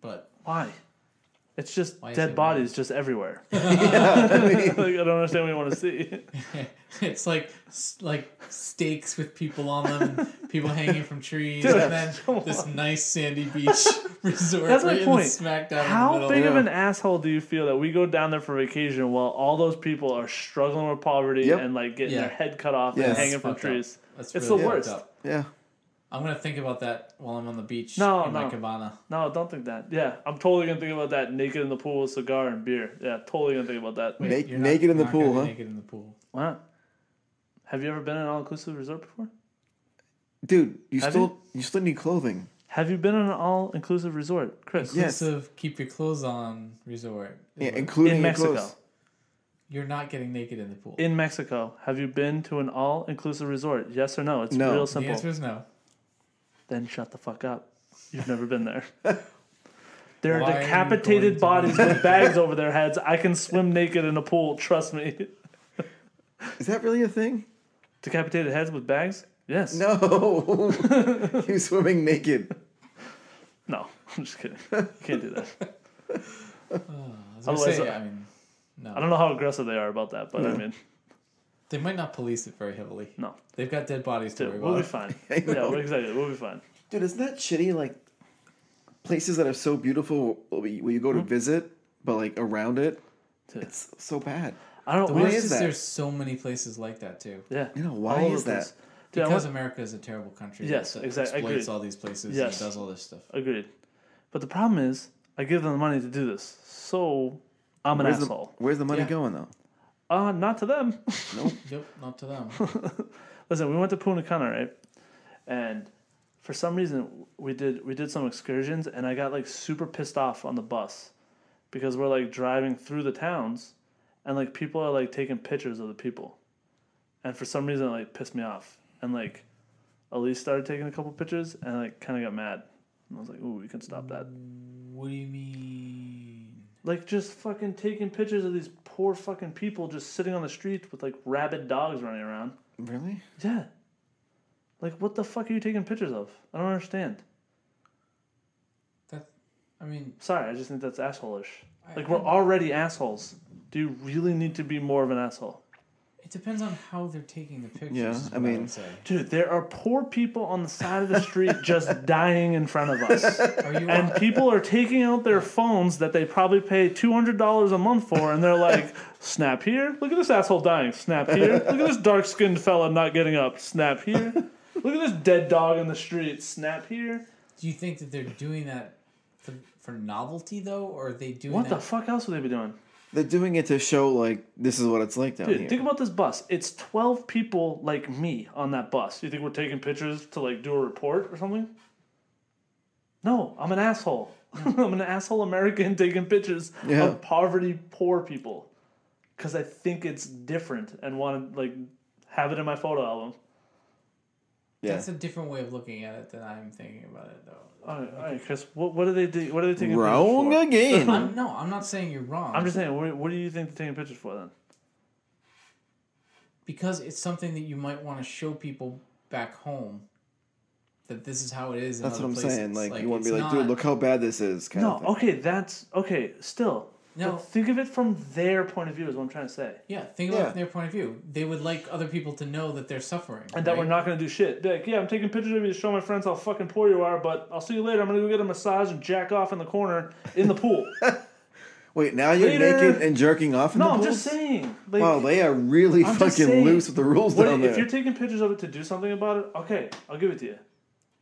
[SPEAKER 2] but
[SPEAKER 3] Why? It's just
[SPEAKER 2] Why is
[SPEAKER 3] dead
[SPEAKER 2] it
[SPEAKER 3] bodies just everywhere. like, I don't understand what you want to see.
[SPEAKER 2] it's like s- like stakes with people on them, and people hanging from trees,
[SPEAKER 3] Dude,
[SPEAKER 2] and then
[SPEAKER 3] come
[SPEAKER 2] this nice sandy beach resort.
[SPEAKER 3] That's my
[SPEAKER 2] right in the
[SPEAKER 3] point.
[SPEAKER 2] Smack down in
[SPEAKER 3] How
[SPEAKER 2] the
[SPEAKER 3] big
[SPEAKER 2] middle.
[SPEAKER 3] of
[SPEAKER 4] Yeah.
[SPEAKER 3] an asshole do you feel that we go down there for vacation while all those people are struggling with poverty
[SPEAKER 4] Yep.
[SPEAKER 3] and like getting
[SPEAKER 2] Yeah.
[SPEAKER 3] their head cut off
[SPEAKER 4] Yes.
[SPEAKER 3] and hanging
[SPEAKER 2] That's
[SPEAKER 3] from
[SPEAKER 2] fucked up.
[SPEAKER 3] trees?
[SPEAKER 2] That's
[SPEAKER 3] It's
[SPEAKER 2] really
[SPEAKER 3] the
[SPEAKER 2] fucked
[SPEAKER 3] worst.
[SPEAKER 2] up.
[SPEAKER 4] Yeah.
[SPEAKER 2] I'm gonna think about that while I'm on the beach
[SPEAKER 3] No,
[SPEAKER 2] in my
[SPEAKER 3] no.
[SPEAKER 2] cabana.
[SPEAKER 3] No, don't think that. Yeah, I'm totally gonna think about that. Naked in the pool with cigar and beer. Yeah, totally gonna think about that.
[SPEAKER 4] Wait. Naked-
[SPEAKER 2] you're
[SPEAKER 4] naked in the
[SPEAKER 2] you're gonna
[SPEAKER 4] pool,
[SPEAKER 2] be
[SPEAKER 4] huh?
[SPEAKER 2] Naked in the pool.
[SPEAKER 3] Wow. Have you ever been in an all inclusive resort before?
[SPEAKER 4] Dude, you
[SPEAKER 3] Have
[SPEAKER 4] still you? still need clothing.
[SPEAKER 3] Have you been in an all inclusive resort, Chris?
[SPEAKER 4] Yeah. Yes.
[SPEAKER 2] Inclusive, keep your clothes on resort.
[SPEAKER 4] Yeah,
[SPEAKER 3] In
[SPEAKER 4] including your
[SPEAKER 3] Mexico.
[SPEAKER 4] clothes.
[SPEAKER 2] You're not getting naked in the pool.
[SPEAKER 3] In Mexico, have you been to an all inclusive resort? Yes or no? It's
[SPEAKER 4] No.
[SPEAKER 3] real
[SPEAKER 4] The
[SPEAKER 2] the
[SPEAKER 3] simple.
[SPEAKER 2] answer is no.
[SPEAKER 3] then shut the fuck up. You've never been there. There are
[SPEAKER 2] Why are you going
[SPEAKER 3] decapitated
[SPEAKER 2] to
[SPEAKER 3] bodies with bags over their heads. I can swim naked in a pool, trust me.
[SPEAKER 4] Is that really a thing?
[SPEAKER 3] Decapitated heads with bags? Yes.
[SPEAKER 4] No. You're swimming naked.
[SPEAKER 3] No, I'm just kidding. You can't do that.
[SPEAKER 2] I was gonna
[SPEAKER 3] Otherwise,
[SPEAKER 2] say,
[SPEAKER 3] uh,
[SPEAKER 2] I mean, no.
[SPEAKER 3] I don't know how aggressive they are about that, but I mean,
[SPEAKER 2] They might not police it very heavily.
[SPEAKER 3] No.
[SPEAKER 2] They've got dead bodies to
[SPEAKER 3] Dude,
[SPEAKER 2] worry
[SPEAKER 3] we'll be
[SPEAKER 2] about.
[SPEAKER 3] fine.
[SPEAKER 4] I
[SPEAKER 3] yeah,
[SPEAKER 4] know.
[SPEAKER 3] we're excited. We'll be fine.
[SPEAKER 4] Dude, isn't that shitty? Like places that are so beautiful where you where you
[SPEAKER 3] Hmm?
[SPEAKER 4] go to visit, but like around it,
[SPEAKER 3] Dude.
[SPEAKER 4] it's so bad.
[SPEAKER 3] I don't
[SPEAKER 2] The
[SPEAKER 3] know.
[SPEAKER 4] Why
[SPEAKER 2] worst
[SPEAKER 4] is
[SPEAKER 2] is,
[SPEAKER 4] that?
[SPEAKER 2] there's so many places like that too.
[SPEAKER 3] Yeah.
[SPEAKER 4] You know, why
[SPEAKER 3] All
[SPEAKER 4] is
[SPEAKER 3] over the
[SPEAKER 4] that?
[SPEAKER 3] place. Dude, I
[SPEAKER 2] because
[SPEAKER 3] want-
[SPEAKER 2] America is a terrible country.
[SPEAKER 3] Yes,
[SPEAKER 2] that
[SPEAKER 3] exact- I
[SPEAKER 2] Exploits
[SPEAKER 3] agree.
[SPEAKER 2] all these places
[SPEAKER 3] Yes.
[SPEAKER 2] and does all this stuff.
[SPEAKER 3] agreed. But the problem is, I give them the money to do this. So I'm an
[SPEAKER 4] Where's the,
[SPEAKER 3] asshole.
[SPEAKER 4] where's the money
[SPEAKER 2] Yeah.
[SPEAKER 4] going though?
[SPEAKER 3] Uh, not to them.
[SPEAKER 2] Yep, not to them.
[SPEAKER 3] Listen, we went to Punta Cana, right? And for some reason, we did we did some excursions, and I got like super pissed off on the bus because we're like driving through the towns, and like people are like taking pictures of the people, and for some reason, it, like pissed me off, and like Elise started taking a couple pictures, and I, like kind of got mad, and I was like, "Ooh, we can stop that."
[SPEAKER 2] what do you mean?
[SPEAKER 3] Like just fucking taking pictures of these poor fucking people just sitting on the streets with like rabid dogs running around.
[SPEAKER 4] Really?
[SPEAKER 3] Yeah. Like, what the fuck are you taking pictures of? I don't understand.
[SPEAKER 2] That I mean,
[SPEAKER 3] Sorry, I just think that's assholish.
[SPEAKER 2] I-
[SPEAKER 3] Like, we're already assholes. Do you really need to be more of an asshole?
[SPEAKER 2] it depends on how they're taking the pictures.
[SPEAKER 4] Yeah,
[SPEAKER 2] is
[SPEAKER 4] I
[SPEAKER 2] what
[SPEAKER 4] mean-
[SPEAKER 2] would say.
[SPEAKER 3] Dude, there are poor people on the side of the street just dying in front of us.
[SPEAKER 2] are you
[SPEAKER 3] And people are taking out their phones that they probably pay $200 a month for, and they're like, snap here. Look at this asshole dying. Snap here. Look at this dark skinned fella not getting up. Snap here. Look at this dead dog in the street. Snap here.
[SPEAKER 2] Do you think that they're doing that for, for novelty though, or are they doing
[SPEAKER 3] What the
[SPEAKER 2] that?
[SPEAKER 3] fuck else would they be doing?
[SPEAKER 4] They're doing it to show like this is what it's like down
[SPEAKER 3] Dude,
[SPEAKER 4] here.
[SPEAKER 3] think about this bus. It's 12 people like me on that bus. You think we're taking pictures to like do a report or something? No, I'm an asshole. I'm an asshole American taking pictures
[SPEAKER 4] Yeah.
[SPEAKER 3] of poverty poor people cuz I think it's different and want to like have it in my photo album.
[SPEAKER 4] yeah.
[SPEAKER 2] That's a different way of looking at it than I'm thinking about it though.
[SPEAKER 3] All right, all right Chris, what, what are they do, what are they taking
[SPEAKER 4] Wrong
[SPEAKER 3] pictures for?
[SPEAKER 4] again.
[SPEAKER 2] I'm, no, I'm not saying you're wrong.
[SPEAKER 3] I'm just saying, what, what do you think they're taking pictures for then?
[SPEAKER 2] because it's something that you might want to show people back home that this is how it is. In
[SPEAKER 4] That's what
[SPEAKER 2] other
[SPEAKER 4] I'm
[SPEAKER 2] places.
[SPEAKER 4] saying. Like, you want to be
[SPEAKER 2] it's
[SPEAKER 4] like, dude,
[SPEAKER 2] not-
[SPEAKER 4] look how bad this is. Kind
[SPEAKER 3] No, oh,
[SPEAKER 4] of thing.
[SPEAKER 3] okay, that's okay, still.
[SPEAKER 2] No.
[SPEAKER 3] but think of it from their point of view is what I'm trying to say.
[SPEAKER 2] Yeah, think about it
[SPEAKER 4] Yeah.
[SPEAKER 2] from their point of view. They would like other people to know that they're suffering
[SPEAKER 3] And that
[SPEAKER 2] right?
[SPEAKER 3] we're not gonna do shit. Be like, yeah, I'm taking pictures of you to show my friends how fucking poor you are, but I'll see you later. I'm gonna go get a massage and jack off in the corner in the pool.
[SPEAKER 4] Wait, now you're
[SPEAKER 3] Later.
[SPEAKER 4] naked and jerking off. In
[SPEAKER 3] no,
[SPEAKER 4] the
[SPEAKER 3] I'm
[SPEAKER 4] pools?
[SPEAKER 3] just saying. Like,
[SPEAKER 4] Wow, they are really
[SPEAKER 3] I'm just
[SPEAKER 4] fucking
[SPEAKER 3] saying,
[SPEAKER 4] loose with the rules
[SPEAKER 3] what-
[SPEAKER 4] down
[SPEAKER 3] if
[SPEAKER 4] there.
[SPEAKER 3] you're taking pictures of it to do something about it, okay, I'll give it to you.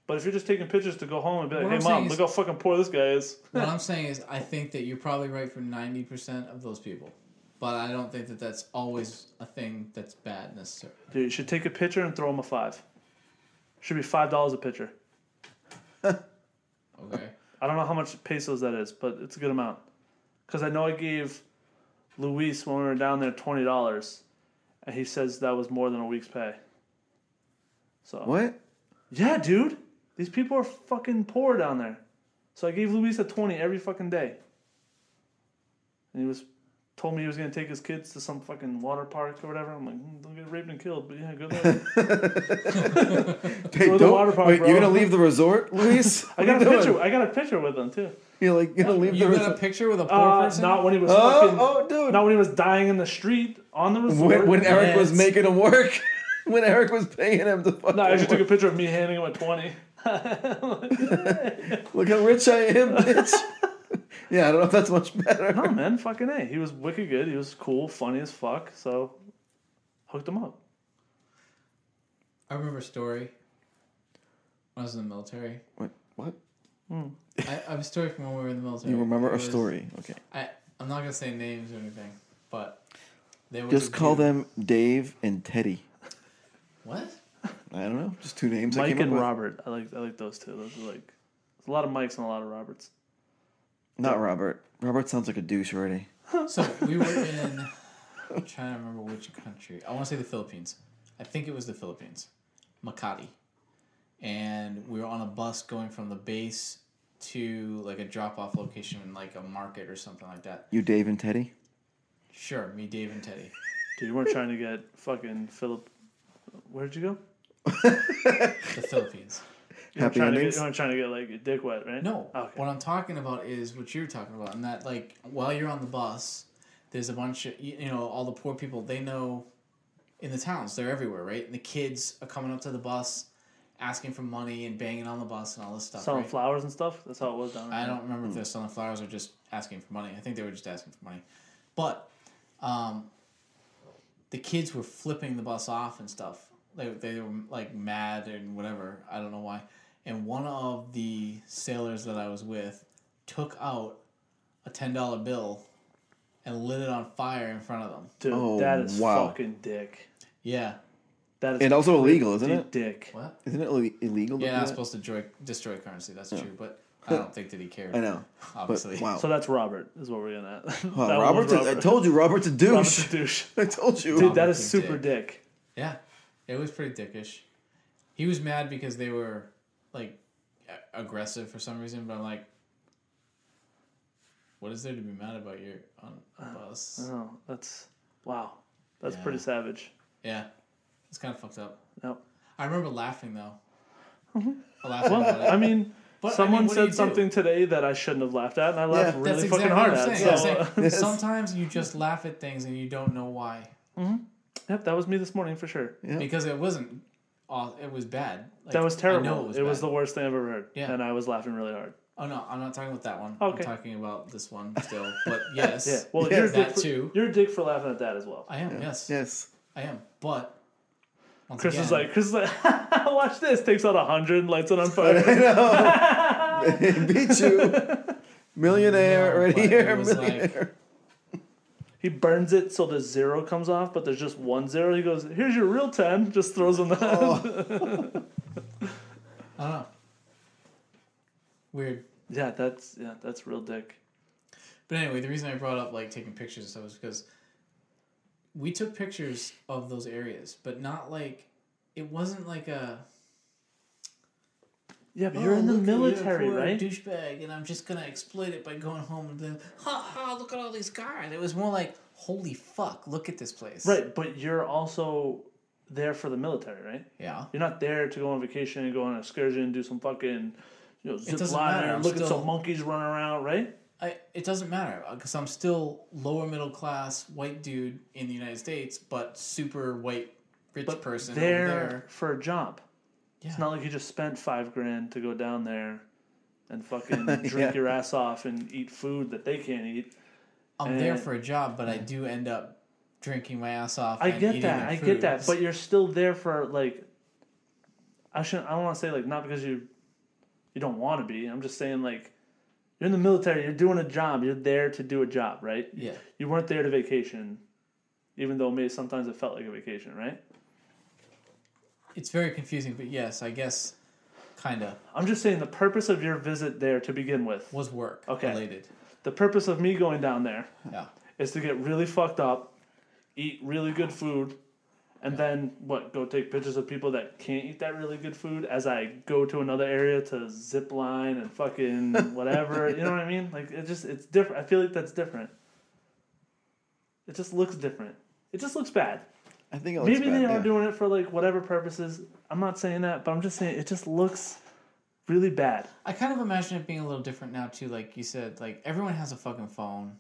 [SPEAKER 3] But if you're just taking pictures to go home and be like,
[SPEAKER 2] What I'm
[SPEAKER 3] hey mom,
[SPEAKER 2] saying
[SPEAKER 3] look
[SPEAKER 2] is-
[SPEAKER 3] how fucking poor this guy is.
[SPEAKER 2] what I'm saying is, I think that you're probably right for 90% of those people. But I don't think that that's always a thing that's bad necessarily.
[SPEAKER 3] Dude, you should take a picture and throw him a five. Should be five dollars a picture.
[SPEAKER 2] Okay.
[SPEAKER 3] I don't know how much pesos that is, but it's a good amount. Because I know I gave Luis when we were down there twenty dollars, and he says that was more than a week's pay. So
[SPEAKER 4] What?
[SPEAKER 3] Yeah, dude, these people are fucking poor down there. So I gave Luis a twenty every fucking day, and he was told me he was gonna take his kids to some fucking water park or whatever. I'm like, "Mm, don't get raped and killed, but yeah, good luck.
[SPEAKER 4] Hey,
[SPEAKER 3] to the
[SPEAKER 4] don't-
[SPEAKER 3] water park,
[SPEAKER 4] wait,
[SPEAKER 3] bro.
[SPEAKER 4] you're gonna leave the resort, Luis?
[SPEAKER 3] I
[SPEAKER 4] What
[SPEAKER 3] got a
[SPEAKER 4] are you
[SPEAKER 3] picture.
[SPEAKER 4] doing?
[SPEAKER 3] I got a picture with him too.
[SPEAKER 4] You're like you're gonna leave
[SPEAKER 2] You
[SPEAKER 4] the
[SPEAKER 2] got a
[SPEAKER 4] resort.
[SPEAKER 2] picture with a poor
[SPEAKER 3] Uh,
[SPEAKER 2] person?
[SPEAKER 3] not when he was
[SPEAKER 4] Oh,
[SPEAKER 3] fucking.
[SPEAKER 4] oh, dude.
[SPEAKER 3] Not when he was dying in the street on the resort.
[SPEAKER 4] when, when Eric was
[SPEAKER 2] Yes.
[SPEAKER 4] making him work, when Eric was paying him to fucking
[SPEAKER 3] no, I actually took a
[SPEAKER 4] work.
[SPEAKER 3] picture of me handing him a twenty.
[SPEAKER 4] look how rich I am, bitch. yeah, I don't know if that's much better.
[SPEAKER 3] no man, fucking a. He was wicked good. He was cool, funny as fuck. So hooked him up.
[SPEAKER 2] I remember a story when I was in the military.
[SPEAKER 4] What? What?
[SPEAKER 2] I, I have a story from when we were in the military.
[SPEAKER 4] You remember
[SPEAKER 2] It
[SPEAKER 4] a
[SPEAKER 2] was-
[SPEAKER 4] story? Okay.
[SPEAKER 2] I, I'm not going to say names or anything, but there was
[SPEAKER 4] Just
[SPEAKER 2] a
[SPEAKER 4] call
[SPEAKER 2] dude-
[SPEAKER 4] them Dave and Teddy.
[SPEAKER 2] What?
[SPEAKER 4] I don't know. Just two names. I
[SPEAKER 3] Mike
[SPEAKER 4] came
[SPEAKER 3] and
[SPEAKER 4] up with.
[SPEAKER 3] Robert. I like I like those two. Those are like there's a lot of Mikes and a lot of Roberts.
[SPEAKER 4] Not Robert. Robert sounds like a douche already.
[SPEAKER 2] So we were in. I'm trying to remember which country. I want to say the Philippines. I think it was the Philippines, Makati, and we were on a bus going from the base to like a drop-off location in like a market or something like that.
[SPEAKER 4] You Dave and Teddy?
[SPEAKER 2] Sure, me, Dave, and Teddy.
[SPEAKER 3] Dude, you weren't trying to get fucking Philip. Where did you go?
[SPEAKER 2] The Philippines.
[SPEAKER 3] You weren't trying
[SPEAKER 4] Happy
[SPEAKER 3] to get,
[SPEAKER 4] endings?
[SPEAKER 3] you weren't trying to get like your dick wet, right?
[SPEAKER 2] No,
[SPEAKER 3] Oh, Okay.
[SPEAKER 2] what I'm talking about is what you're talking about, and that like while you're on the bus, there's a bunch of you you know all the poor people. They know in the towns. They're everywhere, right? And the kids are coming up to the bus, asking for money and banging on the bus and all this stuff.
[SPEAKER 3] Selling
[SPEAKER 2] right?
[SPEAKER 3] flowers and stuff. That's how it was down there.
[SPEAKER 2] I don't remember if they're selling flowers or just asking for money. I think they were just asking for money. But um, the kids were flipping the bus off and stuff. They, they were like mad and whatever. I don't know why. And one of the sailors that I was with took out a $10 bill and lit it on fire in front of them.
[SPEAKER 3] Dude,
[SPEAKER 4] Oh,
[SPEAKER 3] that is
[SPEAKER 4] wow.
[SPEAKER 3] fucking dick.
[SPEAKER 2] Yeah.
[SPEAKER 3] That is
[SPEAKER 4] And also illegal, isn't
[SPEAKER 3] pretty
[SPEAKER 4] it?
[SPEAKER 3] Dick.
[SPEAKER 2] What?
[SPEAKER 4] Isn't it ille- illegal? to
[SPEAKER 2] Yeah,
[SPEAKER 4] do
[SPEAKER 2] not
[SPEAKER 4] that?
[SPEAKER 2] supposed to destroy, destroy currency. That's true. But I don't think that he cared.
[SPEAKER 4] I know.
[SPEAKER 2] Obviously.
[SPEAKER 4] But wow.
[SPEAKER 3] So that's Robert, is what we're gonna. that
[SPEAKER 4] Wow,
[SPEAKER 3] one was
[SPEAKER 4] Robert's. a- I told you, Robert's a
[SPEAKER 3] Robert's
[SPEAKER 4] douche.
[SPEAKER 3] a douche.
[SPEAKER 4] I told you.
[SPEAKER 3] Dude, that
[SPEAKER 2] Robert
[SPEAKER 3] is
[SPEAKER 2] is
[SPEAKER 3] super
[SPEAKER 2] dick.
[SPEAKER 3] dick.
[SPEAKER 2] Yeah, it was pretty dickish. He was mad because they were like a- aggressive for some reason, but I'm like, what is there to be mad about? You're on a bus.
[SPEAKER 3] Oh, that's wow. That's
[SPEAKER 2] Yeah.
[SPEAKER 3] pretty savage.
[SPEAKER 2] Yeah, it's kind of fucked up.
[SPEAKER 3] No.
[SPEAKER 2] I remember laughing though. I laughed about it.
[SPEAKER 3] Mm-hmm. Well, I mean,
[SPEAKER 2] But, I
[SPEAKER 3] someone
[SPEAKER 2] mean, what do you
[SPEAKER 3] said
[SPEAKER 2] do?
[SPEAKER 3] something today that I shouldn't have laughed at, and I laughed
[SPEAKER 4] Yeah.
[SPEAKER 3] really
[SPEAKER 2] That's
[SPEAKER 3] fucking
[SPEAKER 2] exactly
[SPEAKER 3] hard
[SPEAKER 2] what I'm
[SPEAKER 3] at.
[SPEAKER 2] saying. I'm
[SPEAKER 3] So,
[SPEAKER 2] saying,
[SPEAKER 4] Yes.
[SPEAKER 2] sometimes you just laugh at things and you don't know why
[SPEAKER 3] yep, that was me this morning for sure.
[SPEAKER 2] because it wasn't. aw- It was bad. Like,
[SPEAKER 3] that was
[SPEAKER 2] I
[SPEAKER 3] terrible.
[SPEAKER 2] know
[SPEAKER 3] it was,
[SPEAKER 2] bad.
[SPEAKER 3] the worst thing I've ever heard,
[SPEAKER 2] Yeah.
[SPEAKER 3] and I was laughing really hard.
[SPEAKER 2] Oh no, I'm not talking about that one.
[SPEAKER 3] Okay.
[SPEAKER 2] I'm talking about this one still. But yes,
[SPEAKER 3] Yeah. Well,
[SPEAKER 4] Yeah.
[SPEAKER 3] you're a dick
[SPEAKER 2] That
[SPEAKER 3] for,
[SPEAKER 2] too.
[SPEAKER 3] You're a dick for laughing at that as well.
[SPEAKER 2] I am. Yes,
[SPEAKER 4] Yes.
[SPEAKER 2] I am. But once
[SPEAKER 3] Chris is
[SPEAKER 2] again-
[SPEAKER 3] like, Chris is like, watch this. Takes out a hundred, and lights it on fire.
[SPEAKER 4] I know. Beat you. Millionaire
[SPEAKER 2] No,
[SPEAKER 4] right
[SPEAKER 2] but
[SPEAKER 4] here.
[SPEAKER 2] it was like-
[SPEAKER 4] millionaire.
[SPEAKER 3] He burns it so the zero comes off, but there's just one zero. He goes, "Here's your real 10. Just throws him the.
[SPEAKER 2] Oh. I don't know. Weird.
[SPEAKER 3] yeah, that's yeah, that's real dick.
[SPEAKER 2] But anyway, the reason I brought up like taking pictures and stuff is because we took pictures of those areas, but not like it wasn't like a.
[SPEAKER 3] Yeah, but you're
[SPEAKER 2] "Oh,
[SPEAKER 3] in the
[SPEAKER 2] look at you,
[SPEAKER 3] military,
[SPEAKER 2] poor
[SPEAKER 3] right?
[SPEAKER 2] Douchebag, and I'm just gonna exploit it by going home and then ha ha, look at all these guys. It was more like holy fuck, look at this place.
[SPEAKER 3] Right, but you're also there for the military, right?
[SPEAKER 2] Yeah.
[SPEAKER 3] You're not there to go on vacation and go on an excursion, do some fucking, you know, zip
[SPEAKER 2] doesn't
[SPEAKER 3] line
[SPEAKER 2] matter,
[SPEAKER 3] and
[SPEAKER 2] I'm
[SPEAKER 3] look at
[SPEAKER 2] still-
[SPEAKER 3] some monkeys running around, right?
[SPEAKER 2] I, it doesn't matter because I'm still lower middle class white dude in the United States, but super white rich
[SPEAKER 3] But
[SPEAKER 2] person over
[SPEAKER 3] there,
[SPEAKER 2] there.
[SPEAKER 3] for a job. It's
[SPEAKER 2] Yeah.
[SPEAKER 3] not like you just spent five grand to go down there and fucking drink your ass off and eat food that they can't eat.
[SPEAKER 2] I'm there
[SPEAKER 3] and-
[SPEAKER 2] for a job, but I do end up drinking my ass off.
[SPEAKER 3] I
[SPEAKER 2] and
[SPEAKER 3] get
[SPEAKER 2] eating
[SPEAKER 3] that.
[SPEAKER 2] their
[SPEAKER 3] I
[SPEAKER 2] food.
[SPEAKER 3] get that. But you're still there for like. I shouldn't. I don't want to say like not because you, you don't want to be. I'm just saying like, you're in the military. You're doing a job. You're there to do a job, right?
[SPEAKER 2] yeah,
[SPEAKER 3] You weren't there to vacation, even though maybe sometimes it felt like a vacation, right?
[SPEAKER 2] it's very confusing. But yes, I guess kind of
[SPEAKER 3] I'm just saying the purpose of your visit there to begin with.
[SPEAKER 2] was work
[SPEAKER 3] Okay.
[SPEAKER 2] related.
[SPEAKER 3] The purpose of me going down there
[SPEAKER 2] Yeah,
[SPEAKER 3] is to get really fucked up, eat really good food, and then what? Go take pictures of people that can't eat that really good food as I go to another area to zip line and fucking whatever. you know what I mean? Like it just it's different. I feel like that's different. It just looks different. It just looks bad.
[SPEAKER 4] I think it looks
[SPEAKER 3] Maybe
[SPEAKER 4] bad,
[SPEAKER 3] they are
[SPEAKER 4] yeah.
[SPEAKER 3] doing it for like whatever purposes. I'm not saying that, but I'm just saying it just looks really bad.
[SPEAKER 2] I kind of imagine it being a little different now too. Like you said, like everyone has a fucking phone,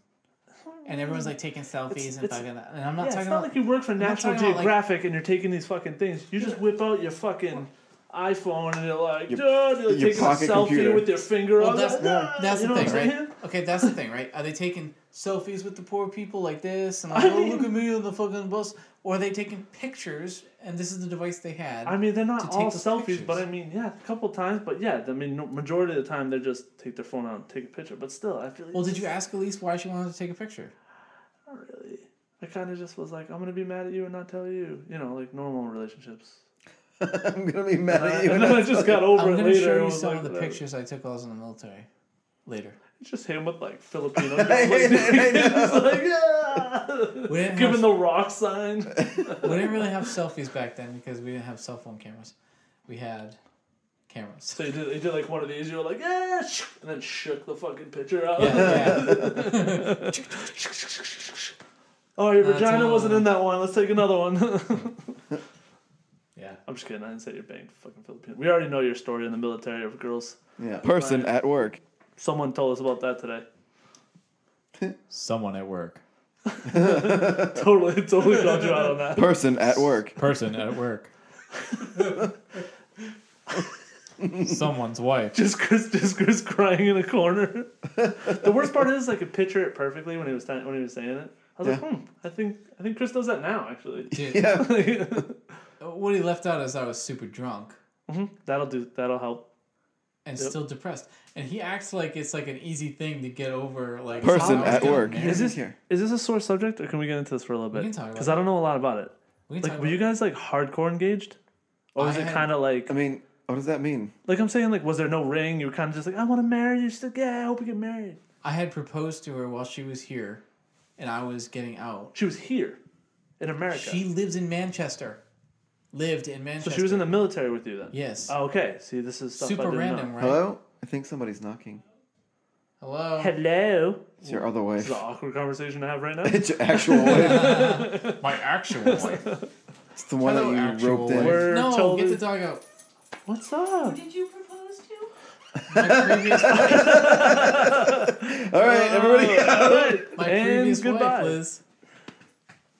[SPEAKER 2] and everyone's like taking selfies and
[SPEAKER 3] it's-
[SPEAKER 2] fucking. that. And I'm not
[SPEAKER 3] Yeah,
[SPEAKER 2] talking
[SPEAKER 3] it's not
[SPEAKER 2] about
[SPEAKER 3] like you work for
[SPEAKER 2] not
[SPEAKER 3] National
[SPEAKER 2] talking about, like-
[SPEAKER 3] Geographic and you're taking these fucking things. You just whip out your fucking iPhone and you're like, dude, you're
[SPEAKER 4] your
[SPEAKER 3] taking a
[SPEAKER 4] pocket
[SPEAKER 3] selfie
[SPEAKER 4] computer.
[SPEAKER 3] with your finger
[SPEAKER 2] Well,
[SPEAKER 3] on
[SPEAKER 2] that's,
[SPEAKER 3] the- "Whoa!"
[SPEAKER 2] that's
[SPEAKER 3] you
[SPEAKER 2] the
[SPEAKER 3] know
[SPEAKER 2] thing,
[SPEAKER 3] what I'm
[SPEAKER 2] right?
[SPEAKER 3] saying?
[SPEAKER 2] Okay, that's the thing, right? Are they taking selfies with the poor people like this and like, oh,
[SPEAKER 3] mean-
[SPEAKER 2] look at me on the fucking bus? Or are they taking pictures and this is the device they had?
[SPEAKER 3] I mean, they're not
[SPEAKER 2] To
[SPEAKER 3] all
[SPEAKER 2] take the
[SPEAKER 3] selfies,
[SPEAKER 2] pictures.
[SPEAKER 3] but I mean, yeah, a couple times, but yeah, I mean, no, majority of the time they just take their phone out and take a picture. But still, I feel like
[SPEAKER 2] well, did you ask Elise why she wanted to take a picture?
[SPEAKER 3] Not really. I kind of just was like, I'm gonna be mad at you and not tell you. You know, like normal relationships.
[SPEAKER 4] I'm gonna be mad at you.
[SPEAKER 3] and then I just got over
[SPEAKER 2] I'm
[SPEAKER 3] it
[SPEAKER 2] going to
[SPEAKER 3] later.
[SPEAKER 2] show
[SPEAKER 3] I
[SPEAKER 2] you
[SPEAKER 3] was
[SPEAKER 2] some
[SPEAKER 3] like,
[SPEAKER 2] of the
[SPEAKER 3] whatever.
[SPEAKER 2] pictures I took while I was in the military later.
[SPEAKER 3] It's just him with like Filipino. like,
[SPEAKER 4] I
[SPEAKER 3] he's
[SPEAKER 4] know.
[SPEAKER 3] like, yeah.
[SPEAKER 2] We didn't,
[SPEAKER 3] Giving
[SPEAKER 2] have,
[SPEAKER 3] the rock sign.
[SPEAKER 2] we didn't really have selfies back then because we didn't have cell phone cameras. We had cameras.
[SPEAKER 3] So he did, he did like one of these. You were like, yeah, sh-" and then shook the fucking picture out.
[SPEAKER 2] Yeah,
[SPEAKER 3] Oh, your
[SPEAKER 2] That's
[SPEAKER 3] vagina
[SPEAKER 2] another
[SPEAKER 3] wasn't
[SPEAKER 2] one.
[SPEAKER 3] in that one. Let's take another one.
[SPEAKER 2] yeah.
[SPEAKER 3] I'm just kidding. I didn't say you're banged fucking Filipino. We already know your story in the military of girls.
[SPEAKER 4] Yeah. Person at work.
[SPEAKER 3] Someone told us about that today.
[SPEAKER 2] Someone at work.
[SPEAKER 3] totally, totally called you out on that.
[SPEAKER 4] Person at work.
[SPEAKER 6] Person at work. Someone's wife.
[SPEAKER 3] Just Chris, just Chris crying in a corner. the worst part is I could picture it perfectly when he was ta- when he was saying it. I was like, hmm, I think I think Chris does that now actually. Mm-hmm.
[SPEAKER 2] Dude,
[SPEAKER 4] Yeah.
[SPEAKER 2] What he left out is I was super drunk
[SPEAKER 3] Mhm, That'll do. That'll help.
[SPEAKER 2] and still depressed, and he acts like it's like an easy thing to get over. Like
[SPEAKER 4] Person
[SPEAKER 2] "Oh, I was
[SPEAKER 4] at
[SPEAKER 2] getting
[SPEAKER 4] work.
[SPEAKER 2] married."
[SPEAKER 3] Is this
[SPEAKER 4] here?
[SPEAKER 3] Is this a sore subject, or can we get into this for a little bit?
[SPEAKER 2] can talk about
[SPEAKER 3] Because I don't know a lot about it.
[SPEAKER 2] We can
[SPEAKER 3] Like,
[SPEAKER 2] talk
[SPEAKER 3] were you
[SPEAKER 2] about-
[SPEAKER 3] guys like hardcore engaged, or was
[SPEAKER 2] I
[SPEAKER 3] it
[SPEAKER 2] had-
[SPEAKER 3] kind of like
[SPEAKER 4] I mean, what does that mean?
[SPEAKER 3] like I'm saying like was there no ring? You were kind of just like I want to marry you. She's like yeah, I hope we get married.
[SPEAKER 2] I had proposed to her while she was here, and I was getting out.
[SPEAKER 3] She was here, in America.
[SPEAKER 2] She lives in Manchester. Lived in
[SPEAKER 3] so
[SPEAKER 2] Manchester.
[SPEAKER 3] she was in the military with you then.
[SPEAKER 2] Yes.
[SPEAKER 3] Oh, okay. See, this is stuff I
[SPEAKER 2] Super
[SPEAKER 3] didn't
[SPEAKER 2] random,
[SPEAKER 3] Know.
[SPEAKER 2] right?
[SPEAKER 4] Hello? I think somebody's knocking.
[SPEAKER 2] Hello?
[SPEAKER 3] Hello.
[SPEAKER 4] It's your other
[SPEAKER 3] This
[SPEAKER 4] wife.
[SPEAKER 3] is an awkward conversation to have right now.
[SPEAKER 4] It's your actual wife.
[SPEAKER 6] My actual wife.
[SPEAKER 4] It's the one
[SPEAKER 2] Hello,
[SPEAKER 4] that you
[SPEAKER 6] actual
[SPEAKER 4] roped
[SPEAKER 6] wife.
[SPEAKER 4] in.
[SPEAKER 3] We're
[SPEAKER 2] No,
[SPEAKER 3] told
[SPEAKER 2] get the
[SPEAKER 3] it-
[SPEAKER 2] dog out.
[SPEAKER 3] What's up?
[SPEAKER 7] Did you propose to?
[SPEAKER 2] My previous,
[SPEAKER 4] All right, everybody.
[SPEAKER 3] All right.
[SPEAKER 2] my
[SPEAKER 3] and
[SPEAKER 2] previous
[SPEAKER 3] goodbye.
[SPEAKER 2] wife, Liz.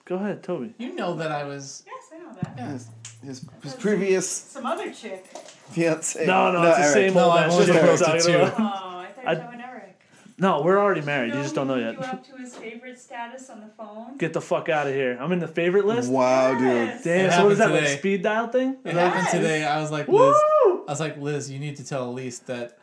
[SPEAKER 3] Go ahead, Toby.
[SPEAKER 2] You know that I was.
[SPEAKER 7] Yes, I know that.
[SPEAKER 4] His, his, his previous
[SPEAKER 7] Some other chick. Oh,
[SPEAKER 4] fiance.
[SPEAKER 3] No, no, it's the
[SPEAKER 4] all right.
[SPEAKER 3] same old
[SPEAKER 2] No, I've
[SPEAKER 3] ass
[SPEAKER 2] only
[SPEAKER 3] shit we're
[SPEAKER 2] proposed to
[SPEAKER 3] talking
[SPEAKER 2] two.
[SPEAKER 3] about.
[SPEAKER 7] Oh, I thought
[SPEAKER 3] I-
[SPEAKER 7] Joe and Eric.
[SPEAKER 3] No, we're already married. You
[SPEAKER 7] No,
[SPEAKER 3] just don't know
[SPEAKER 7] he hit You
[SPEAKER 3] yet.
[SPEAKER 7] up to his favorite status on the phone.
[SPEAKER 3] Get the fuck out of here. I'm in the favorite list.
[SPEAKER 4] Wow,
[SPEAKER 7] Yes.
[SPEAKER 4] dude.
[SPEAKER 3] Oh, Damn.
[SPEAKER 2] It
[SPEAKER 3] So what is that
[SPEAKER 2] happened
[SPEAKER 3] like
[SPEAKER 2] today.
[SPEAKER 3] speed dial thing?
[SPEAKER 2] It
[SPEAKER 7] Yes.
[SPEAKER 2] happened today. I was like, Liz.
[SPEAKER 3] Woo!
[SPEAKER 2] I was like, Liz, you need to tell Elise that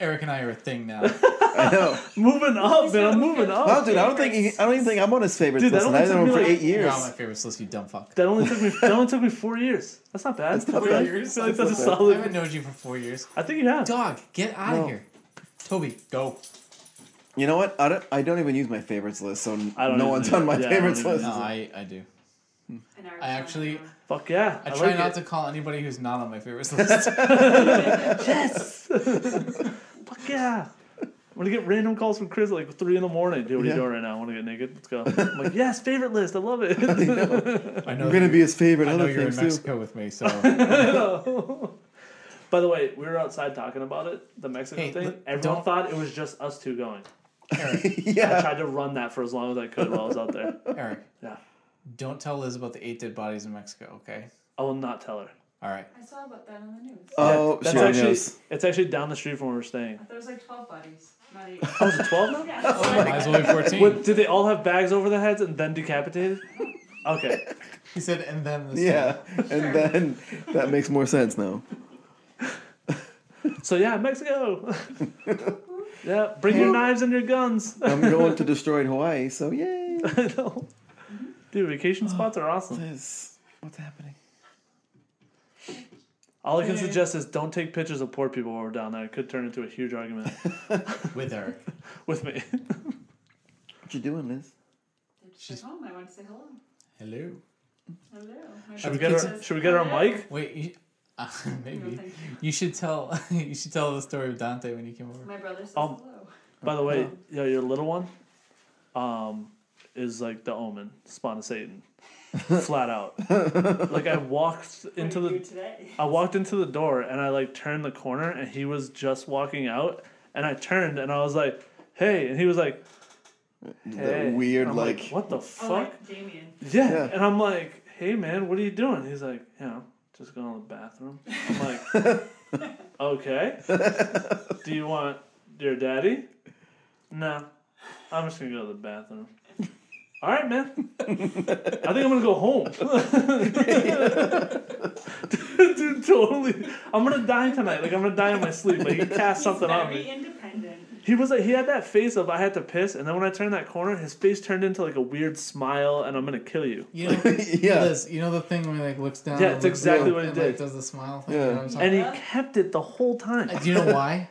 [SPEAKER 2] Eric and I are a thing now.
[SPEAKER 4] I know.
[SPEAKER 3] Moving up,
[SPEAKER 7] He's
[SPEAKER 3] man.
[SPEAKER 7] got
[SPEAKER 3] I'm
[SPEAKER 7] a
[SPEAKER 3] moving
[SPEAKER 7] good-
[SPEAKER 3] up.
[SPEAKER 4] Wow, dude, I don't think he, I don't even think I'm on his favorites
[SPEAKER 3] Dude, that
[SPEAKER 4] list. and
[SPEAKER 3] only
[SPEAKER 4] I've known him
[SPEAKER 3] took
[SPEAKER 4] for
[SPEAKER 3] me like-
[SPEAKER 4] eight
[SPEAKER 2] You're
[SPEAKER 4] years.
[SPEAKER 2] on my favorites list, you dumb fuck.
[SPEAKER 3] That only took me. That only took me four years. That's not bad. I
[SPEAKER 4] not
[SPEAKER 3] feel like-
[SPEAKER 4] bad.
[SPEAKER 3] I feel like that's a
[SPEAKER 4] That's
[SPEAKER 2] I haven't
[SPEAKER 3] solid.
[SPEAKER 2] known you for four years.
[SPEAKER 3] I think you have.
[SPEAKER 2] Dog, get out
[SPEAKER 4] No.
[SPEAKER 2] of here. Toby, go.
[SPEAKER 4] You know what? I don't, I don't even use my favorites list, so
[SPEAKER 3] I don't
[SPEAKER 4] no
[SPEAKER 3] either.
[SPEAKER 4] one's on my
[SPEAKER 3] Yeah, I don't
[SPEAKER 4] favorites
[SPEAKER 3] either.
[SPEAKER 4] list.
[SPEAKER 2] No, I, I do.
[SPEAKER 7] And Eric's
[SPEAKER 2] I
[SPEAKER 7] on
[SPEAKER 2] actually-
[SPEAKER 7] the phone.
[SPEAKER 3] Fuck yeah.
[SPEAKER 2] I, try
[SPEAKER 3] like
[SPEAKER 2] not
[SPEAKER 3] it.
[SPEAKER 2] to call anybody who's not on my favorites list.
[SPEAKER 3] Yes. Fuck yeah. I'm gonna get random calls from Chris at like three in the morning. Dude, what are
[SPEAKER 4] Yeah.
[SPEAKER 3] you doing right now? I want to get naked. Let's go. I'm like, yes, favorite list. I love it.
[SPEAKER 2] I know,
[SPEAKER 4] I'm gonna
[SPEAKER 2] you-
[SPEAKER 4] be his favorite.
[SPEAKER 2] I know
[SPEAKER 4] other
[SPEAKER 2] you're in
[SPEAKER 4] things too.
[SPEAKER 2] Mexico with me, so
[SPEAKER 3] By the way, we were outside talking about it, the Mexican
[SPEAKER 2] Hey,
[SPEAKER 3] thing.
[SPEAKER 2] look,
[SPEAKER 3] Everyone
[SPEAKER 2] don't-
[SPEAKER 3] thought it was just us two going.
[SPEAKER 2] Eric,
[SPEAKER 3] I
[SPEAKER 4] yeah.
[SPEAKER 3] tried to run that for as long as I could while I was out there.
[SPEAKER 2] Eric,
[SPEAKER 3] Yeah.
[SPEAKER 2] don't tell Liz about the eight dead bodies in Mexico, okay?
[SPEAKER 3] I will not tell her.
[SPEAKER 2] All right.
[SPEAKER 7] I saw about that on the news.
[SPEAKER 4] Oh,
[SPEAKER 3] that's
[SPEAKER 4] she already
[SPEAKER 3] actually
[SPEAKER 4] knows.
[SPEAKER 3] it's actually down the street from where we're staying.
[SPEAKER 7] I thought it was like 12 buddies, not 8.
[SPEAKER 3] Oh, is it twelve now?
[SPEAKER 7] yeah, so
[SPEAKER 2] Might as well be 14.
[SPEAKER 3] Oh What, did they all have bags over their heads and then decapitated? Okay.
[SPEAKER 2] He said, and then this
[SPEAKER 4] Yeah, and then that makes more sense now.
[SPEAKER 3] So yeah, Mexico. yeah, bring your knives and your guns.
[SPEAKER 4] I'm going to destroy Hawaii, so yay!
[SPEAKER 3] I know. Dude, vacation spots are awesome.
[SPEAKER 4] This, what's happening?
[SPEAKER 3] All I can suggest is don't take pictures of poor people while we're down there. It could turn into a huge argument
[SPEAKER 2] one with Eric.
[SPEAKER 3] with me.
[SPEAKER 4] What you doing, Liz?
[SPEAKER 7] She's home. I want to say hello.
[SPEAKER 2] Hello.
[SPEAKER 7] Hello. My
[SPEAKER 3] Should we
[SPEAKER 7] brother
[SPEAKER 3] get her?
[SPEAKER 7] says
[SPEAKER 3] Should we get her
[SPEAKER 7] hello.
[SPEAKER 3] a mic?
[SPEAKER 2] Wait, you, uh,
[SPEAKER 7] No,
[SPEAKER 2] maybe
[SPEAKER 7] thank you.
[SPEAKER 2] you should tell you should tell the story of Dante when he came over.
[SPEAKER 7] My brother says
[SPEAKER 3] Um,
[SPEAKER 7] hello.
[SPEAKER 3] By the way, yeah, your little one, um, is like the omen, spawn of Satan, flat out. Like I walked into
[SPEAKER 7] what do you
[SPEAKER 3] the
[SPEAKER 7] do today?
[SPEAKER 3] I walked into the door and I like turned the corner and he was just walking out and I turned and I was like, "Hey!" and he was like, "Hey."
[SPEAKER 4] That weird,
[SPEAKER 3] I'm
[SPEAKER 4] like,
[SPEAKER 3] "What the
[SPEAKER 7] Oh,
[SPEAKER 3] fuck?"
[SPEAKER 7] like Damien.
[SPEAKER 3] yeah.
[SPEAKER 4] Yeah.
[SPEAKER 3] and I'm like, "Hey man, what are you doing?" He's like, "You know, just going to the bathroom." I'm like, "Okay. Do you want your daddy?" No, I'm just gonna go to the bathroom. All right, man. I think I'm gonna go home. dude, dude, totally. I'm gonna die tonight. Like I'm gonna die in my sleep. Like he cast something
[SPEAKER 7] He's
[SPEAKER 3] on
[SPEAKER 7] very
[SPEAKER 3] me.
[SPEAKER 7] independent.
[SPEAKER 3] He was like, he had that face of I had to piss, and then when I turned that corner, his face turned into like a weird smile, and I'm gonna kill you.
[SPEAKER 2] You know,
[SPEAKER 4] Yeah.
[SPEAKER 2] Liz, you know the thing where he like looks down.
[SPEAKER 3] Yeah,
[SPEAKER 2] and
[SPEAKER 3] it's
[SPEAKER 2] looks
[SPEAKER 3] exactly
[SPEAKER 2] up
[SPEAKER 3] what he
[SPEAKER 2] and,
[SPEAKER 3] did.
[SPEAKER 2] Like, does the smile thing? You
[SPEAKER 4] Yeah.
[SPEAKER 2] know what I'm talking
[SPEAKER 3] And he
[SPEAKER 7] Yeah.
[SPEAKER 3] kept it the whole time.
[SPEAKER 2] Uh, Do you know why?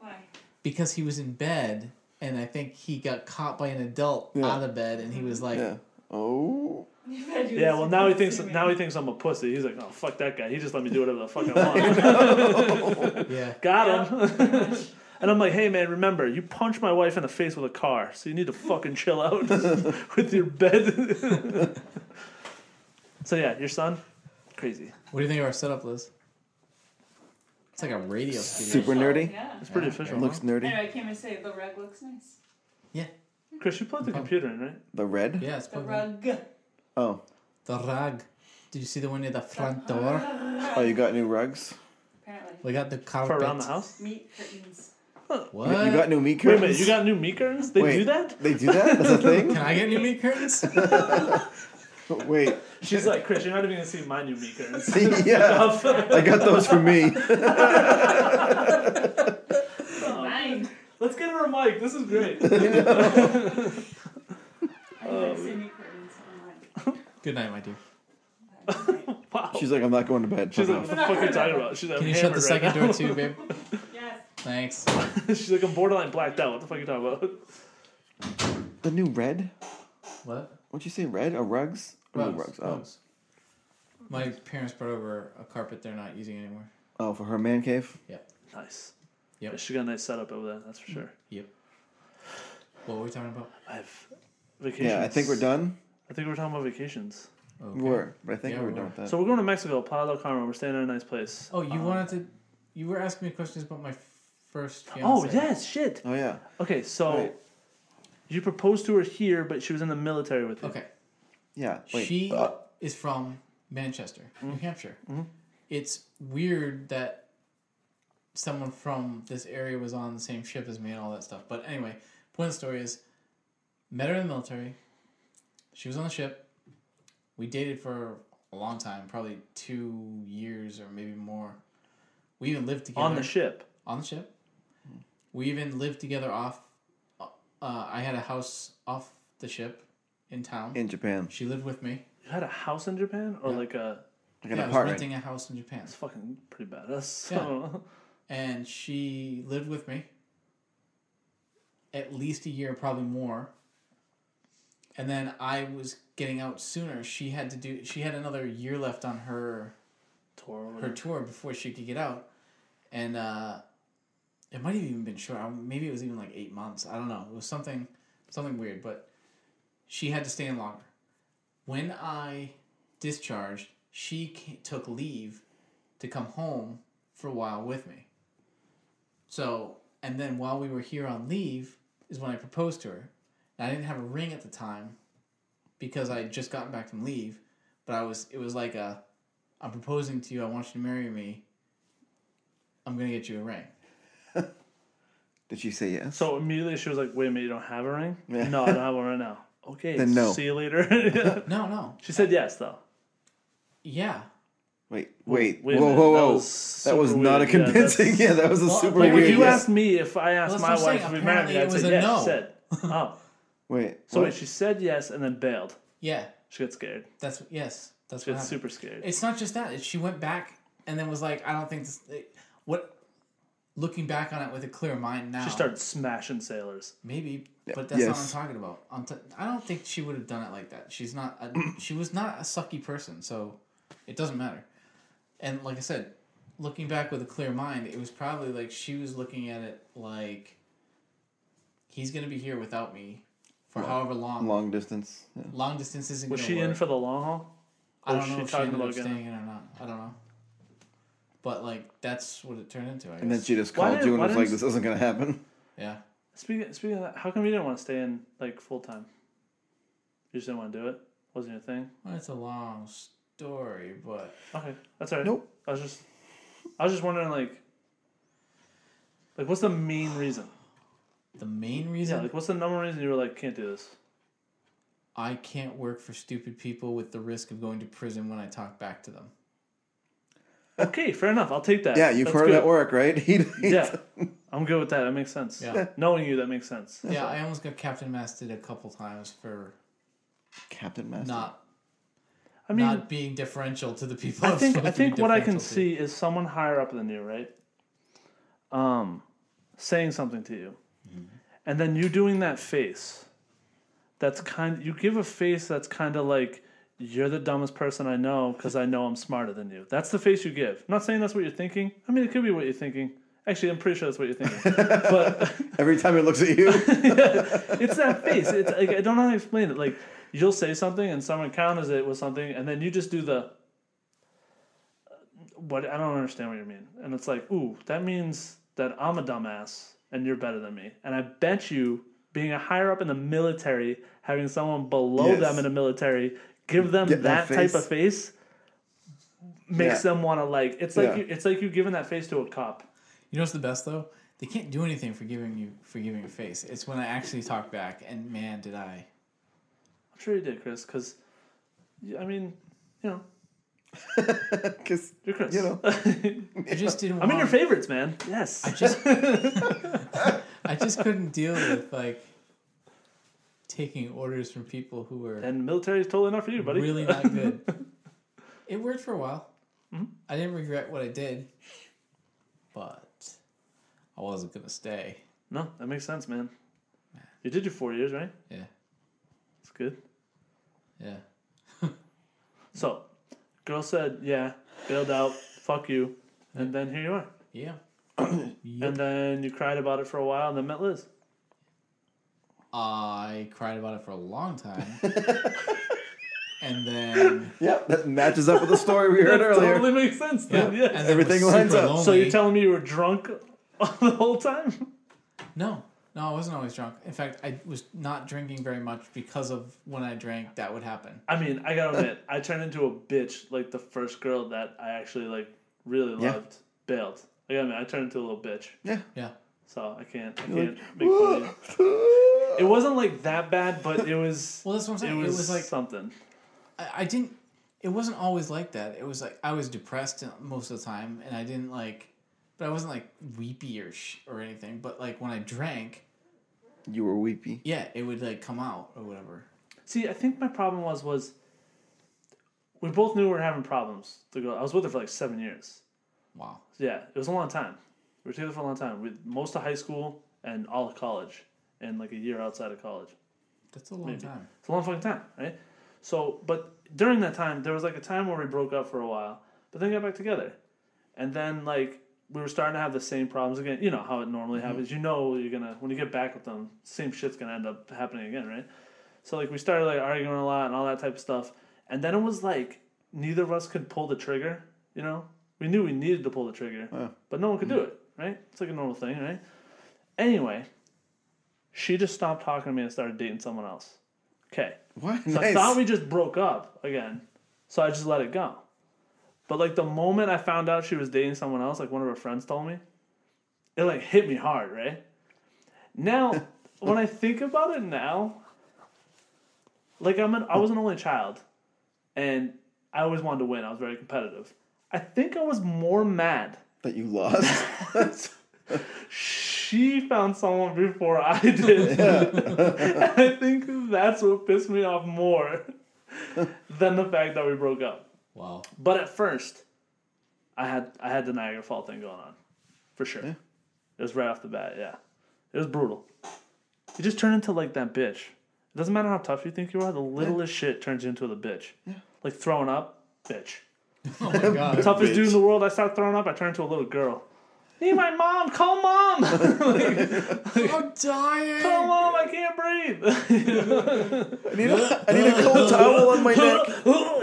[SPEAKER 7] Why?
[SPEAKER 2] Because he was in bed, and I think he got caught by an adult
[SPEAKER 4] Yeah.
[SPEAKER 2] out of bed, and he was like,
[SPEAKER 4] yeah. Oh,
[SPEAKER 7] You better do
[SPEAKER 3] Yeah,
[SPEAKER 7] this
[SPEAKER 3] well
[SPEAKER 7] if
[SPEAKER 3] now he
[SPEAKER 7] you see
[SPEAKER 3] thinks
[SPEAKER 7] me.
[SPEAKER 3] now he thinks I'm a pussy. He's like, oh fuck that guy. He just let me do whatever the fuck I want.
[SPEAKER 2] "Yeah,
[SPEAKER 3] Got him.
[SPEAKER 7] Yeah, pretty much.
[SPEAKER 3] And I'm like, hey man, remember, you punched my wife in the face with a car, so you need to fucking chill out with your bed. so yeah, your son, crazy.
[SPEAKER 2] what do you think of our setup, Liz? It's like a radio studio.
[SPEAKER 4] super nerdy.
[SPEAKER 7] Yeah.
[SPEAKER 3] It's pretty
[SPEAKER 2] Yeah.
[SPEAKER 3] official.
[SPEAKER 4] Looks nerdy.
[SPEAKER 7] Anyway, I came and say the rug looks nice.
[SPEAKER 2] Yeah.
[SPEAKER 3] Chris, you plugged the computer in, right?
[SPEAKER 4] The red?
[SPEAKER 2] Yeah, it's
[SPEAKER 7] The
[SPEAKER 2] plugged in.
[SPEAKER 7] rug.
[SPEAKER 4] Oh.
[SPEAKER 2] The rug. Did you see the one near the front door?
[SPEAKER 4] Oh, you got new rugs?
[SPEAKER 7] Apparently.
[SPEAKER 2] We got the
[SPEAKER 3] For
[SPEAKER 2] carpet.
[SPEAKER 3] around the house.
[SPEAKER 7] Meat curtains.
[SPEAKER 2] What?
[SPEAKER 4] You got new meat
[SPEAKER 3] Wait a
[SPEAKER 4] curtains?
[SPEAKER 3] minute, you got new meat curtains? They
[SPEAKER 4] Wait.
[SPEAKER 3] do that?
[SPEAKER 4] They do that? That's a
[SPEAKER 2] Can
[SPEAKER 4] thing?
[SPEAKER 2] I get new meat curtains?
[SPEAKER 4] Wait.
[SPEAKER 3] She's like, Chris, you're not even gonna see my new meat curtains.
[SPEAKER 4] yeah. I got those for me.
[SPEAKER 7] Mine.
[SPEAKER 3] Let's get her a mic. This is great.
[SPEAKER 7] I didn't see meat curtains on
[SPEAKER 2] Good night, my dear.
[SPEAKER 7] mine.
[SPEAKER 3] Wow.
[SPEAKER 4] She's like, I'm not going to bed.
[SPEAKER 3] She's like,
[SPEAKER 4] Fuck
[SPEAKER 3] what
[SPEAKER 4] off.
[SPEAKER 3] the fuck are you talking about? She's like,
[SPEAKER 2] Can
[SPEAKER 3] I'm
[SPEAKER 2] you shut the
[SPEAKER 3] hammered
[SPEAKER 2] second
[SPEAKER 3] right
[SPEAKER 2] door too, babe?
[SPEAKER 7] yes.
[SPEAKER 2] Thanks.
[SPEAKER 3] now. She's like, I'm borderline blacked out. What the fuck are you talking about?
[SPEAKER 4] the new red?
[SPEAKER 2] What?
[SPEAKER 4] What'd you say? Red? Or rugs? Or no,
[SPEAKER 2] Rugs.
[SPEAKER 4] Oh.
[SPEAKER 2] Rugs. My parents brought over a carpet they're not using anymore.
[SPEAKER 4] oh, for her man cave?
[SPEAKER 3] Nice.
[SPEAKER 2] Yep.
[SPEAKER 3] Yeah, she got a nice setup over there. That's for sure.
[SPEAKER 2] What were we talking about?
[SPEAKER 3] I have vacations.
[SPEAKER 4] Yeah, I think we're done.
[SPEAKER 3] I think we're talking about vacations.
[SPEAKER 2] Okay.
[SPEAKER 4] We were. But I think
[SPEAKER 2] Yeah,
[SPEAKER 4] we were
[SPEAKER 2] we
[SPEAKER 4] done
[SPEAKER 2] were.
[SPEAKER 4] with that.
[SPEAKER 3] So we're going to Mexico, Playa del Carmen. We're staying in a nice place.
[SPEAKER 2] Oh, you
[SPEAKER 3] Um,
[SPEAKER 2] wanted to. You were asking me questions about my first.
[SPEAKER 3] Oh
[SPEAKER 2] Fiance.
[SPEAKER 3] yes, shit.
[SPEAKER 4] oh, yeah.
[SPEAKER 3] Okay, so
[SPEAKER 4] Right.
[SPEAKER 3] you proposed to her here, but she was in the military with you.
[SPEAKER 2] Okay.
[SPEAKER 4] Yeah. Wait.
[SPEAKER 2] She
[SPEAKER 4] Uh,
[SPEAKER 2] is from Manchester, New Hampshire. It's weird that someone from this area was on the same ship as me and all that stuff. But anyway, point of the story is met her in the military. She was on the ship. We dated for a long time, probably two years or maybe more. We even lived together
[SPEAKER 3] on the ship.
[SPEAKER 2] on the ship. We even lived together off. Uh, I had a house off the ship in town.
[SPEAKER 4] in Japan.
[SPEAKER 2] she lived with me.
[SPEAKER 3] You had a house in Japan, or like a
[SPEAKER 4] Like an
[SPEAKER 2] yeah, I was
[SPEAKER 4] apartment.
[SPEAKER 2] renting a house in Japan,
[SPEAKER 3] it's fucking pretty badass. So.
[SPEAKER 2] Yeah. and she lived with me at least a year, probably more. And then I was getting out sooner. She had to do. She had another year left on her
[SPEAKER 3] Tour.
[SPEAKER 2] her tour before she could get out, and uh, it might have even been short. I- Maybe it was even like eight months. I don't know. It was something something weird, but she had to stay in longer. When I discharged, she ca- took leave to come home for a while with me. So, and then while we were here on leave is when I proposed to her. And I didn't have a ring at the time because I had just gotten back from leave, but I was it was like a I'm proposing to you. I want you to marry me. I'm gonna get you a ring.
[SPEAKER 4] Did she say yes?
[SPEAKER 3] So immediately she was like, "Wait a minute, you don't have a ring?
[SPEAKER 4] Yeah.
[SPEAKER 3] No, I don't have one right now. Okay,
[SPEAKER 4] Then no.
[SPEAKER 3] see you later."
[SPEAKER 2] No, no.
[SPEAKER 3] she said yes though.
[SPEAKER 2] Yeah.
[SPEAKER 4] Wait, wait,
[SPEAKER 3] wait a
[SPEAKER 4] whoa,
[SPEAKER 3] minute.
[SPEAKER 4] whoa,
[SPEAKER 3] That
[SPEAKER 4] whoa! That
[SPEAKER 3] was
[SPEAKER 4] was,
[SPEAKER 3] super
[SPEAKER 4] not a
[SPEAKER 3] weird. Yeah,
[SPEAKER 4] convincing.
[SPEAKER 3] that's-
[SPEAKER 4] Yeah, that was a
[SPEAKER 2] Well,
[SPEAKER 4] super
[SPEAKER 2] like,
[SPEAKER 3] Like if
[SPEAKER 4] weird.
[SPEAKER 3] you
[SPEAKER 4] yes.
[SPEAKER 3] asked me if I asked
[SPEAKER 2] Well, that's
[SPEAKER 3] my
[SPEAKER 2] what I'm
[SPEAKER 3] wife
[SPEAKER 2] saying.
[SPEAKER 3] to be married,
[SPEAKER 2] Apparently
[SPEAKER 3] I'd
[SPEAKER 2] it was
[SPEAKER 3] say
[SPEAKER 2] a
[SPEAKER 3] yes.
[SPEAKER 2] no.
[SPEAKER 3] She said, "Oh,
[SPEAKER 4] wait,
[SPEAKER 3] so
[SPEAKER 4] what?
[SPEAKER 3] wait." She said yes and then bailed.
[SPEAKER 2] Yeah.
[SPEAKER 3] She got scared.
[SPEAKER 2] That's yes. That's
[SPEAKER 3] She
[SPEAKER 2] what
[SPEAKER 3] got
[SPEAKER 2] happened.
[SPEAKER 3] super scared.
[SPEAKER 2] It's not just that. It- She went back and then was like, I don't think this. It, what? Looking back on it with a clear mind now.
[SPEAKER 3] She started smashing sailors.
[SPEAKER 2] Maybe, but that's not what I'm
[SPEAKER 4] Yes.
[SPEAKER 2] talking about. I'm t- I don't think she would have done it like that. She's not. A, she was not a sucky person, so it doesn't matter. And like I said, looking back with a clear mind, it was probably like she was looking at it like he's gonna be here without me for however long. Long,
[SPEAKER 4] long distance. Yeah.
[SPEAKER 2] distance isn't.
[SPEAKER 3] Was
[SPEAKER 2] gonna
[SPEAKER 3] she
[SPEAKER 2] work.
[SPEAKER 3] in for the long haul?
[SPEAKER 2] I
[SPEAKER 3] or
[SPEAKER 2] don't
[SPEAKER 3] she
[SPEAKER 2] know if she
[SPEAKER 3] talking
[SPEAKER 2] ended up
[SPEAKER 3] about getting-
[SPEAKER 2] staying in or not. I don't know. But like that's what it turned into. I guess.
[SPEAKER 4] And then she just
[SPEAKER 3] Why
[SPEAKER 4] called
[SPEAKER 3] did-
[SPEAKER 4] you and
[SPEAKER 3] why
[SPEAKER 4] was like,
[SPEAKER 3] didn't-
[SPEAKER 4] "This isn't gonna happen."
[SPEAKER 2] yeah.
[SPEAKER 3] Speaking speaking of that, how come you didn't want to stay in like full time? You just didn't want to do it. Wasn't your thing.
[SPEAKER 2] Well, it's a long story, but
[SPEAKER 3] Okay, that's all right.
[SPEAKER 4] Nope.
[SPEAKER 3] I was just, I was just wondering like, like what's the main reason?
[SPEAKER 2] the main
[SPEAKER 3] Yeah,
[SPEAKER 2] reason
[SPEAKER 3] like what's the number one reason you were like can't do this?
[SPEAKER 2] I can't work for stupid people with the risk of going to prison when I talk back to them.
[SPEAKER 3] Okay, fair enough. I'll take that.
[SPEAKER 4] Yeah, you've
[SPEAKER 3] That's
[SPEAKER 4] heard
[SPEAKER 3] good.
[SPEAKER 4] it at work, right? He, he-
[SPEAKER 3] Yeah, I'm good with that. That makes sense.
[SPEAKER 2] Yeah.
[SPEAKER 3] Knowing you, that makes sense.
[SPEAKER 2] yeah, I almost got captain masted a couple times for
[SPEAKER 4] Captain Master.
[SPEAKER 2] not
[SPEAKER 3] I mean,
[SPEAKER 2] not being differential to the people.
[SPEAKER 3] I
[SPEAKER 2] was
[SPEAKER 3] think
[SPEAKER 2] supposed
[SPEAKER 3] I
[SPEAKER 2] to be
[SPEAKER 3] think what I can
[SPEAKER 2] differential to.
[SPEAKER 3] see is someone higher up than you, right? Um, saying something to you,
[SPEAKER 2] Mm-hmm.
[SPEAKER 3] and then you doing that face. That's kind. You give a face that's kind of like you're the dumbest person I know because I know I'm smarter than you. That's the face you give. I'm not saying that's what you're thinking. I mean, it could be what you're thinking. Actually, I'm pretty sure that's what you're thinking. but
[SPEAKER 4] Every time he looks at you,
[SPEAKER 3] it's that face. It's like I don't know how to explain it. Like you'll say something and someone counters it with something, and then you just do the what I don't understand what you mean. And it's like, ooh, that means that I'm a dumbass and you're better than me. And I bet you being a higher up in the military, having someone below
[SPEAKER 4] Yes.
[SPEAKER 3] them in the military give them
[SPEAKER 4] Get
[SPEAKER 3] that,
[SPEAKER 4] that
[SPEAKER 3] type
[SPEAKER 4] face.
[SPEAKER 3] of face makes
[SPEAKER 4] Yeah.
[SPEAKER 3] them want to like. It's like
[SPEAKER 4] Yeah.
[SPEAKER 3] you, it's like you giving that face to a cop.
[SPEAKER 2] You know what's the best though? They can't do anything for giving you for giving a face. It's when I actually talk back, and man, did I!
[SPEAKER 3] I'm sure you did, Chris, because I mean, you know,
[SPEAKER 4] Because
[SPEAKER 3] you're Chris.
[SPEAKER 4] You know.
[SPEAKER 2] I just didn't.
[SPEAKER 3] I'm in your
[SPEAKER 2] want-
[SPEAKER 3] favorites, man. Yes.
[SPEAKER 2] Oh. I just, I just couldn't deal with like taking orders from people who were
[SPEAKER 3] and military is totally not for you, buddy.
[SPEAKER 2] really not good. Mm-hmm. it worked for a while. I didn't regret what I did, but I wasn't gonna stay.
[SPEAKER 3] No, that makes sense, man. You did your four years, right?
[SPEAKER 2] Yeah.
[SPEAKER 3] It's good.
[SPEAKER 2] Yeah.
[SPEAKER 3] So, girl said, "Yeah, bailed out. Fuck you." And then here you are.
[SPEAKER 2] Yeah.
[SPEAKER 3] And then you cried about it for a while, and then met Liz.
[SPEAKER 2] I cried about it for a long time. and then
[SPEAKER 4] yeah, that matches up with the story we heard earlier.
[SPEAKER 3] totally makes sense. Then,
[SPEAKER 2] Yeah,
[SPEAKER 3] yeah.
[SPEAKER 2] and then
[SPEAKER 4] Everything
[SPEAKER 2] was
[SPEAKER 4] lines
[SPEAKER 2] super
[SPEAKER 4] up.
[SPEAKER 2] lonely.
[SPEAKER 3] So you're telling me you were drunk the whole time?
[SPEAKER 2] No, no, I wasn't always drunk. In fact, I was not drinking very much because of when I drank, that would happen.
[SPEAKER 3] I mean, I gotta admit, I turned into a bitch like the first girl that I actually like really
[SPEAKER 4] Yeah.
[SPEAKER 3] loved bailed. I gotta admit, I turned into a little bitch.
[SPEAKER 4] Yeah.
[SPEAKER 2] Yeah.
[SPEAKER 3] So I can't, I
[SPEAKER 4] You're
[SPEAKER 3] can't
[SPEAKER 4] like,
[SPEAKER 3] make fun of you.
[SPEAKER 4] "Whoa."
[SPEAKER 3] It wasn't like that bad, but it was.
[SPEAKER 2] Well, that's what I'm
[SPEAKER 3] it
[SPEAKER 2] saying.
[SPEAKER 3] was,
[SPEAKER 2] like
[SPEAKER 3] something.
[SPEAKER 2] I, I didn't. It wasn't always like that. It was like I was depressed most of the time, and I didn't like. But I wasn't like weepy or sh- or anything. But like when I drank,
[SPEAKER 4] You were weepy.
[SPEAKER 2] yeah, it would like come out or whatever.
[SPEAKER 3] See, I think my problem was was we both knew we were having problems. The girl I was with her for like seven years.
[SPEAKER 2] Wow.
[SPEAKER 3] Yeah, it was a long time. We were together for a long time. We most of high school and all of college, and like a year outside of college.
[SPEAKER 2] That's a long
[SPEAKER 3] Maybe.
[SPEAKER 2] time.
[SPEAKER 3] It's a long fucking time, right? So, but during that time, there was like a time where we broke up for a while, but then got back together, and then like we were starting to have the same problems again. You know how it normally happens. You know you're gonna when you get back with them, same shit's gonna end up happening again, right? So like we started like arguing a lot and all that type of stuff, and then it was like neither of us could pull the trigger. You know, we knew we needed to pull the trigger, but no one could do it, right? It's like a normal thing, right? Anyway, she just stopped talking to me and started dating someone else. Okay.
[SPEAKER 4] What?
[SPEAKER 3] So I
[SPEAKER 4] nice.
[SPEAKER 3] thought we just broke up again. So I just let it go. But like the moment I found out she was dating someone else, like one of her friends told me, it like hit me hard, right? Now, when I think about it now, like I'm an I was an only child and I always wanted to win. I was very competitive. I think I was more mad
[SPEAKER 4] that you lost.
[SPEAKER 3] she found someone before I did. And I think that's what pissed me off more than the fact that we broke up.
[SPEAKER 2] Wow.
[SPEAKER 3] But at first, I had I had the Niagara Fall thing going on, for sure. It was right off the bat. Yeah, it was brutal. You just turn into like that bitch. It doesn't matter how tough you think you are. The littlest shit turns you into the bitch. Like throwing up, bitch.
[SPEAKER 2] Oh my god.
[SPEAKER 3] Toughest dude in the world. I start throwing up. I turn into a little girl. Need my mom. Call mom.
[SPEAKER 2] I'm dying.
[SPEAKER 3] Come on, Oh, I can't breathe.
[SPEAKER 4] I need a, I need a cold towel on my neck.
[SPEAKER 2] Oh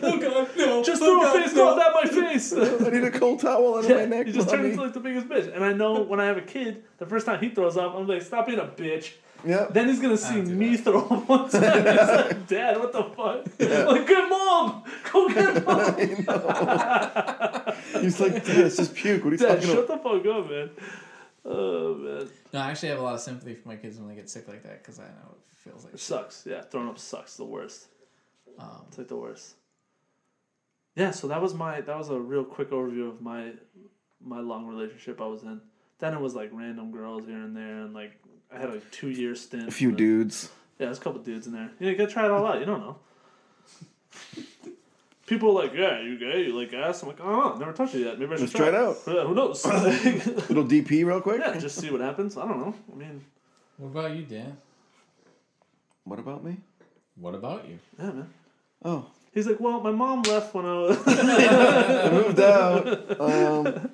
[SPEAKER 2] god, no.
[SPEAKER 3] just
[SPEAKER 2] Oh,
[SPEAKER 3] threw a
[SPEAKER 2] God,
[SPEAKER 3] face
[SPEAKER 2] no.
[SPEAKER 3] cloth at my face.
[SPEAKER 4] I need a cold towel on my neck.
[SPEAKER 3] you just turn
[SPEAKER 4] mommy.
[SPEAKER 3] into like the biggest bitch. And I know when I have a kid, the first time he throws up, I'm like, stop being a bitch.
[SPEAKER 4] Yep.
[SPEAKER 3] Then he's gonna see
[SPEAKER 2] don't do
[SPEAKER 3] me throw up one time. It's like, Dad, what the fuck? Like, good mom, go get mom.
[SPEAKER 4] He's like, Dad, it's just puke. What are you
[SPEAKER 3] Dad,
[SPEAKER 4] talking about?
[SPEAKER 3] shut the fuck up, man. Oh man,
[SPEAKER 2] No, I actually have a lot of sympathy for my kids when they get sick like that because I know it feels like.
[SPEAKER 3] it sucks. Yeah, throwing up sucks. The worst.
[SPEAKER 2] Um,
[SPEAKER 3] It's like the worst. Yeah, so that was my that was a real quick overview of my my long relationship I was in. Then it was like random girls here and there, and like I had a two year stint.
[SPEAKER 4] A few
[SPEAKER 3] with-
[SPEAKER 4] dudes.
[SPEAKER 3] Yeah, there's a couple dudes in there. You know, you gotta try it all out. You don't know. People are like, yeah, you gay? You like ass? I'm like, oh, never touched it yet. Maybe I should
[SPEAKER 4] Let's try it out.
[SPEAKER 3] Yeah, who knows?
[SPEAKER 4] Little DP, real quick.
[SPEAKER 3] yeah, just see what happens. I don't know. I mean,
[SPEAKER 2] what about you, Dan?
[SPEAKER 4] What about me?
[SPEAKER 2] What about you?
[SPEAKER 3] yeah, man.
[SPEAKER 4] Oh,
[SPEAKER 3] He's like, well, my mom left when I was.
[SPEAKER 4] I moved out. Um, that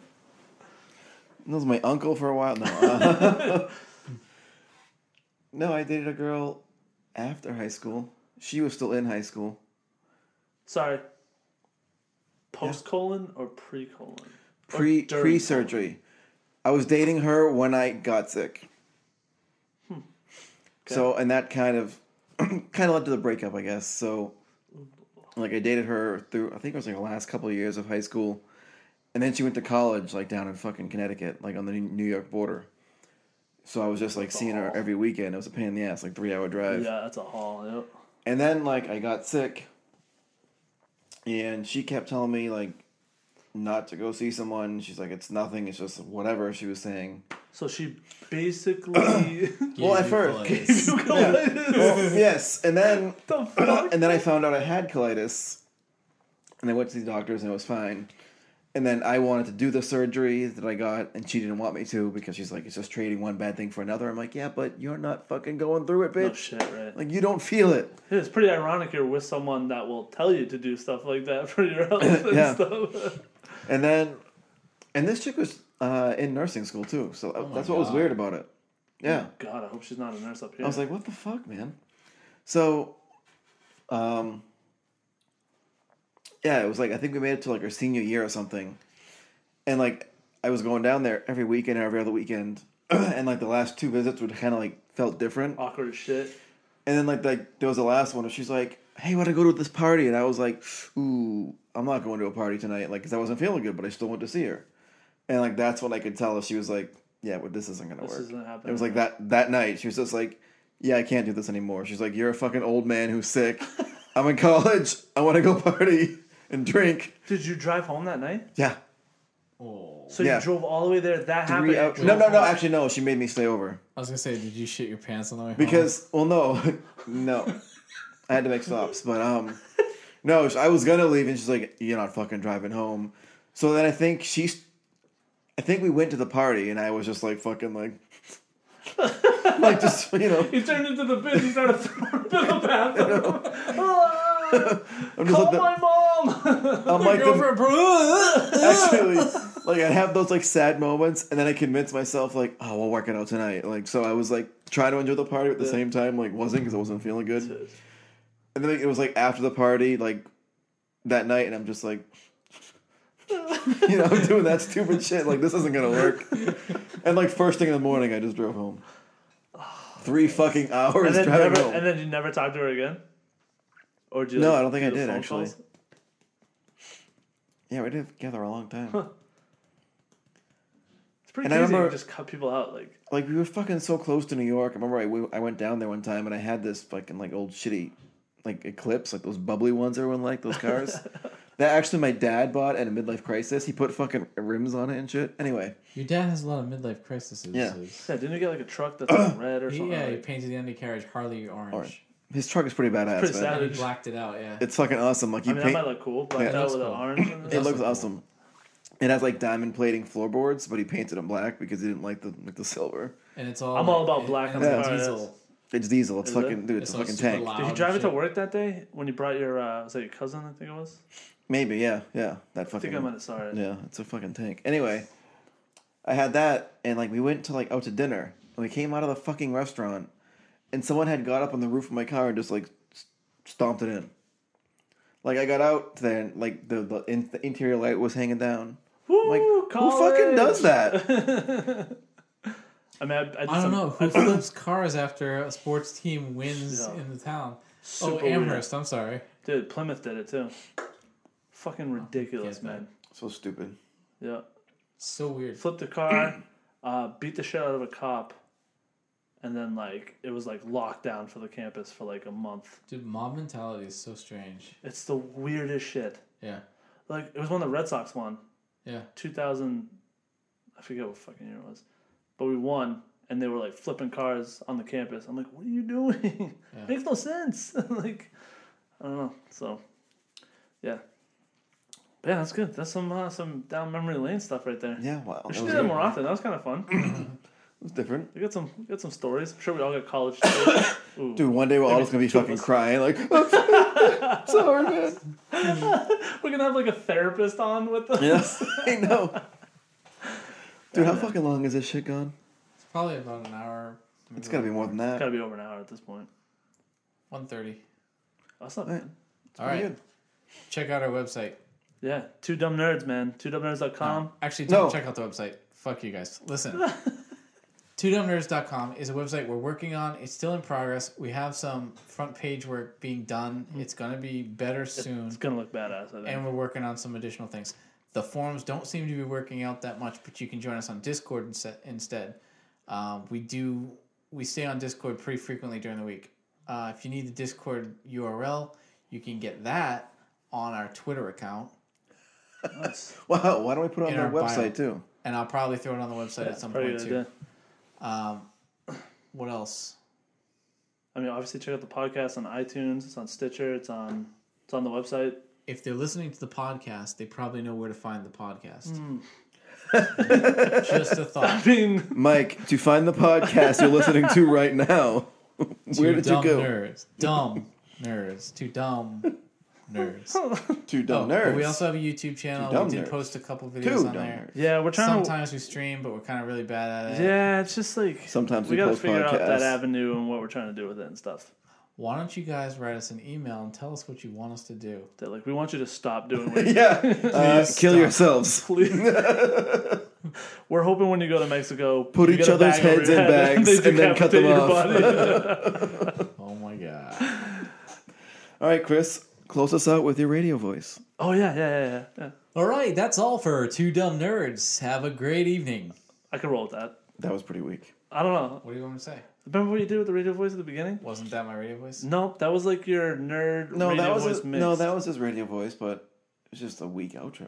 [SPEAKER 4] was my uncle for a while. No. uh, no, I dated a girl after high school. She was still in high school.
[SPEAKER 3] Sorry. Post colon or pre colon?
[SPEAKER 4] Pre
[SPEAKER 3] during
[SPEAKER 4] pre surgery. I was dating her when I got sick. So and that kind of kind of led to the breakup, I guess. So like I dated her through I think it was like the last couple of years of high school, and then she went to college like down in fucking Connecticut, like on the New York border. So I was just like seeing her every weekend. It was a pain in the ass, like three hour drive.
[SPEAKER 3] Yeah, that's a haul. Yep.
[SPEAKER 4] And then like I got sick, and she kept telling me like not to go see someone. She's like, it's nothing. It's just whatever she was saying.
[SPEAKER 3] So she basically.
[SPEAKER 4] Well, at first, Well, yes, and then
[SPEAKER 3] The fuck?
[SPEAKER 4] and then I found out I had colitis, and I went to the doctors and it was fine. And then I wanted to do the surgery that I got, and she didn't want me to because she's like, "It's just trading one bad thing for another." I'm like, "Yeah, but you're not fucking going through it,
[SPEAKER 3] No
[SPEAKER 4] bitch.
[SPEAKER 3] shit, right?
[SPEAKER 4] like you don't feel it."
[SPEAKER 3] it's pretty ironic you're with someone that will tell you to do stuff like that for your health and
[SPEAKER 4] Yeah.
[SPEAKER 3] stuff.
[SPEAKER 4] And then, and this chick was uh, in nursing school too, so that's what was
[SPEAKER 6] God.
[SPEAKER 4] weird about it. Yeah.
[SPEAKER 3] God, I hope she's not a nurse up here.
[SPEAKER 4] I was like, what the fuck, man? So, um, yeah, it was like, I think we made it to like our senior year or something. And like, I was going down there every weekend or every other weekend. and like the last two visits would kind of like felt different.
[SPEAKER 3] awkward as shit.
[SPEAKER 4] And then like, like there was the last one and she's like, hey, why do I go to this party? And I was like, ooh, I'm not going to a party tonight. Like, cause I wasn't feeling good, but I still went to see her. And like, that's when I could tell if she was like, yeah, but this isn't going to
[SPEAKER 3] This
[SPEAKER 4] work.
[SPEAKER 3] isn't happening.
[SPEAKER 4] It was like that that night. She was just like, "Yeah, I can't do this anymore." She's like, "You're a fucking old man who's sick. I'm in college. I want to go party and drink."
[SPEAKER 3] Did you drive home that night?
[SPEAKER 4] Yeah,
[SPEAKER 6] Oh.
[SPEAKER 3] So
[SPEAKER 4] Yeah.
[SPEAKER 3] you drove all the way there. That happened.
[SPEAKER 4] three
[SPEAKER 3] you
[SPEAKER 4] hours.
[SPEAKER 3] drove
[SPEAKER 4] No, no, no.
[SPEAKER 3] home?
[SPEAKER 4] Actually, no. She made me stay over
[SPEAKER 6] I was gonna say, did you shit your pants on the way home?
[SPEAKER 4] because, well, no, no. I had to make stops, but um, no. I was gonna leave, and she's like, "You're not fucking driving home." So then I think she's, I think we went to the party, and I was just like fucking like, like just you know,
[SPEAKER 3] You turned into the bitch and started throwing up in the bathroom. Ah,
[SPEAKER 4] I'm just
[SPEAKER 3] Call
[SPEAKER 4] like the,
[SPEAKER 3] my mom.
[SPEAKER 4] I'm like the,
[SPEAKER 6] Over, bro.
[SPEAKER 4] actually like I'd have those like sad moments and then I convince myself like oh we'll work it out tonight like so I was like trying to enjoy the party but at the same time like wasn't because I wasn't feeling good and then like, it was like after the party like that night and I'm just like you know I'm doing that stupid shit like this isn't gonna work and like first thing in the morning I just drove home three fucking hours
[SPEAKER 3] and then
[SPEAKER 4] driving
[SPEAKER 3] never,
[SPEAKER 4] home
[SPEAKER 3] and then you never talked to her again. Or do you?
[SPEAKER 4] No,
[SPEAKER 3] like,
[SPEAKER 4] I don't think
[SPEAKER 3] do
[SPEAKER 4] I
[SPEAKER 3] the
[SPEAKER 4] did,
[SPEAKER 3] phone
[SPEAKER 4] actually.
[SPEAKER 3] calls?
[SPEAKER 4] yeah we did together a long time
[SPEAKER 3] It's pretty
[SPEAKER 4] And I
[SPEAKER 3] crazy. you
[SPEAKER 4] remember-
[SPEAKER 3] can just cut people out. Like
[SPEAKER 4] like we were fucking so close to New York. I remember I, we, I went down there one time and I had this fucking like old shitty like Eclipse, like those bubbly ones everyone liked, those cars. that actually my dad bought at a midlife crisis. He put fucking rims on it and shit. Anyway,
[SPEAKER 6] Your dad has a lot of midlife crises.
[SPEAKER 4] Yeah.
[SPEAKER 3] yeah, didn't you get like a truck that's like red or
[SPEAKER 6] He,
[SPEAKER 3] something?
[SPEAKER 6] yeah, he
[SPEAKER 3] like,
[SPEAKER 6] painted the undercarriage Harley orange.
[SPEAKER 4] Orange. his truck is pretty badass.
[SPEAKER 3] pretty
[SPEAKER 4] man.
[SPEAKER 3] sad.
[SPEAKER 6] And
[SPEAKER 3] Ouch.
[SPEAKER 6] he blacked it out, yeah.
[SPEAKER 4] It's fucking awesome. Like
[SPEAKER 3] I
[SPEAKER 4] you
[SPEAKER 3] mean,
[SPEAKER 4] paint,
[SPEAKER 3] that might look cool. Blacked
[SPEAKER 4] Yeah.
[SPEAKER 3] out with an
[SPEAKER 6] That's cool.
[SPEAKER 3] orange. And
[SPEAKER 4] it
[SPEAKER 6] that's
[SPEAKER 4] looks
[SPEAKER 6] cool.
[SPEAKER 4] awesome. It has like diamond plating floorboards, but he painted them black because he didn't like the like the silver.
[SPEAKER 6] And it's all.
[SPEAKER 3] I'm all about
[SPEAKER 6] it-
[SPEAKER 3] black
[SPEAKER 6] and
[SPEAKER 3] on
[SPEAKER 6] it's
[SPEAKER 3] the
[SPEAKER 6] diesel.
[SPEAKER 3] cars.
[SPEAKER 4] It's diesel. It's
[SPEAKER 3] Is it?
[SPEAKER 4] fucking dude. It's,
[SPEAKER 6] It's
[SPEAKER 4] a
[SPEAKER 6] all
[SPEAKER 4] fucking
[SPEAKER 6] super
[SPEAKER 4] tank.
[SPEAKER 6] loud
[SPEAKER 3] Did you
[SPEAKER 6] and
[SPEAKER 3] drive it to
[SPEAKER 6] shit.
[SPEAKER 3] work that day when you brought your uh, was that your cousin? I think it was.
[SPEAKER 4] Maybe yeah, yeah. That
[SPEAKER 3] I
[SPEAKER 4] fucking.
[SPEAKER 3] think I might have saw it.
[SPEAKER 4] Yeah, it's a fucking tank. Anyway, I had that, and like we went to like out to dinner, and we came out of the fucking restaurant, and someone had got up on the roof of my car and just like s- stomped it in. Like I got out, then like the the, in, the interior light was hanging down.
[SPEAKER 3] Woo,
[SPEAKER 4] I'm like, who fucking
[SPEAKER 3] college!
[SPEAKER 4] does that?
[SPEAKER 3] I mean, I, I, did
[SPEAKER 6] I don't
[SPEAKER 3] some-
[SPEAKER 6] know who
[SPEAKER 3] I
[SPEAKER 6] oh, flips cars after a sports team wins
[SPEAKER 3] Yeah.
[SPEAKER 6] in the town.
[SPEAKER 3] Super
[SPEAKER 6] oh, Amherst. I'm sorry.
[SPEAKER 3] Dude, Plymouth did it too. Fucking ridiculous,
[SPEAKER 6] Oh, yeah,
[SPEAKER 3] man.
[SPEAKER 4] So stupid.
[SPEAKER 3] Yeah.
[SPEAKER 6] So weird.
[SPEAKER 3] Flipped a car, uh, beat the shit out of a cop, and then, like, it was, like, locked down for the campus for, like, a month.
[SPEAKER 6] Dude, mob mentality is so strange.
[SPEAKER 3] It's the weirdest shit.
[SPEAKER 6] Yeah,
[SPEAKER 3] Like, it was when the Red Sox won.
[SPEAKER 6] yeah.
[SPEAKER 3] 2000, I forget what fucking year it was. But we won, and they were, like, flipping cars on the campus. I'm like, what are you doing?
[SPEAKER 6] Yeah.
[SPEAKER 3] Makes no sense. like, I don't know. So, yeah. But yeah, that's good. That's some uh, some down memory lane stuff right there.
[SPEAKER 4] Yeah, wow.
[SPEAKER 3] We
[SPEAKER 4] That
[SPEAKER 3] should
[SPEAKER 4] was,
[SPEAKER 3] do that more often. That was kind of fun.
[SPEAKER 4] it was different.
[SPEAKER 3] We got some we got some stories. I'm sure we all got college stories. Ooh.
[SPEAKER 4] Dude, one day we're all
[SPEAKER 3] Maybe
[SPEAKER 4] just gonna be
[SPEAKER 3] two of
[SPEAKER 4] fucking
[SPEAKER 3] us.
[SPEAKER 4] crying, like, sorry, man.
[SPEAKER 3] We're gonna have like a therapist on with us.
[SPEAKER 4] Yes, I know. Dude, how
[SPEAKER 3] Yeah.
[SPEAKER 4] fucking long is this shit gone?
[SPEAKER 6] It's probably about an hour.
[SPEAKER 4] It's gotta be more than that.
[SPEAKER 3] Gotta be over an hour at this point.
[SPEAKER 6] One thirty.
[SPEAKER 3] That's not
[SPEAKER 4] Right.
[SPEAKER 3] bad.
[SPEAKER 6] All right.
[SPEAKER 4] good.
[SPEAKER 6] Check out our website.
[SPEAKER 3] Yeah, two dumb nerds, man. Two dumb nerds.com.
[SPEAKER 6] Actually, don't
[SPEAKER 4] No.
[SPEAKER 6] check out the website. Fuck you guys. Listen.
[SPEAKER 2] TwoDumbNerds.com is a website we're working on. It's still in progress. We have some front page work being done. It's going to be better soon.
[SPEAKER 3] Mm-hmm. It's gonna look badass. I think.
[SPEAKER 2] and we're working on some additional things. The forums don't seem to be working out that much, but you can join us on Discord inse- instead. Um, we do we stay on Discord pretty frequently during the week. Uh, if you need the Discord URL, you can get that on our Twitter account,
[SPEAKER 4] Wow, why don't we put it on
[SPEAKER 2] In
[SPEAKER 4] our
[SPEAKER 2] our bio.
[SPEAKER 4] website too?
[SPEAKER 2] and I'll probably throw it on the website at
[SPEAKER 3] That's
[SPEAKER 2] some
[SPEAKER 3] probably a
[SPEAKER 2] point
[SPEAKER 3] good
[SPEAKER 2] too.
[SPEAKER 3] idea.
[SPEAKER 2] Um, what else?
[SPEAKER 3] I mean, obviously, check out the podcast on iTunes. It's on Stitcher. It's on. It's on the website.
[SPEAKER 2] If they're listening to the podcast, they probably know where to find the podcast.
[SPEAKER 4] Hmm.
[SPEAKER 2] Just a
[SPEAKER 3] I
[SPEAKER 2] thought.
[SPEAKER 3] mean,
[SPEAKER 4] Mike, to find the podcast you're listening to right now, where
[SPEAKER 2] Two
[SPEAKER 4] did you
[SPEAKER 2] dumb
[SPEAKER 4] go?
[SPEAKER 2] Nerds. Dumb nerds. Two dumb nerds.
[SPEAKER 4] Two dumb
[SPEAKER 2] Oh, But
[SPEAKER 4] nerds.
[SPEAKER 2] we also have a YouTube channel.
[SPEAKER 4] Two dumb
[SPEAKER 2] we did
[SPEAKER 4] nerds.
[SPEAKER 2] post a couple videos
[SPEAKER 4] Two
[SPEAKER 2] on
[SPEAKER 4] dumb
[SPEAKER 2] there.
[SPEAKER 4] nerds.
[SPEAKER 3] yeah, we're trying
[SPEAKER 2] Sometimes we stream, but we're kind of really bad at
[SPEAKER 3] to.
[SPEAKER 2] it.
[SPEAKER 3] Yeah, it's just like
[SPEAKER 4] Sometimes
[SPEAKER 3] we
[SPEAKER 4] we
[SPEAKER 3] gotta
[SPEAKER 4] post
[SPEAKER 3] figure out that
[SPEAKER 4] podcasts.
[SPEAKER 3] avenue and what we're trying to do with it and stuff.
[SPEAKER 2] Why don't you guys write us an email and tell us what you want us to do?
[SPEAKER 3] They're like, we want you to stop doing what you
[SPEAKER 4] Yeah, uh,
[SPEAKER 2] Please
[SPEAKER 4] kill
[SPEAKER 2] stop.
[SPEAKER 4] yourselves.
[SPEAKER 3] Please. We're hoping when you go to Mexico,
[SPEAKER 4] Put
[SPEAKER 3] you
[SPEAKER 4] each
[SPEAKER 3] get a
[SPEAKER 4] other's
[SPEAKER 3] bag over
[SPEAKER 4] heads
[SPEAKER 3] your
[SPEAKER 4] in
[SPEAKER 3] head
[SPEAKER 4] bags and then cut them
[SPEAKER 3] decapitate your body.
[SPEAKER 2] Oh my god!
[SPEAKER 4] All right, Chris, close us out with your radio voice.
[SPEAKER 3] oh yeah, yeah, yeah, yeah, yeah.
[SPEAKER 2] all right, that's all for two dumb nerds. Have a great evening.
[SPEAKER 3] I can roll with that.
[SPEAKER 4] That was pretty weak.
[SPEAKER 3] I don't know.
[SPEAKER 2] What do you want me to say?
[SPEAKER 3] Remember what you did with the radio voice at the beginning?
[SPEAKER 2] Wasn't that my radio voice?
[SPEAKER 3] Nope, that was like your nerd
[SPEAKER 4] No,
[SPEAKER 3] radio
[SPEAKER 4] that was
[SPEAKER 3] voice
[SPEAKER 4] his,
[SPEAKER 3] mix.
[SPEAKER 4] no, that was his radio voice, but it's just a weak outro.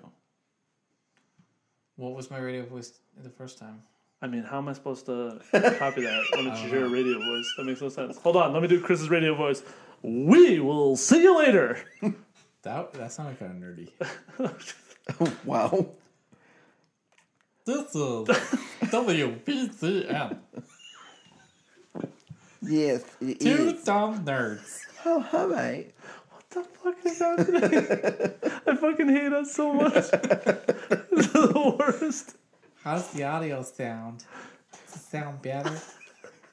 [SPEAKER 2] What was my radio voice the first time?
[SPEAKER 3] I mean, how am I supposed to copy that when it's your radio voice? That makes no sense. Hold on, let me do Chris's radio voice. We will see you later.
[SPEAKER 2] That that sounded kind of nerdy.
[SPEAKER 4] Wow.
[SPEAKER 2] this is WBCM.
[SPEAKER 4] Yes, it
[SPEAKER 2] Two dumb nerds.
[SPEAKER 4] Oh, all right.
[SPEAKER 3] What the fuck is happening? I fucking hate us so much. this is the worst.
[SPEAKER 2] How's the audio sound? Does it sound better?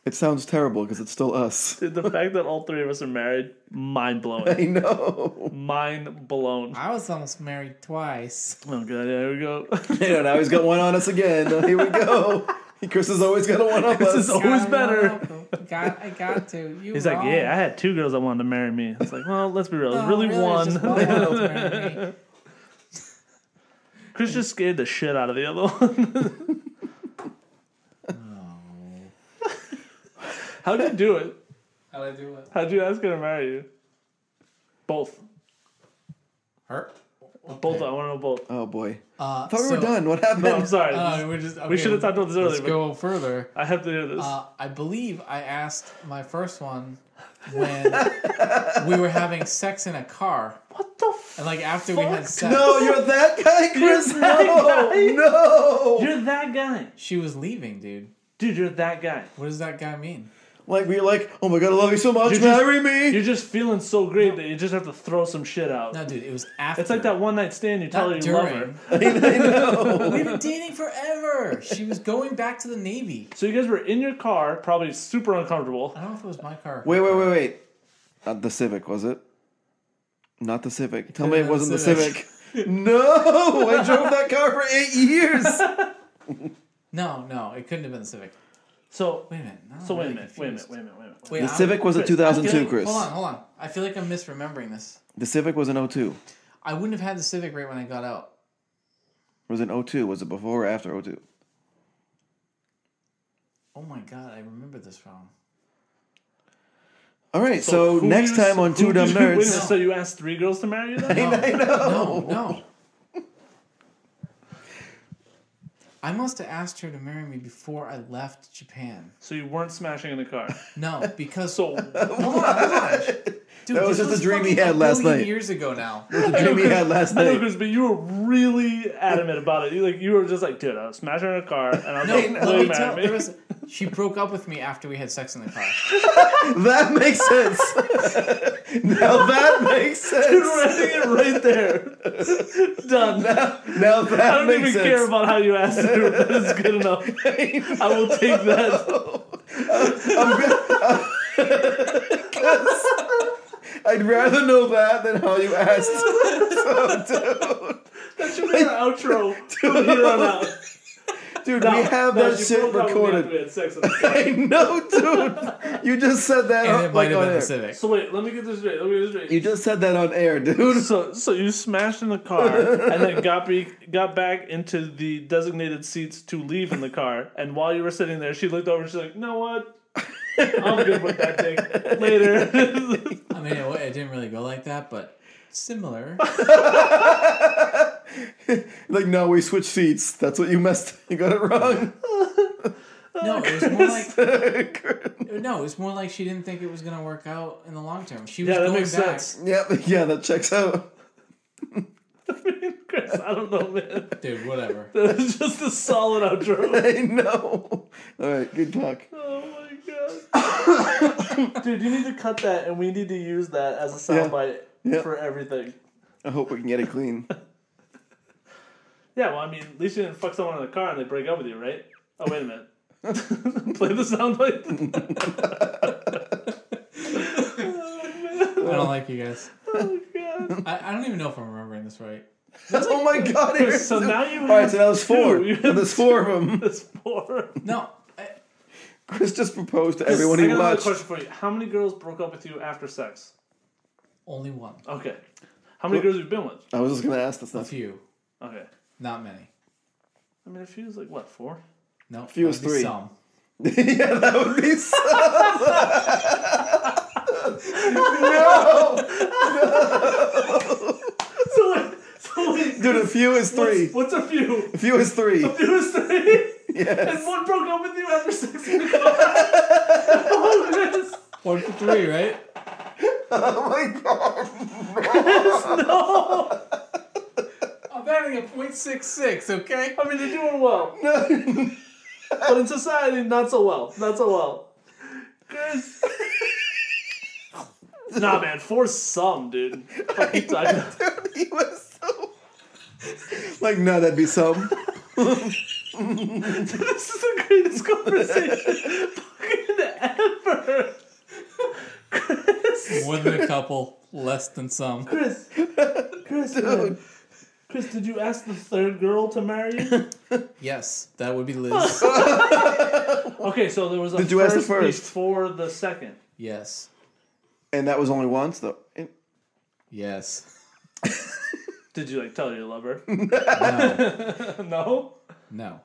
[SPEAKER 4] It sounds terrible because it's still us.
[SPEAKER 3] Dude, the fact that all three of us are married, mind blowing.
[SPEAKER 4] I know.
[SPEAKER 3] Mind blown.
[SPEAKER 2] I was almost married twice.
[SPEAKER 3] Oh god, yeah, here we go.
[SPEAKER 4] You know, now he's got one on us again. Here we go. Chris is always gonna one up us.
[SPEAKER 3] is Always
[SPEAKER 2] Gotta
[SPEAKER 3] better.
[SPEAKER 2] roll up. Got, I got to. You
[SPEAKER 3] He's like,
[SPEAKER 2] wrong.
[SPEAKER 3] yeah, I had two girls that wanted to marry me. It's like, well, let's be real, it's
[SPEAKER 2] No,
[SPEAKER 3] really,
[SPEAKER 2] it's just
[SPEAKER 3] one.
[SPEAKER 2] one that's married me.
[SPEAKER 3] Chris just scared the shit out of the other one. How'd you do it?
[SPEAKER 2] How'd I do it?
[SPEAKER 3] How'd you ask her to marry you? Both.
[SPEAKER 2] Her?
[SPEAKER 3] Both. I want to know both.
[SPEAKER 4] oh boy.
[SPEAKER 2] Uh,
[SPEAKER 4] I thought we
[SPEAKER 2] so-
[SPEAKER 4] were done. What happened?
[SPEAKER 3] No, I'm sorry.
[SPEAKER 2] Uh, we're just,
[SPEAKER 3] we
[SPEAKER 2] okay,
[SPEAKER 3] should have talked about this
[SPEAKER 2] Let's
[SPEAKER 3] earlier, but
[SPEAKER 2] go further.
[SPEAKER 3] I have to hear this.
[SPEAKER 2] Uh, I believe I asked my first one when we were having sex in a car,
[SPEAKER 3] what the f-
[SPEAKER 2] and like after we had sex,
[SPEAKER 4] No, you're that guy, Chris.
[SPEAKER 3] that
[SPEAKER 4] no,
[SPEAKER 3] guy?
[SPEAKER 4] no.
[SPEAKER 3] You're that guy.
[SPEAKER 2] she was leaving, dude.
[SPEAKER 3] Dude, you're that guy.
[SPEAKER 2] What does that guy mean?
[SPEAKER 4] Like we're like, oh my god, I love you so much.
[SPEAKER 3] You're just-
[SPEAKER 4] marry me.
[SPEAKER 3] You're just feeling so great that you just have to throw some shit out.
[SPEAKER 2] No, dude, it was after.
[SPEAKER 3] It's like that one night stand you tell her
[SPEAKER 2] Not
[SPEAKER 3] you love her.
[SPEAKER 2] during. We've been dating forever. She was going back to the Navy.
[SPEAKER 3] So you guys were in your car, probably super uncomfortable.
[SPEAKER 2] I don't know if it was my car.
[SPEAKER 4] Wait, wait, wait, wait. Not the Civic, was it? Not the Civic. Tell me
[SPEAKER 2] could've
[SPEAKER 4] it
[SPEAKER 2] been
[SPEAKER 4] wasn't the
[SPEAKER 2] the
[SPEAKER 4] Civic. no, I drove that car for eight years.
[SPEAKER 2] No, no, it couldn't have been the Civic.
[SPEAKER 3] So
[SPEAKER 2] Wait a minute. now
[SPEAKER 3] so
[SPEAKER 2] I'm
[SPEAKER 3] wait a
[SPEAKER 2] really
[SPEAKER 3] minute, wait a
[SPEAKER 2] confused.
[SPEAKER 3] minute, wait a minute, wait a minute.
[SPEAKER 2] Wait,
[SPEAKER 4] The
[SPEAKER 2] I'm-
[SPEAKER 4] Civic was a
[SPEAKER 3] Chris,
[SPEAKER 2] I feel
[SPEAKER 4] 2002,
[SPEAKER 2] like-
[SPEAKER 4] Chris.
[SPEAKER 2] Hold on, hold on. I feel like I'm misremembering this.
[SPEAKER 4] The Civic was an 02.
[SPEAKER 2] I wouldn't have had the Civic right when I got out.
[SPEAKER 4] Was oh it 02? Was it before or after 02?
[SPEAKER 2] Oh my god, I remember this wrong.
[SPEAKER 4] All right, so,
[SPEAKER 3] who
[SPEAKER 4] next
[SPEAKER 3] you-
[SPEAKER 4] time on
[SPEAKER 3] who
[SPEAKER 4] Two Dumb
[SPEAKER 3] did you- wait a minute,
[SPEAKER 4] Nerds.
[SPEAKER 3] So you asked three girls to marry you then?
[SPEAKER 2] No, no, no. I must have asked her to marry me before I left Japan.
[SPEAKER 3] So you weren't smashing in the car.
[SPEAKER 2] No, because
[SPEAKER 3] So
[SPEAKER 2] hold on, hold on. Dude,
[SPEAKER 4] That was
[SPEAKER 2] this
[SPEAKER 4] just a dream he
[SPEAKER 2] fucking
[SPEAKER 4] had
[SPEAKER 2] a
[SPEAKER 4] last
[SPEAKER 2] billion
[SPEAKER 4] night.
[SPEAKER 2] Years ago now.
[SPEAKER 4] The dream he had last
[SPEAKER 3] I know,
[SPEAKER 4] night.
[SPEAKER 3] Chris, but you were really adamant about it. You like you were just like, dude, I was smashing in a car and I was
[SPEAKER 2] No,
[SPEAKER 3] like,
[SPEAKER 2] let
[SPEAKER 3] really
[SPEAKER 2] me
[SPEAKER 3] mad
[SPEAKER 2] tell.
[SPEAKER 3] at me.
[SPEAKER 2] There was, she broke up with me after we had sex in the car.
[SPEAKER 4] That makes sense. now that makes sense.
[SPEAKER 3] Writing it right there. Done.
[SPEAKER 4] Now that
[SPEAKER 3] I don't
[SPEAKER 4] makes
[SPEAKER 3] even
[SPEAKER 4] sense.
[SPEAKER 3] care about how you asked her. That is good enough. I will take that.
[SPEAKER 4] I'd rather know that than how you asked.
[SPEAKER 3] That should be our outro from here on out.
[SPEAKER 4] Dude,
[SPEAKER 3] No,
[SPEAKER 4] we have
[SPEAKER 3] no,
[SPEAKER 4] that
[SPEAKER 3] she
[SPEAKER 4] shit
[SPEAKER 3] pulled up with me after
[SPEAKER 4] recorded.
[SPEAKER 3] we had sex on the
[SPEAKER 4] I know, dude. You just said that
[SPEAKER 2] and
[SPEAKER 4] on,
[SPEAKER 2] it might
[SPEAKER 4] like,
[SPEAKER 2] have
[SPEAKER 4] on
[SPEAKER 2] been the
[SPEAKER 4] air.
[SPEAKER 2] Civic.
[SPEAKER 3] So wait, let me get this straight. Let me get this straight.
[SPEAKER 4] You just said that on air, dude.
[SPEAKER 3] so, so you smashed in the car and then got be, got back into the designated seats to leave in the car. And while you were sitting there, she looked over. and She's like, "You know what? I'm good with that dick. Later."
[SPEAKER 2] I mean, it, wa- it didn't really go like that, but similar.
[SPEAKER 4] Like, no, we switched seats. That's what you messed. You got it wrong.
[SPEAKER 2] No, it was more like
[SPEAKER 4] yep.
[SPEAKER 2] no, it was more like she didn't think it was gonna work out in the long term. She was
[SPEAKER 3] yeah, that
[SPEAKER 2] going
[SPEAKER 3] makes
[SPEAKER 2] back.
[SPEAKER 3] sense.
[SPEAKER 4] Yeah, that checks out.
[SPEAKER 3] Chris, I don't know, man.
[SPEAKER 2] Dude, whatever.
[SPEAKER 3] That was just a solid outro.
[SPEAKER 4] I know. All right, good talk.
[SPEAKER 3] Oh my god, dude, you need to cut that, and we need to use that as a
[SPEAKER 4] Yeah.
[SPEAKER 3] soundbite
[SPEAKER 4] Yeah.
[SPEAKER 3] for everything.
[SPEAKER 4] I hope we can get it clean.
[SPEAKER 3] Yeah, well, I mean, at least you didn't fuck someone in the car and they break up with you, right? Oh, wait a minute. Play the soundbite.
[SPEAKER 2] I don't like you guys.
[SPEAKER 3] oh, God.
[SPEAKER 2] I, I don't even know if I'm remembering this right.
[SPEAKER 4] oh my god! Here's
[SPEAKER 3] So
[SPEAKER 4] two.
[SPEAKER 3] now you
[SPEAKER 4] All right,
[SPEAKER 3] have
[SPEAKER 4] so that was four.
[SPEAKER 3] two. You
[SPEAKER 4] Now There's four of them.
[SPEAKER 3] this four.
[SPEAKER 2] No, I,
[SPEAKER 4] Chris just proposed to everyone
[SPEAKER 3] I
[SPEAKER 4] he
[SPEAKER 3] got another
[SPEAKER 4] watched.
[SPEAKER 3] question for you. How many girls broke up with you after sex?
[SPEAKER 2] only one.
[SPEAKER 3] Okay. How many girls have you been with?
[SPEAKER 4] I was just gonna ask this.
[SPEAKER 2] A
[SPEAKER 4] Stuff.
[SPEAKER 2] few,
[SPEAKER 3] Okay.
[SPEAKER 2] not many.
[SPEAKER 3] I mean, a few is like, what, four?
[SPEAKER 2] No,
[SPEAKER 4] few
[SPEAKER 2] that
[SPEAKER 4] is
[SPEAKER 2] would be
[SPEAKER 4] three.
[SPEAKER 2] Some.
[SPEAKER 4] yeah, that would be. So... no,
[SPEAKER 3] So, like, so like,
[SPEAKER 4] dude, a few is three.
[SPEAKER 3] What's, what's a few?
[SPEAKER 4] A few is three.
[SPEAKER 3] A few is three.
[SPEAKER 4] Yes.
[SPEAKER 3] And one broke up with you after sex in the car. oh, Chris.
[SPEAKER 2] One for three, right?
[SPEAKER 4] Oh my god.
[SPEAKER 3] No.
[SPEAKER 2] I'm batting a point six six. Okay.
[SPEAKER 3] I mean, they're doing well.
[SPEAKER 4] No.
[SPEAKER 3] but in society, not so well. Not so well. Chris. nah, man, for some, dude. Fucking time.
[SPEAKER 4] Dude, he was so. Like, no, that'd be some.
[SPEAKER 3] this is the greatest conversation fucking ever. Chris.
[SPEAKER 2] More than a couple, less than some.
[SPEAKER 3] Chris. Chris, man. Chris, did you ask the third girl to marry you?
[SPEAKER 2] Yes, that would be Liz.
[SPEAKER 3] Okay, so there was a
[SPEAKER 4] Did you ask the first?
[SPEAKER 3] before the second.
[SPEAKER 2] yes,
[SPEAKER 4] And that was only once, though. And-
[SPEAKER 2] yes.
[SPEAKER 3] Did you like tell your lover?
[SPEAKER 2] No,
[SPEAKER 3] no.
[SPEAKER 2] no.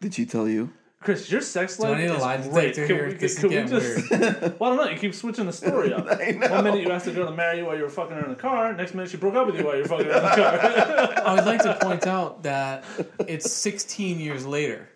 [SPEAKER 4] Did she tell you?
[SPEAKER 3] Chris, your sex life
[SPEAKER 2] I need a
[SPEAKER 3] is
[SPEAKER 2] lie detector
[SPEAKER 3] great. Can
[SPEAKER 2] here?
[SPEAKER 3] we,
[SPEAKER 2] This is
[SPEAKER 3] can we
[SPEAKER 2] getting
[SPEAKER 3] just? Well, I don't know. You keep switching the story up.
[SPEAKER 4] I know.
[SPEAKER 3] One minute you asked the girl to marry you while you were fucking her in the car. Next minute she broke up with you while you were fucking her in the car.
[SPEAKER 2] I would like to point out that it's 16 years later.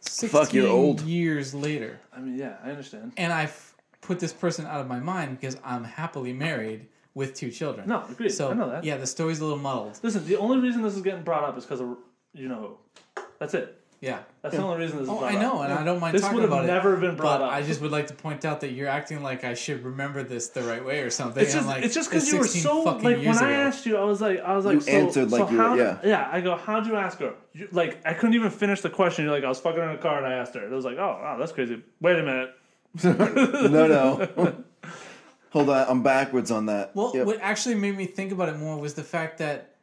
[SPEAKER 2] 16
[SPEAKER 4] Fuck, you're old.
[SPEAKER 2] Years later,
[SPEAKER 3] I mean, yeah, I understand.
[SPEAKER 2] and I've put this person out of my mind because I'm happily married with two children.
[SPEAKER 3] No, agreed.
[SPEAKER 2] so
[SPEAKER 3] I know that.
[SPEAKER 2] yeah, the story's a little muddled.
[SPEAKER 3] Listen, the only reason this is getting brought up is because of you know who. That's it.
[SPEAKER 2] Yeah.
[SPEAKER 3] That's the only reason this is
[SPEAKER 2] Oh,
[SPEAKER 3] brought
[SPEAKER 2] I know,
[SPEAKER 3] up.
[SPEAKER 2] and I don't mind
[SPEAKER 3] This
[SPEAKER 2] talking
[SPEAKER 3] would
[SPEAKER 2] about
[SPEAKER 3] have
[SPEAKER 2] it.
[SPEAKER 3] never been brought
[SPEAKER 2] But
[SPEAKER 3] up.
[SPEAKER 2] I just would like to point out that you're acting like I should remember this the right way or something.
[SPEAKER 3] it's just
[SPEAKER 2] I'm like,
[SPEAKER 3] it's just because you were
[SPEAKER 2] 16
[SPEAKER 3] so like
[SPEAKER 2] fucking
[SPEAKER 3] when
[SPEAKER 2] years
[SPEAKER 3] I
[SPEAKER 2] ago.
[SPEAKER 3] asked you, I was like I was like
[SPEAKER 4] You
[SPEAKER 3] so,
[SPEAKER 4] answered
[SPEAKER 3] so
[SPEAKER 4] like you were-
[SPEAKER 3] how-
[SPEAKER 4] yeah.
[SPEAKER 3] yeah I go how'd you ask her you, like I couldn't even finish the question you're like I was fucking her in the car and I asked her it was like oh wow that's crazy wait a minute
[SPEAKER 4] No, no. Hold on, I'm backwards on that.
[SPEAKER 2] Well,
[SPEAKER 4] Yep.
[SPEAKER 2] what actually made me think about it more was the fact that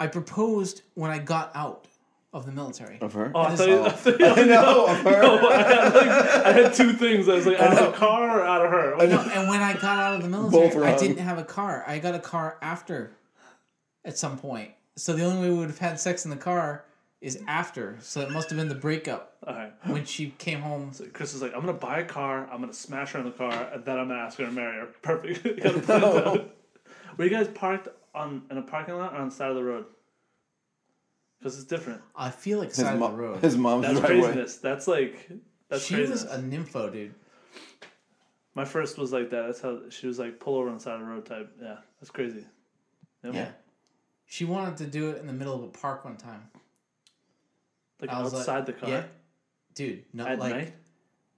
[SPEAKER 2] I proposed when I got out of the military.
[SPEAKER 4] of her.
[SPEAKER 3] oh I
[SPEAKER 2] is
[SPEAKER 3] thought, you, I
[SPEAKER 4] all.
[SPEAKER 3] thought you-
[SPEAKER 4] I know of her.
[SPEAKER 3] I had, like, I had two things. I was like, "Oh." out of the car or out of her?
[SPEAKER 2] No, and when I got out of the military,
[SPEAKER 4] were
[SPEAKER 2] I
[SPEAKER 4] out.
[SPEAKER 2] didn't have a car. I got a car after at some point. So the only way we would have had sex in the car is after. So it must have been the breakup
[SPEAKER 3] All right.
[SPEAKER 2] when she came home.
[SPEAKER 3] Chris is like, I'm gonna buy a car. I'm gonna smash her in the car, and then I'm gonna ask her to marry her. Perfect. You got it planned out. Were you guys parked on in a parking lot or on the side of the road? Because it's different.
[SPEAKER 2] I feel like
[SPEAKER 4] His,
[SPEAKER 2] side
[SPEAKER 4] mo-
[SPEAKER 2] of the road.
[SPEAKER 4] his mom's
[SPEAKER 3] That's
[SPEAKER 4] driveway.
[SPEAKER 3] craziness. That's like that's
[SPEAKER 2] she
[SPEAKER 3] craziness.
[SPEAKER 2] was a nympho, dude.
[SPEAKER 3] My first was like that. That's how she was like pull over on the side of the road type. Yeah, that's crazy. Yeah, man.
[SPEAKER 2] Yeah. She wanted to do it in the middle of a park one time.
[SPEAKER 3] like
[SPEAKER 2] I was like,
[SPEAKER 3] outside the car
[SPEAKER 2] yeah. Dude, not
[SPEAKER 3] at
[SPEAKER 2] like
[SPEAKER 3] night.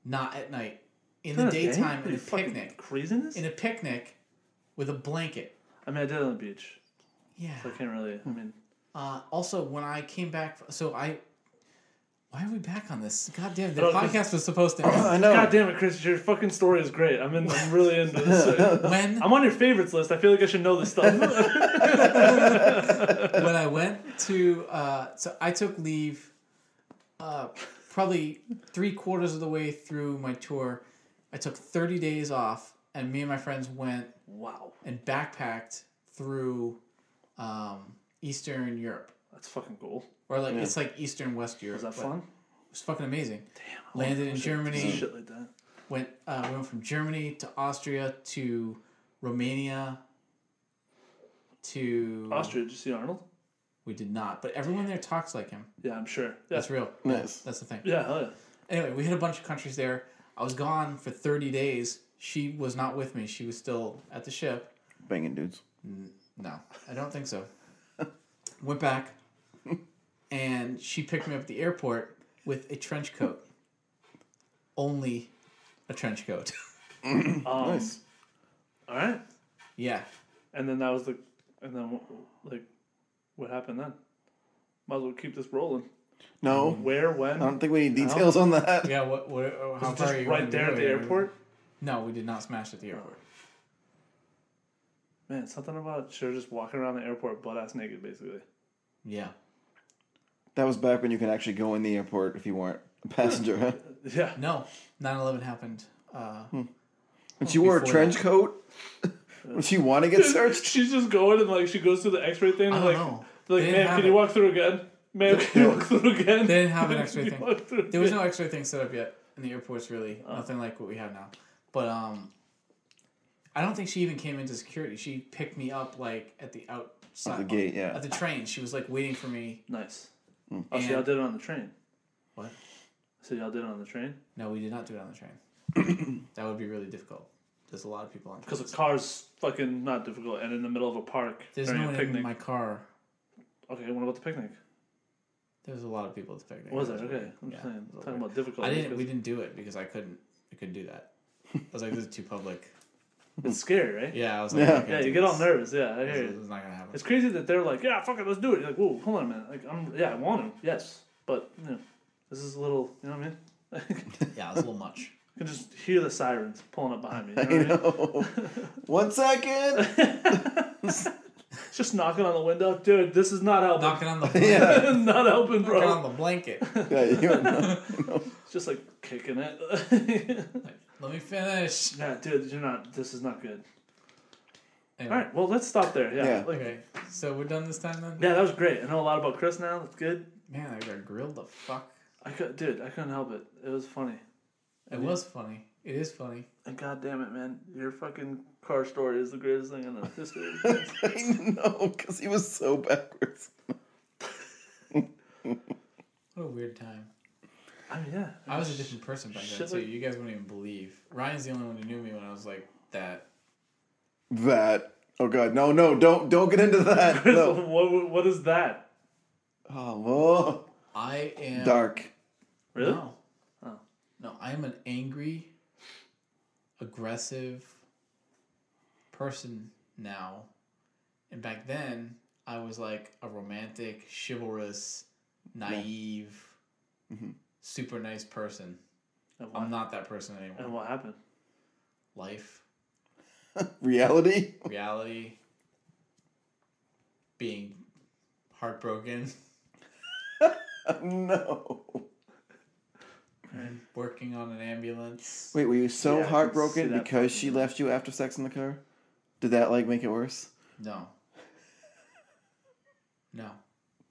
[SPEAKER 2] not at night. In
[SPEAKER 3] Not
[SPEAKER 2] the
[SPEAKER 3] at day?
[SPEAKER 2] daytime
[SPEAKER 3] Are
[SPEAKER 2] in
[SPEAKER 3] you
[SPEAKER 2] a
[SPEAKER 3] fucking
[SPEAKER 2] picnic.
[SPEAKER 3] Craziness.
[SPEAKER 2] In a picnic with a blanket.
[SPEAKER 3] I mean, I did it on the beach.
[SPEAKER 2] Yeah. Hmm.
[SPEAKER 3] I can't really. I mean,
[SPEAKER 2] Uh, also, when I came back, so I, Why are we back on this? God damn, the
[SPEAKER 3] I don't-
[SPEAKER 2] podcast was supposed to end.
[SPEAKER 4] I know.
[SPEAKER 3] God damn it, Chris! Your fucking story is great. I'm in. I'm really into this.
[SPEAKER 2] When
[SPEAKER 3] I'm on your favorites list. I feel like I should know this stuff.
[SPEAKER 2] when I went to uh, so I took leave uh, probably three quarters of the way through my tour. I took thirty days off, and me and my friends went
[SPEAKER 3] wow,
[SPEAKER 2] and backpacked through um, Eastern Europe,
[SPEAKER 3] that's fucking cool.
[SPEAKER 2] or like it's like Eastern West Europe.
[SPEAKER 3] Was that
[SPEAKER 2] but
[SPEAKER 3] fun?
[SPEAKER 2] It was fucking amazing.
[SPEAKER 3] Damn.
[SPEAKER 2] Landed in
[SPEAKER 3] Shit-
[SPEAKER 2] Germany.
[SPEAKER 3] Shit like that.
[SPEAKER 2] Went uh, we went from Germany to Austria to Romania to
[SPEAKER 3] Austria. Did you see Arnold?
[SPEAKER 2] We did not, but everyone there talks like him.
[SPEAKER 3] Yeah, I'm sure. Yeah.
[SPEAKER 2] That's real.
[SPEAKER 4] Nice.
[SPEAKER 2] That's the thing.
[SPEAKER 3] Yeah, hell yeah.
[SPEAKER 2] Anyway, we hit a bunch of countries there. I was gone for 30 days. She was not with me. She was still at the ship.
[SPEAKER 4] Banging dudes.
[SPEAKER 2] No, I don't think so. Went back, and she picked me up at the airport with a trench coat. Only a trench coat.
[SPEAKER 3] Um,
[SPEAKER 4] Nice.
[SPEAKER 3] All right.
[SPEAKER 2] yeah.
[SPEAKER 3] And then that was the, and then like, what happened then? Might as well keep this rolling.
[SPEAKER 4] No,
[SPEAKER 3] Where, when?
[SPEAKER 4] I don't think we need details on that.
[SPEAKER 2] Yeah, what, what, how far
[SPEAKER 3] just
[SPEAKER 2] are you
[SPEAKER 3] right
[SPEAKER 2] gonna
[SPEAKER 3] there
[SPEAKER 2] go?
[SPEAKER 3] at the
[SPEAKER 2] You're-
[SPEAKER 3] airport.
[SPEAKER 2] No, we did not smash at the airport.
[SPEAKER 3] Man, something about sure just walking around the airport butt ass naked, basically.
[SPEAKER 2] Yeah.
[SPEAKER 4] That was back when you could actually go in the airport if you weren't a passenger, huh?
[SPEAKER 3] Yeah.
[SPEAKER 2] No, 9 11 happened. Uh,
[SPEAKER 4] Hmm. And she wore a
[SPEAKER 2] Before
[SPEAKER 4] trench coat. Would she want to get searched?
[SPEAKER 3] She's just going and like she goes through the X-ray thing.
[SPEAKER 2] I
[SPEAKER 3] And,
[SPEAKER 2] don't
[SPEAKER 3] like,
[SPEAKER 2] know.
[SPEAKER 3] they're
[SPEAKER 2] They
[SPEAKER 3] like,
[SPEAKER 2] didn't
[SPEAKER 3] man,
[SPEAKER 2] have
[SPEAKER 3] can
[SPEAKER 2] it.
[SPEAKER 3] you walk through again? Man, can you walk through again?
[SPEAKER 2] They didn't have an
[SPEAKER 3] Can
[SPEAKER 2] X-ray
[SPEAKER 3] you
[SPEAKER 2] thing.
[SPEAKER 3] walk through
[SPEAKER 2] There was
[SPEAKER 3] again?
[SPEAKER 2] no X-ray thing set up yet in the airports, really.
[SPEAKER 3] Oh.
[SPEAKER 2] Nothing like what we have now. But um, I don't think she even came into security. She picked me up like at the outside
[SPEAKER 4] At the gate, yeah.
[SPEAKER 2] at the train. She was like waiting for me.
[SPEAKER 3] Nice. Oh, so
[SPEAKER 2] And-
[SPEAKER 3] y'all did it on the train.
[SPEAKER 2] What?
[SPEAKER 3] So y'all did it on the train
[SPEAKER 2] No, we did not do it on the train. that would be really difficult. There's a lot of people on.
[SPEAKER 3] because the car's fucking not difficult, and in the middle of a park
[SPEAKER 2] There's
[SPEAKER 3] during
[SPEAKER 2] no
[SPEAKER 3] a
[SPEAKER 2] one
[SPEAKER 3] picnic.
[SPEAKER 2] in my car.
[SPEAKER 3] Okay, what about the picnic?
[SPEAKER 2] There's a lot of people at the picnic.
[SPEAKER 3] Was it
[SPEAKER 2] It
[SPEAKER 3] okay? I'm
[SPEAKER 2] yeah,
[SPEAKER 3] just saying,
[SPEAKER 2] it was
[SPEAKER 3] talking about difficult.
[SPEAKER 2] I didn't.
[SPEAKER 3] because
[SPEAKER 2] We didn't do it because I couldn't. I couldn't do that. I was like, this is too public.
[SPEAKER 3] It's scary, right?
[SPEAKER 2] Yeah, I was like,
[SPEAKER 4] Yeah.
[SPEAKER 2] I can't
[SPEAKER 3] Yeah,
[SPEAKER 2] do
[SPEAKER 3] you get all
[SPEAKER 2] this.
[SPEAKER 3] nervous. Yeah, I
[SPEAKER 2] This
[SPEAKER 3] hear
[SPEAKER 2] is
[SPEAKER 3] you.
[SPEAKER 2] this is not gonna happen.
[SPEAKER 3] It's crazy that they're like, yeah, fuck it, let's do it. You're like, whoa, hold on a minute. Like, I'm, yeah, I want to, yes, but you know, this is a little, you know what I mean?
[SPEAKER 2] Yeah, it was a little much.
[SPEAKER 3] I can just hear the sirens pulling up behind me. You know
[SPEAKER 4] You
[SPEAKER 3] what I mean?
[SPEAKER 4] know. One second.
[SPEAKER 3] It's just knocking on the window, dude. This is not helping.
[SPEAKER 2] Knocking on the blanket.
[SPEAKER 4] Yeah.
[SPEAKER 3] not helping, bro.
[SPEAKER 2] Knocking on the blanket.
[SPEAKER 4] yeah, you don't know.
[SPEAKER 3] It's just like kicking it.
[SPEAKER 2] Like, let me finish.
[SPEAKER 3] yeah, dude, you're not. This is not good.
[SPEAKER 2] Anyway,
[SPEAKER 3] All right, well, let's stop there. Yeah,
[SPEAKER 4] Yeah.
[SPEAKER 3] like-
[SPEAKER 2] Okay, so we're done this time then.
[SPEAKER 3] yeah, that was great. I know a lot about Chris now. That's good.
[SPEAKER 2] Man, I got grilled the fuck.
[SPEAKER 3] I could, dude, I couldn't help it. It was funny.
[SPEAKER 2] It was funny. It is funny.
[SPEAKER 3] And god damn it, man, your fucking car story is the greatest thing in the history.
[SPEAKER 4] I know, because he was so backwards.
[SPEAKER 2] What a weird time.
[SPEAKER 3] I mean, yeah.
[SPEAKER 2] I was a different person back then
[SPEAKER 3] Shit,
[SPEAKER 2] too.
[SPEAKER 3] like-
[SPEAKER 2] You guys wouldn't even believe. Ryan's the only one who knew me when I was like that.
[SPEAKER 4] That. Oh god, no, no, don't don't get into that. No.
[SPEAKER 3] what, what is that?
[SPEAKER 4] Oh, whoa.
[SPEAKER 2] I am
[SPEAKER 4] dark.
[SPEAKER 3] Really?
[SPEAKER 2] No. No, I am an angry, aggressive person now. And back then, I was like a romantic, chivalrous, naive,
[SPEAKER 3] Mm-hmm.
[SPEAKER 2] super nice person.
[SPEAKER 3] And, what,
[SPEAKER 2] I'm not that person anymore.
[SPEAKER 3] and what happened?
[SPEAKER 2] Life,
[SPEAKER 4] Reality?
[SPEAKER 2] reality, being heartbroken,
[SPEAKER 4] No.
[SPEAKER 2] working on an ambulance.
[SPEAKER 4] Wait, were you
[SPEAKER 3] Yeah, I
[SPEAKER 4] so
[SPEAKER 3] can see
[SPEAKER 4] heartbroken
[SPEAKER 3] that
[SPEAKER 4] because she left you after sex in the car? Did that like make it worse?
[SPEAKER 2] No. No.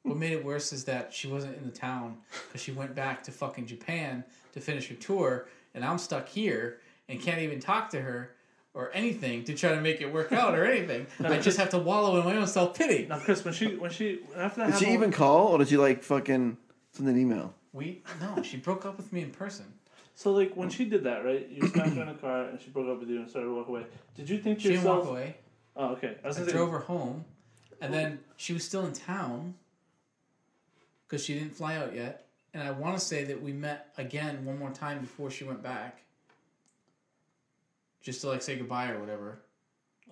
[SPEAKER 2] What made it worse is that she wasn't in the town because she went back to fucking Japan to finish her tour, and I'm stuck here and can't even talk to her or anything to try to make it work out or anything. I just have to wallow in my own self pity.
[SPEAKER 3] Now, Chris, when she, when she, after that
[SPEAKER 4] Did she
[SPEAKER 3] happened-
[SPEAKER 4] even call or did she like fucking send an email?
[SPEAKER 2] We no, she broke up with me in person.
[SPEAKER 3] So like
[SPEAKER 4] Mm.
[SPEAKER 3] when she did that, right? You smacked her in the car and she broke up with you and started to walk away. Did you think to
[SPEAKER 2] She didn't
[SPEAKER 3] yourself?
[SPEAKER 2] walk away.
[SPEAKER 3] Oh, okay. I was
[SPEAKER 2] I
[SPEAKER 3] gonna say-
[SPEAKER 2] drove her home, and then she was still in town because she didn't fly out yet. And I want to say that we met again one more time before she went back, just to like say goodbye or whatever.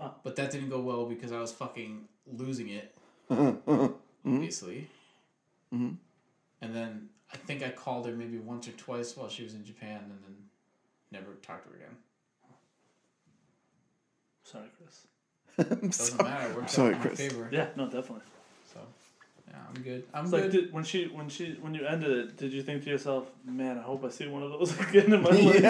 [SPEAKER 3] Oh.
[SPEAKER 2] But that didn't go well because I was fucking
[SPEAKER 4] Mm-hmm.
[SPEAKER 2] losing it, obviously. And then I think I called her maybe once or twice while she was in Japan, and then never talked to her again.
[SPEAKER 3] Sorry, Chris.
[SPEAKER 4] I'm
[SPEAKER 2] Doesn't
[SPEAKER 4] sorry.
[SPEAKER 2] matter. It worked
[SPEAKER 4] sorry,
[SPEAKER 2] out in my
[SPEAKER 4] Chris.
[SPEAKER 2] favor.
[SPEAKER 3] Yeah.
[SPEAKER 8] No, definitely.
[SPEAKER 2] So yeah, I'm good. I'm
[SPEAKER 3] It's
[SPEAKER 2] good.
[SPEAKER 3] like did, when she when she when you ended it, did you think to yourself, "Man, I hope I see one of those again in my life"?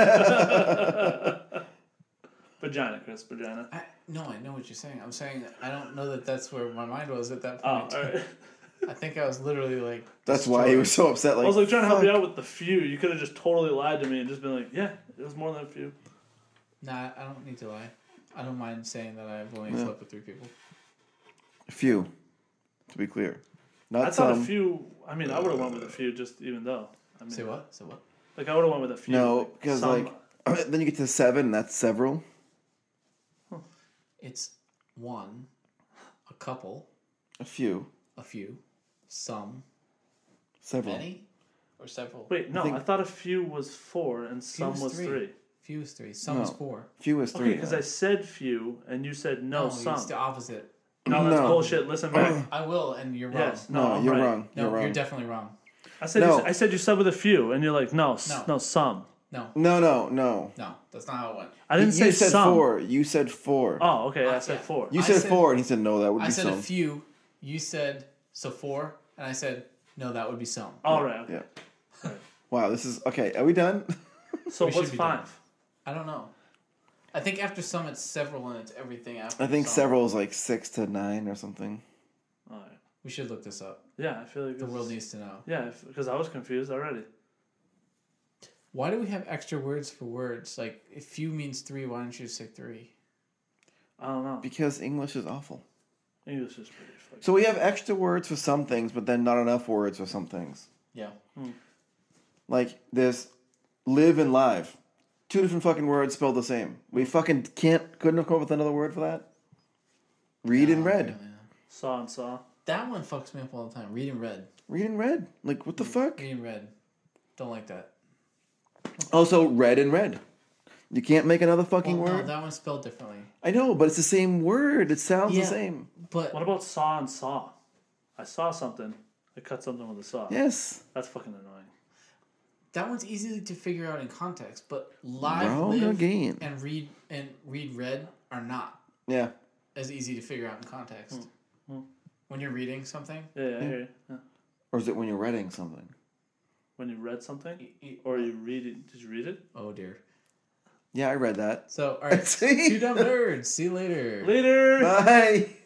[SPEAKER 3] vagina, Chris, vagina.
[SPEAKER 2] I, no, I know what you're saying. I'm saying I don't know that that's where my mind was at that
[SPEAKER 3] Oh, all
[SPEAKER 2] point.
[SPEAKER 3] right.
[SPEAKER 2] I think I was literally like.
[SPEAKER 4] That's why he was so upset. Like,
[SPEAKER 3] I was like trying to help you out with the few. You could have just totally lied to me and just been like, "Yeah, it was more than a few."
[SPEAKER 2] Nah, I don't need to lie. I don't mind saying that I've only slept with three people.
[SPEAKER 4] few, to be clear,
[SPEAKER 3] I
[SPEAKER 4] not
[SPEAKER 3] thought a
[SPEAKER 4] some.
[SPEAKER 3] few. I mean, I would have went with a few, just even though. I mean,
[SPEAKER 2] Say what? Say what?
[SPEAKER 3] Like I would have went with a few.
[SPEAKER 4] No, because
[SPEAKER 3] some-
[SPEAKER 4] like then you get to seven, and that's several.
[SPEAKER 2] It's one, a couple,
[SPEAKER 4] A few,
[SPEAKER 2] a few, some,
[SPEAKER 4] several.
[SPEAKER 2] many, or several.
[SPEAKER 3] Wait, no, I,
[SPEAKER 4] think-
[SPEAKER 3] thought a few was four and some
[SPEAKER 2] was
[SPEAKER 3] was
[SPEAKER 2] three.
[SPEAKER 3] three.
[SPEAKER 2] Few is three. Some is
[SPEAKER 4] No.
[SPEAKER 2] four.
[SPEAKER 4] Few is
[SPEAKER 3] Okay,
[SPEAKER 4] three.
[SPEAKER 3] because
[SPEAKER 4] now.
[SPEAKER 3] I said few and you said no,
[SPEAKER 2] No,
[SPEAKER 3] some.
[SPEAKER 2] it's the opposite.
[SPEAKER 3] No, that's
[SPEAKER 4] No.
[SPEAKER 3] bullshit. Listen back.
[SPEAKER 2] I will, and you're wrong.
[SPEAKER 3] yes, no,
[SPEAKER 4] no,
[SPEAKER 3] I'm
[SPEAKER 4] you're
[SPEAKER 3] right.
[SPEAKER 4] wrong.
[SPEAKER 2] no,
[SPEAKER 4] you're wrong.
[SPEAKER 2] definitely wrong.
[SPEAKER 3] I said
[SPEAKER 4] No.
[SPEAKER 3] you, I said you sub with a few, and you're like, no, s-
[SPEAKER 2] No.
[SPEAKER 3] no, some.
[SPEAKER 2] No,
[SPEAKER 4] no, no, no.
[SPEAKER 2] no, that's not how it went.
[SPEAKER 3] I didn't say
[SPEAKER 4] you said
[SPEAKER 3] some.
[SPEAKER 4] four. You said four.
[SPEAKER 3] Oh, okay, I
[SPEAKER 2] Uh,
[SPEAKER 3] said
[SPEAKER 2] yeah.
[SPEAKER 3] four.
[SPEAKER 4] you
[SPEAKER 2] I
[SPEAKER 4] said,
[SPEAKER 2] said-
[SPEAKER 4] four, and he said no. That would
[SPEAKER 2] I
[SPEAKER 4] be
[SPEAKER 2] said
[SPEAKER 4] some.
[SPEAKER 2] a few. You said so four, and I said no. That would be some.
[SPEAKER 3] All right. Okay.
[SPEAKER 4] Yeah. Wow, this is okay. Are we done?
[SPEAKER 3] So
[SPEAKER 2] We should
[SPEAKER 3] what's
[SPEAKER 2] be
[SPEAKER 3] five?
[SPEAKER 2] done. I don't know. I think after some, it's several, and it's everything after.
[SPEAKER 4] I think
[SPEAKER 2] some.
[SPEAKER 4] several is like six to nine or something.
[SPEAKER 3] All right.
[SPEAKER 2] We should look this up.
[SPEAKER 3] Yeah, I feel like
[SPEAKER 2] The
[SPEAKER 3] this
[SPEAKER 2] world
[SPEAKER 3] is-
[SPEAKER 2] needs to know.
[SPEAKER 3] Yeah, because I was confused already.
[SPEAKER 2] Why do we have extra words for words? Like, if few means three, why don't you say three?
[SPEAKER 3] I don't know.
[SPEAKER 4] Because English is awful.
[SPEAKER 3] English is pretty fucking.
[SPEAKER 4] So we have extra words for some things, but then not enough words for some things.
[SPEAKER 2] Yeah.
[SPEAKER 4] Like there's live and live. Two different fucking words spelled the same. We fucking can't couldn't have come up with another word for that. Read
[SPEAKER 2] Oh,
[SPEAKER 4] and read.
[SPEAKER 3] Saw and saw.
[SPEAKER 2] That one fucks me up all the time. Read and read.
[SPEAKER 4] Read and read. Like
[SPEAKER 2] Mm.
[SPEAKER 4] what the fuck?
[SPEAKER 2] Read and read. Don't like that.
[SPEAKER 4] Also red and red. You can't make another fucking
[SPEAKER 2] Well, Oh, no,
[SPEAKER 4] word.
[SPEAKER 2] that one's spelled differently.
[SPEAKER 4] I know, but it's the same word. It sounds
[SPEAKER 2] Yeah.
[SPEAKER 4] the same.
[SPEAKER 2] But
[SPEAKER 3] What about saw and saw? I saw something. I cut something with a saw.
[SPEAKER 4] Yes.
[SPEAKER 3] That's fucking annoying.
[SPEAKER 2] that one's easy to figure out in context. But live,
[SPEAKER 4] Wrong
[SPEAKER 2] live,
[SPEAKER 4] again.
[SPEAKER 2] and read and read read are not
[SPEAKER 4] Yeah.
[SPEAKER 2] as easy to figure out in context. When you're reading something,
[SPEAKER 3] Yeah, yeah, I hear you. Yeah.
[SPEAKER 4] Or is it when you're reading something?
[SPEAKER 3] When you read something,
[SPEAKER 2] y- y-
[SPEAKER 3] or you read it? Did you read it?
[SPEAKER 2] oh dear.
[SPEAKER 4] Yeah, I read that.
[SPEAKER 2] So all right,
[SPEAKER 4] See?
[SPEAKER 2] two dumb nerds. See you later.
[SPEAKER 3] Later.
[SPEAKER 4] Bye.